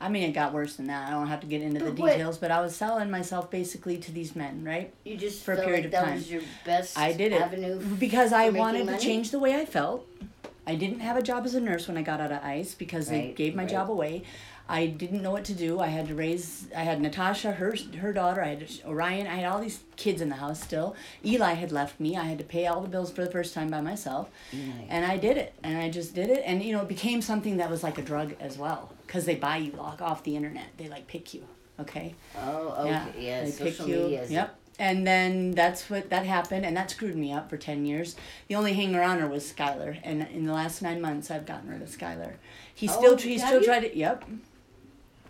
Speaker 3: I mean it got worse than that. I don't have to get into the
Speaker 2: But what-
Speaker 3: details, but I was selling myself basically to these men, right?
Speaker 2: you just
Speaker 3: For a
Speaker 2: felt
Speaker 3: period
Speaker 2: like
Speaker 3: of
Speaker 2: that
Speaker 3: time.
Speaker 2: was your best
Speaker 3: I did it
Speaker 2: avenue f-
Speaker 3: because I
Speaker 2: for making
Speaker 3: wanted to
Speaker 2: money?
Speaker 3: change the way I felt. I didn't have a job as a nurse when I got out of ICE because they
Speaker 2: Right,
Speaker 3: gave my
Speaker 2: right.
Speaker 3: job away. I didn't know what to do. I had to raise. I had Natasha, her her daughter. I had Orion. I had all these kids in the house still. Eli had left me. I had to pay all the bills for the first time by myself, and I did it. And I just did it. And you know, it became something that was like a drug as well because they buy you lock off the internet. They like pick you. Okay.
Speaker 2: oh okay yeah,
Speaker 3: They
Speaker 2: social
Speaker 3: pick you.
Speaker 2: media is
Speaker 3: Yep. And then that's what that happened, and that screwed me up for ten years. The only hanger oner was Skylar, and in the last nine months, I've gotten rid of Skylar. He still
Speaker 2: Oh,
Speaker 3: tr- he
Speaker 2: have
Speaker 3: still
Speaker 2: you?
Speaker 3: tried it. Yep.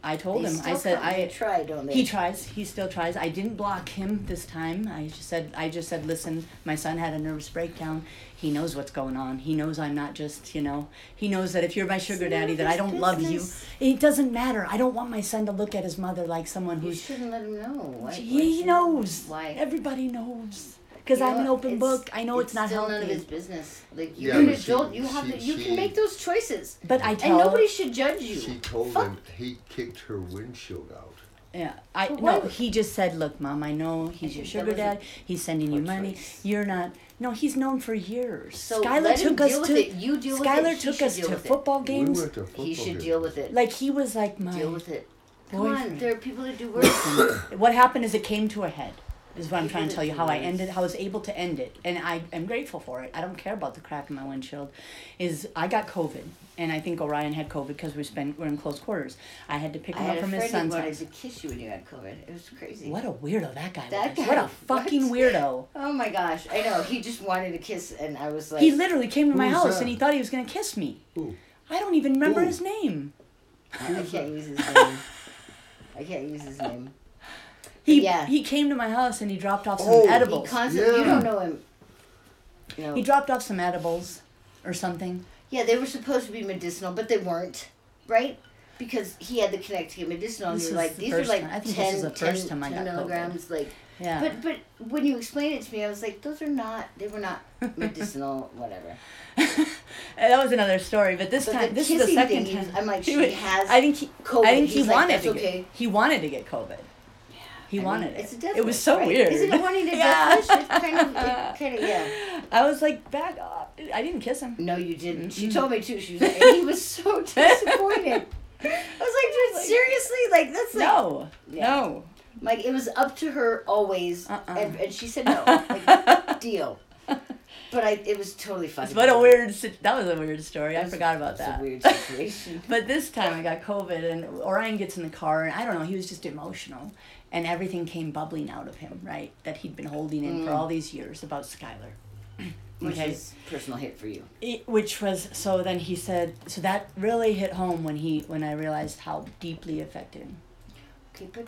Speaker 3: I told
Speaker 2: they
Speaker 3: him. I
Speaker 2: still
Speaker 3: said
Speaker 2: come, they
Speaker 3: I.
Speaker 2: try don't they
Speaker 3: He tries. He still tries. I didn't block him this time. I just said I just said listen. My son had a nervous breakdown. He knows what's going on. He knows I'm not just you know. He knows that if you're my sugar
Speaker 2: none
Speaker 3: daddy,
Speaker 2: of
Speaker 3: that I
Speaker 2: his
Speaker 3: don't love you.
Speaker 2: business.
Speaker 3: It doesn't matter. I don't want my son to look at his mother like someone
Speaker 2: you
Speaker 3: who's
Speaker 2: shouldn't let him know why, why
Speaker 3: he
Speaker 2: should-
Speaker 3: knows.
Speaker 2: why
Speaker 3: Everybody knows. Because
Speaker 2: You know
Speaker 3: I'm an
Speaker 2: what?
Speaker 3: open
Speaker 2: It's-
Speaker 3: book. I know it's, not
Speaker 2: still
Speaker 3: healthy.
Speaker 2: none of his business like
Speaker 1: Yeah,
Speaker 2: you're an
Speaker 1: but she-
Speaker 2: adult you have
Speaker 1: she-
Speaker 2: the, you
Speaker 1: she-
Speaker 2: can make those choices
Speaker 3: but I
Speaker 2: and
Speaker 3: tell.
Speaker 2: nobody should judge you
Speaker 1: She told
Speaker 2: Fuck
Speaker 1: him he kicked her windshield out.
Speaker 3: yeah, I
Speaker 2: But
Speaker 3: no.
Speaker 2: why-
Speaker 3: He just said, "Look, mom. I know he's your
Speaker 2: think that
Speaker 3: sugar
Speaker 2: was a
Speaker 3: dad. He's sending you
Speaker 2: poor
Speaker 3: money.
Speaker 2: choice.
Speaker 3: You're not. No, he's known for years.
Speaker 2: So
Speaker 3: Skylar
Speaker 2: let him
Speaker 3: took
Speaker 2: deal
Speaker 3: us
Speaker 2: with
Speaker 3: to.
Speaker 2: it. You deal with it.
Speaker 3: Skylar
Speaker 2: He
Speaker 3: took
Speaker 2: should
Speaker 3: us
Speaker 2: deal
Speaker 3: to
Speaker 2: with it.
Speaker 3: football
Speaker 1: We
Speaker 3: games.
Speaker 1: went to football
Speaker 2: he should
Speaker 1: games.
Speaker 2: deal with it
Speaker 3: Like he was like my.
Speaker 2: deal with it come on
Speaker 3: boyfriend.
Speaker 2: there are people that do worse
Speaker 3: what happened is it came to a head is what i'm
Speaker 2: You
Speaker 3: trying
Speaker 2: did it
Speaker 3: to tell you
Speaker 2: to
Speaker 3: how i
Speaker 2: us.
Speaker 3: ended how i was able to end it and i am grateful for it i don't care about the crack in my windshield is i got covid and i think orion had covid because we spent we're in close quarters i had to pick
Speaker 2: I
Speaker 3: him up
Speaker 2: had a
Speaker 3: from
Speaker 2: friend
Speaker 3: his
Speaker 2: who
Speaker 3: son's
Speaker 2: wanted
Speaker 3: house
Speaker 2: to kiss you when you had COVID. It was crazy.
Speaker 3: what a weirdo that guy
Speaker 2: That
Speaker 3: was
Speaker 2: guy-
Speaker 3: what a fucking
Speaker 2: what?
Speaker 3: weirdo
Speaker 2: Oh my gosh! I know he just wanted a kiss, and I was like,
Speaker 3: he literally came to my
Speaker 1: Who's
Speaker 3: house
Speaker 1: that?
Speaker 3: and he thought he was going to kiss me
Speaker 1: Who?
Speaker 3: i don't even remember
Speaker 1: Who?
Speaker 3: his name
Speaker 2: I can't use his name. I can't use his name.
Speaker 3: he,
Speaker 2: Yeah.
Speaker 3: he came to my house and he dropped off some
Speaker 1: Oh. He
Speaker 2: He
Speaker 3: edibles
Speaker 2: constantly. You
Speaker 1: Yeah.
Speaker 2: don't know him. No.
Speaker 3: he dropped off some edibles or something
Speaker 2: yeah, they were supposed to be medicinal, but they weren't, right? Because he had the connect to get medicinal.
Speaker 3: This
Speaker 2: and
Speaker 3: is
Speaker 2: you're like,
Speaker 3: the
Speaker 2: these are
Speaker 3: first
Speaker 2: like
Speaker 3: time- I think this
Speaker 2: 10,
Speaker 3: is the
Speaker 2: 10
Speaker 3: first time I
Speaker 2: 10
Speaker 3: got COVID.
Speaker 2: milligrams. Like,
Speaker 3: Yeah.
Speaker 2: But but when you explained it to me, I was like, those are not. They were not medicinal, whatever.
Speaker 3: And Uh, that was another story, but this
Speaker 2: But
Speaker 3: time,
Speaker 2: the
Speaker 3: this is the
Speaker 2: kissing
Speaker 3: second
Speaker 2: thing,
Speaker 3: time.
Speaker 2: I'm like,
Speaker 3: He
Speaker 2: she
Speaker 3: was-
Speaker 2: has
Speaker 3: I think he,
Speaker 2: COVID.
Speaker 3: I think he
Speaker 2: He's like,
Speaker 3: wanted
Speaker 2: "That's
Speaker 3: to
Speaker 2: okay."
Speaker 3: get. He wanted to get COVID. He
Speaker 2: I mean,
Speaker 3: wanted it.
Speaker 2: It's a death
Speaker 3: it was
Speaker 2: wish,
Speaker 3: so
Speaker 2: right?
Speaker 3: weird.
Speaker 2: Isn't it wanting to
Speaker 3: Yeah.
Speaker 2: death wish? It's kind of, it, kind of, yeah.
Speaker 3: I was like, back off. I didn't kiss him.
Speaker 2: No, you didn't. She
Speaker 3: Mm-hmm.
Speaker 2: told me too. She was like, and he was so disappointed. I was like, dude, seriously? Like, that's like,
Speaker 3: No,
Speaker 2: Yeah.
Speaker 3: no.
Speaker 2: like it was up to her always,
Speaker 3: Uh-uh.
Speaker 2: and, oh, and she said no, like, deal. But I, it was totally funny.
Speaker 3: What a weird. si- That was a weird story. I forgot
Speaker 2: It's
Speaker 3: about that.
Speaker 2: a weird situation.
Speaker 3: But this time I got COVID, and Orion gets in the car, and I don't know, he was just emotional, and everything came bubbling out of him, right? That he'd been holding in
Speaker 2: Mm.
Speaker 3: for all these years about Skylar.
Speaker 2: Which
Speaker 3: Okay.
Speaker 2: is personal hit for you.
Speaker 3: It- which was so then he said so that really hit home when he when i realized how deeply affected him
Speaker 2: Okay, but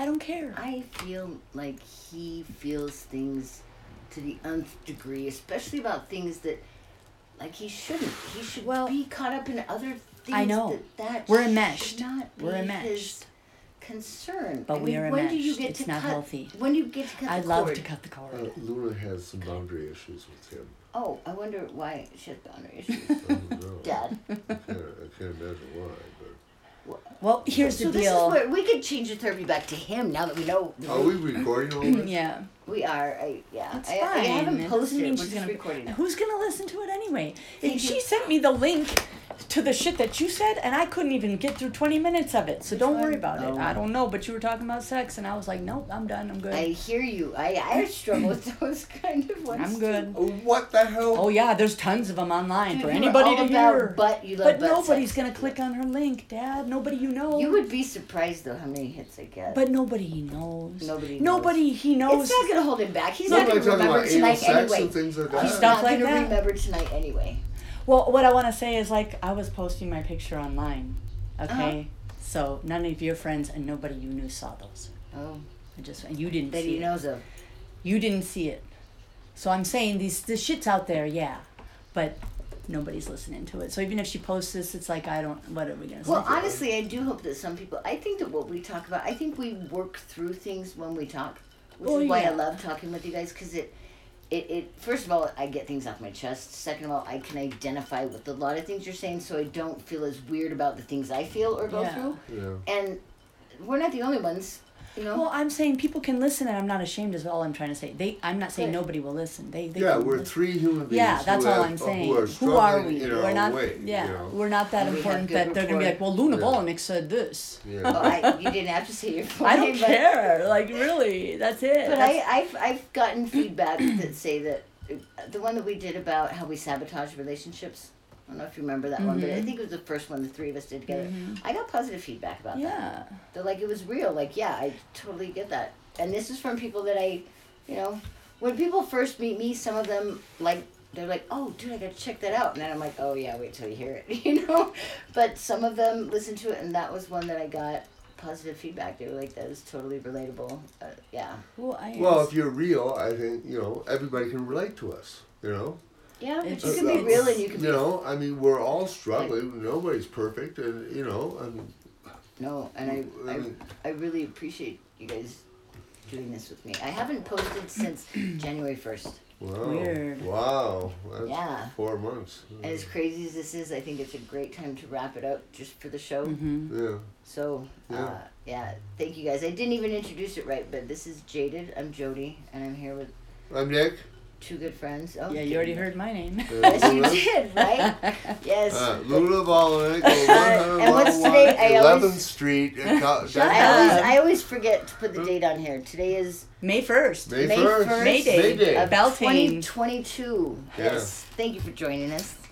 Speaker 3: i don't care
Speaker 2: I feel like he feels things to the nth degree, especially about things that, like, he shouldn't. He should
Speaker 3: Well,
Speaker 2: be caught up in other things.
Speaker 3: I know.
Speaker 2: That, that
Speaker 3: We're
Speaker 2: should
Speaker 3: enmeshed.
Speaker 2: Not be
Speaker 3: We're
Speaker 2: His
Speaker 3: enmeshed.
Speaker 2: concern.
Speaker 3: But
Speaker 2: I
Speaker 3: we
Speaker 2: mean,
Speaker 3: are
Speaker 2: when do you
Speaker 3: enmeshed.
Speaker 2: get
Speaker 3: It's
Speaker 2: to
Speaker 3: not
Speaker 2: cut,
Speaker 3: healthy.
Speaker 2: When do you get to cut
Speaker 3: i
Speaker 2: the
Speaker 3: love
Speaker 2: cord?
Speaker 3: to cut the cord
Speaker 1: Uh, Luna has some boundary issues with him.
Speaker 2: Oh, I wonder why she has boundary issues.
Speaker 1: I don't know.
Speaker 2: Dad.
Speaker 1: I can't, I can't imagine why, but
Speaker 3: well here's
Speaker 2: So
Speaker 3: the
Speaker 2: this
Speaker 3: deal
Speaker 2: is where we could change the therapy back to him now that we know. the
Speaker 1: are
Speaker 2: root.
Speaker 1: Oh, we recording all this?
Speaker 3: yeah
Speaker 2: We are. I, yeah.
Speaker 3: it's
Speaker 2: I,
Speaker 3: fine
Speaker 2: I haven't
Speaker 3: It doesn't
Speaker 2: posted.
Speaker 3: mean
Speaker 2: We're
Speaker 3: she's
Speaker 2: just
Speaker 3: gonna-
Speaker 2: recording. it.
Speaker 3: who's gonna listen to it anyway
Speaker 2: Thank
Speaker 3: she
Speaker 2: you.
Speaker 3: sent me the link to the shit that you said and i couldn't even get through 20 minutes of it so
Speaker 2: Which
Speaker 3: don't
Speaker 2: one?
Speaker 3: worry about
Speaker 2: Oh.
Speaker 3: it i don't know but you were talking about sex and i was like nope i'm done i'm good
Speaker 2: I hear you. I, I struggle with those kind of ones.
Speaker 3: i'm
Speaker 2: too.
Speaker 3: good
Speaker 1: Oh, what the hell?
Speaker 3: oh yeah there's tons of them online
Speaker 2: Dude,
Speaker 3: for
Speaker 2: you are
Speaker 3: anybody
Speaker 2: all
Speaker 3: to
Speaker 2: about
Speaker 3: hear
Speaker 2: Butt, you love
Speaker 3: But
Speaker 2: butt
Speaker 3: nobody's
Speaker 2: sex.
Speaker 3: gonna click on her link, Dad. Nobody you know.
Speaker 2: You would be surprised though how many hits I get.
Speaker 3: But nobody he knows.
Speaker 2: Nobody knows.
Speaker 3: Nobody he knows.
Speaker 2: it's not gonna hold him back. He's
Speaker 1: We're
Speaker 2: not
Speaker 1: not
Speaker 2: gonna
Speaker 1: talking
Speaker 2: remember
Speaker 1: about anal
Speaker 2: tonight
Speaker 1: sex
Speaker 2: anyway.
Speaker 1: and things like that.
Speaker 2: He's
Speaker 3: Stuff
Speaker 2: not
Speaker 3: like
Speaker 2: gonna
Speaker 3: that.
Speaker 2: remember tonight anyway.
Speaker 3: well, what I want to say is like I was posting my picture online,
Speaker 2: Uh-huh.
Speaker 3: okay. So none of your friends and nobody you knew saw those.
Speaker 2: Oh,
Speaker 3: I just and you didn't
Speaker 2: that
Speaker 3: see
Speaker 2: he
Speaker 3: it.
Speaker 2: knows of.
Speaker 3: You didn't see it. So I'm saying these this shit's out there, yeah, but nobody's listening to it. So even if she posts this, it's like I don't. What are we gonna
Speaker 2: Well,
Speaker 3: say?
Speaker 2: honestly, I do hope that some people. I think that what we talk about, I think we work through things when we talk, which
Speaker 3: Oh,
Speaker 2: is why
Speaker 3: yeah.
Speaker 2: I love talking with you guys because it, it, it. First of all, I get things off my chest. Second of all, I can identify with a lot of things you're saying, so I don't feel as weird about the things I feel or go
Speaker 3: Yeah.
Speaker 2: through.
Speaker 1: Yeah.
Speaker 2: And we're not the only ones, you know.
Speaker 3: Well, I'm saying people can listen, and I'm not ashamed. Is all I'm trying to say. They, I'm not saying
Speaker 2: Good.
Speaker 3: nobody will listen. They, they
Speaker 1: Yeah,
Speaker 3: can
Speaker 1: we're
Speaker 3: listen.
Speaker 1: three human beings.
Speaker 3: Yeah, that's
Speaker 1: who
Speaker 3: all
Speaker 1: have- uh,
Speaker 3: I'm
Speaker 1: Who are,
Speaker 3: saying. Who
Speaker 1: struggling
Speaker 3: are we?
Speaker 1: In our
Speaker 3: We're
Speaker 1: own
Speaker 3: not.
Speaker 1: way,
Speaker 3: yeah,
Speaker 1: You know?
Speaker 3: we're not that
Speaker 2: And we have
Speaker 3: important
Speaker 2: good
Speaker 3: that they're gonna be
Speaker 2: rapport.
Speaker 3: like, well, Luna
Speaker 1: Yeah.
Speaker 3: Bolnick said this.
Speaker 2: Oh,
Speaker 1: yeah.
Speaker 2: I, you didn't have to say your full
Speaker 3: I
Speaker 2: name,
Speaker 3: don't
Speaker 2: but-
Speaker 3: care. Like, really, that's it.
Speaker 2: But
Speaker 3: That's-
Speaker 2: I, I've, I've gotten feedback that say that uh, the one that we did about how we sabotage relationships. I don't know if you remember that one,
Speaker 3: Mm-hmm.
Speaker 2: but I think it was the first one the three of us did together. I got positive feedback about that.
Speaker 3: yeah.
Speaker 2: They're like, it was real. Like, yeah, I totally get that. And this is from people that I, you know, when people first meet me, some of them, like, they're like, oh, dude, I gotta check that out. And then I'm like, oh, yeah, wait till you hear it, you know? But some of them listen to it, and that was one that I got positive feedback. They were like, that is totally relatable. Uh, yeah.
Speaker 3: Well, I
Speaker 1: Well, if you're real, I think you know everybody can relate to us. You know.
Speaker 2: Yeah, but you
Speaker 3: It's-
Speaker 2: can be
Speaker 1: Uh,
Speaker 2: real and you can
Speaker 1: You
Speaker 2: be.
Speaker 1: know, I mean, we're all struggling. Nobody's perfect, and you know, and
Speaker 2: No, and I, I, I really appreciate you guys doing this with me. I haven't posted since January 1st.
Speaker 1: wow,
Speaker 3: Weird.
Speaker 1: wow, that's
Speaker 2: Yeah.
Speaker 1: four months.
Speaker 2: And as crazy as this is, I think it's a great time to wrap it up just for the show.
Speaker 3: Mm-hmm.
Speaker 1: Yeah.
Speaker 2: So, uh,
Speaker 1: Yeah.
Speaker 2: yeah, thank you guys. I didn't even introduce it right, but this is Jaded. I'm Jody, and I'm here with
Speaker 1: I'm Nick.
Speaker 2: two good friends. Oh,
Speaker 3: yeah, you already heard my name.
Speaker 1: and
Speaker 2: Yes, you
Speaker 1: Luna.
Speaker 2: did, right? Yes.
Speaker 1: Uh, Luna Volnick,
Speaker 2: and what's today? I always-
Speaker 1: 11th Street. in Cal-
Speaker 2: I always,
Speaker 1: Denver.
Speaker 2: I always forget to put the date on here. Today is
Speaker 3: May first.
Speaker 1: May
Speaker 2: May
Speaker 1: 1st.
Speaker 2: first.
Speaker 3: May Day.
Speaker 1: May Day.
Speaker 2: of
Speaker 3: Beltane.
Speaker 2: 2022.
Speaker 1: Yeah.
Speaker 2: Yes. Thank you for joining us.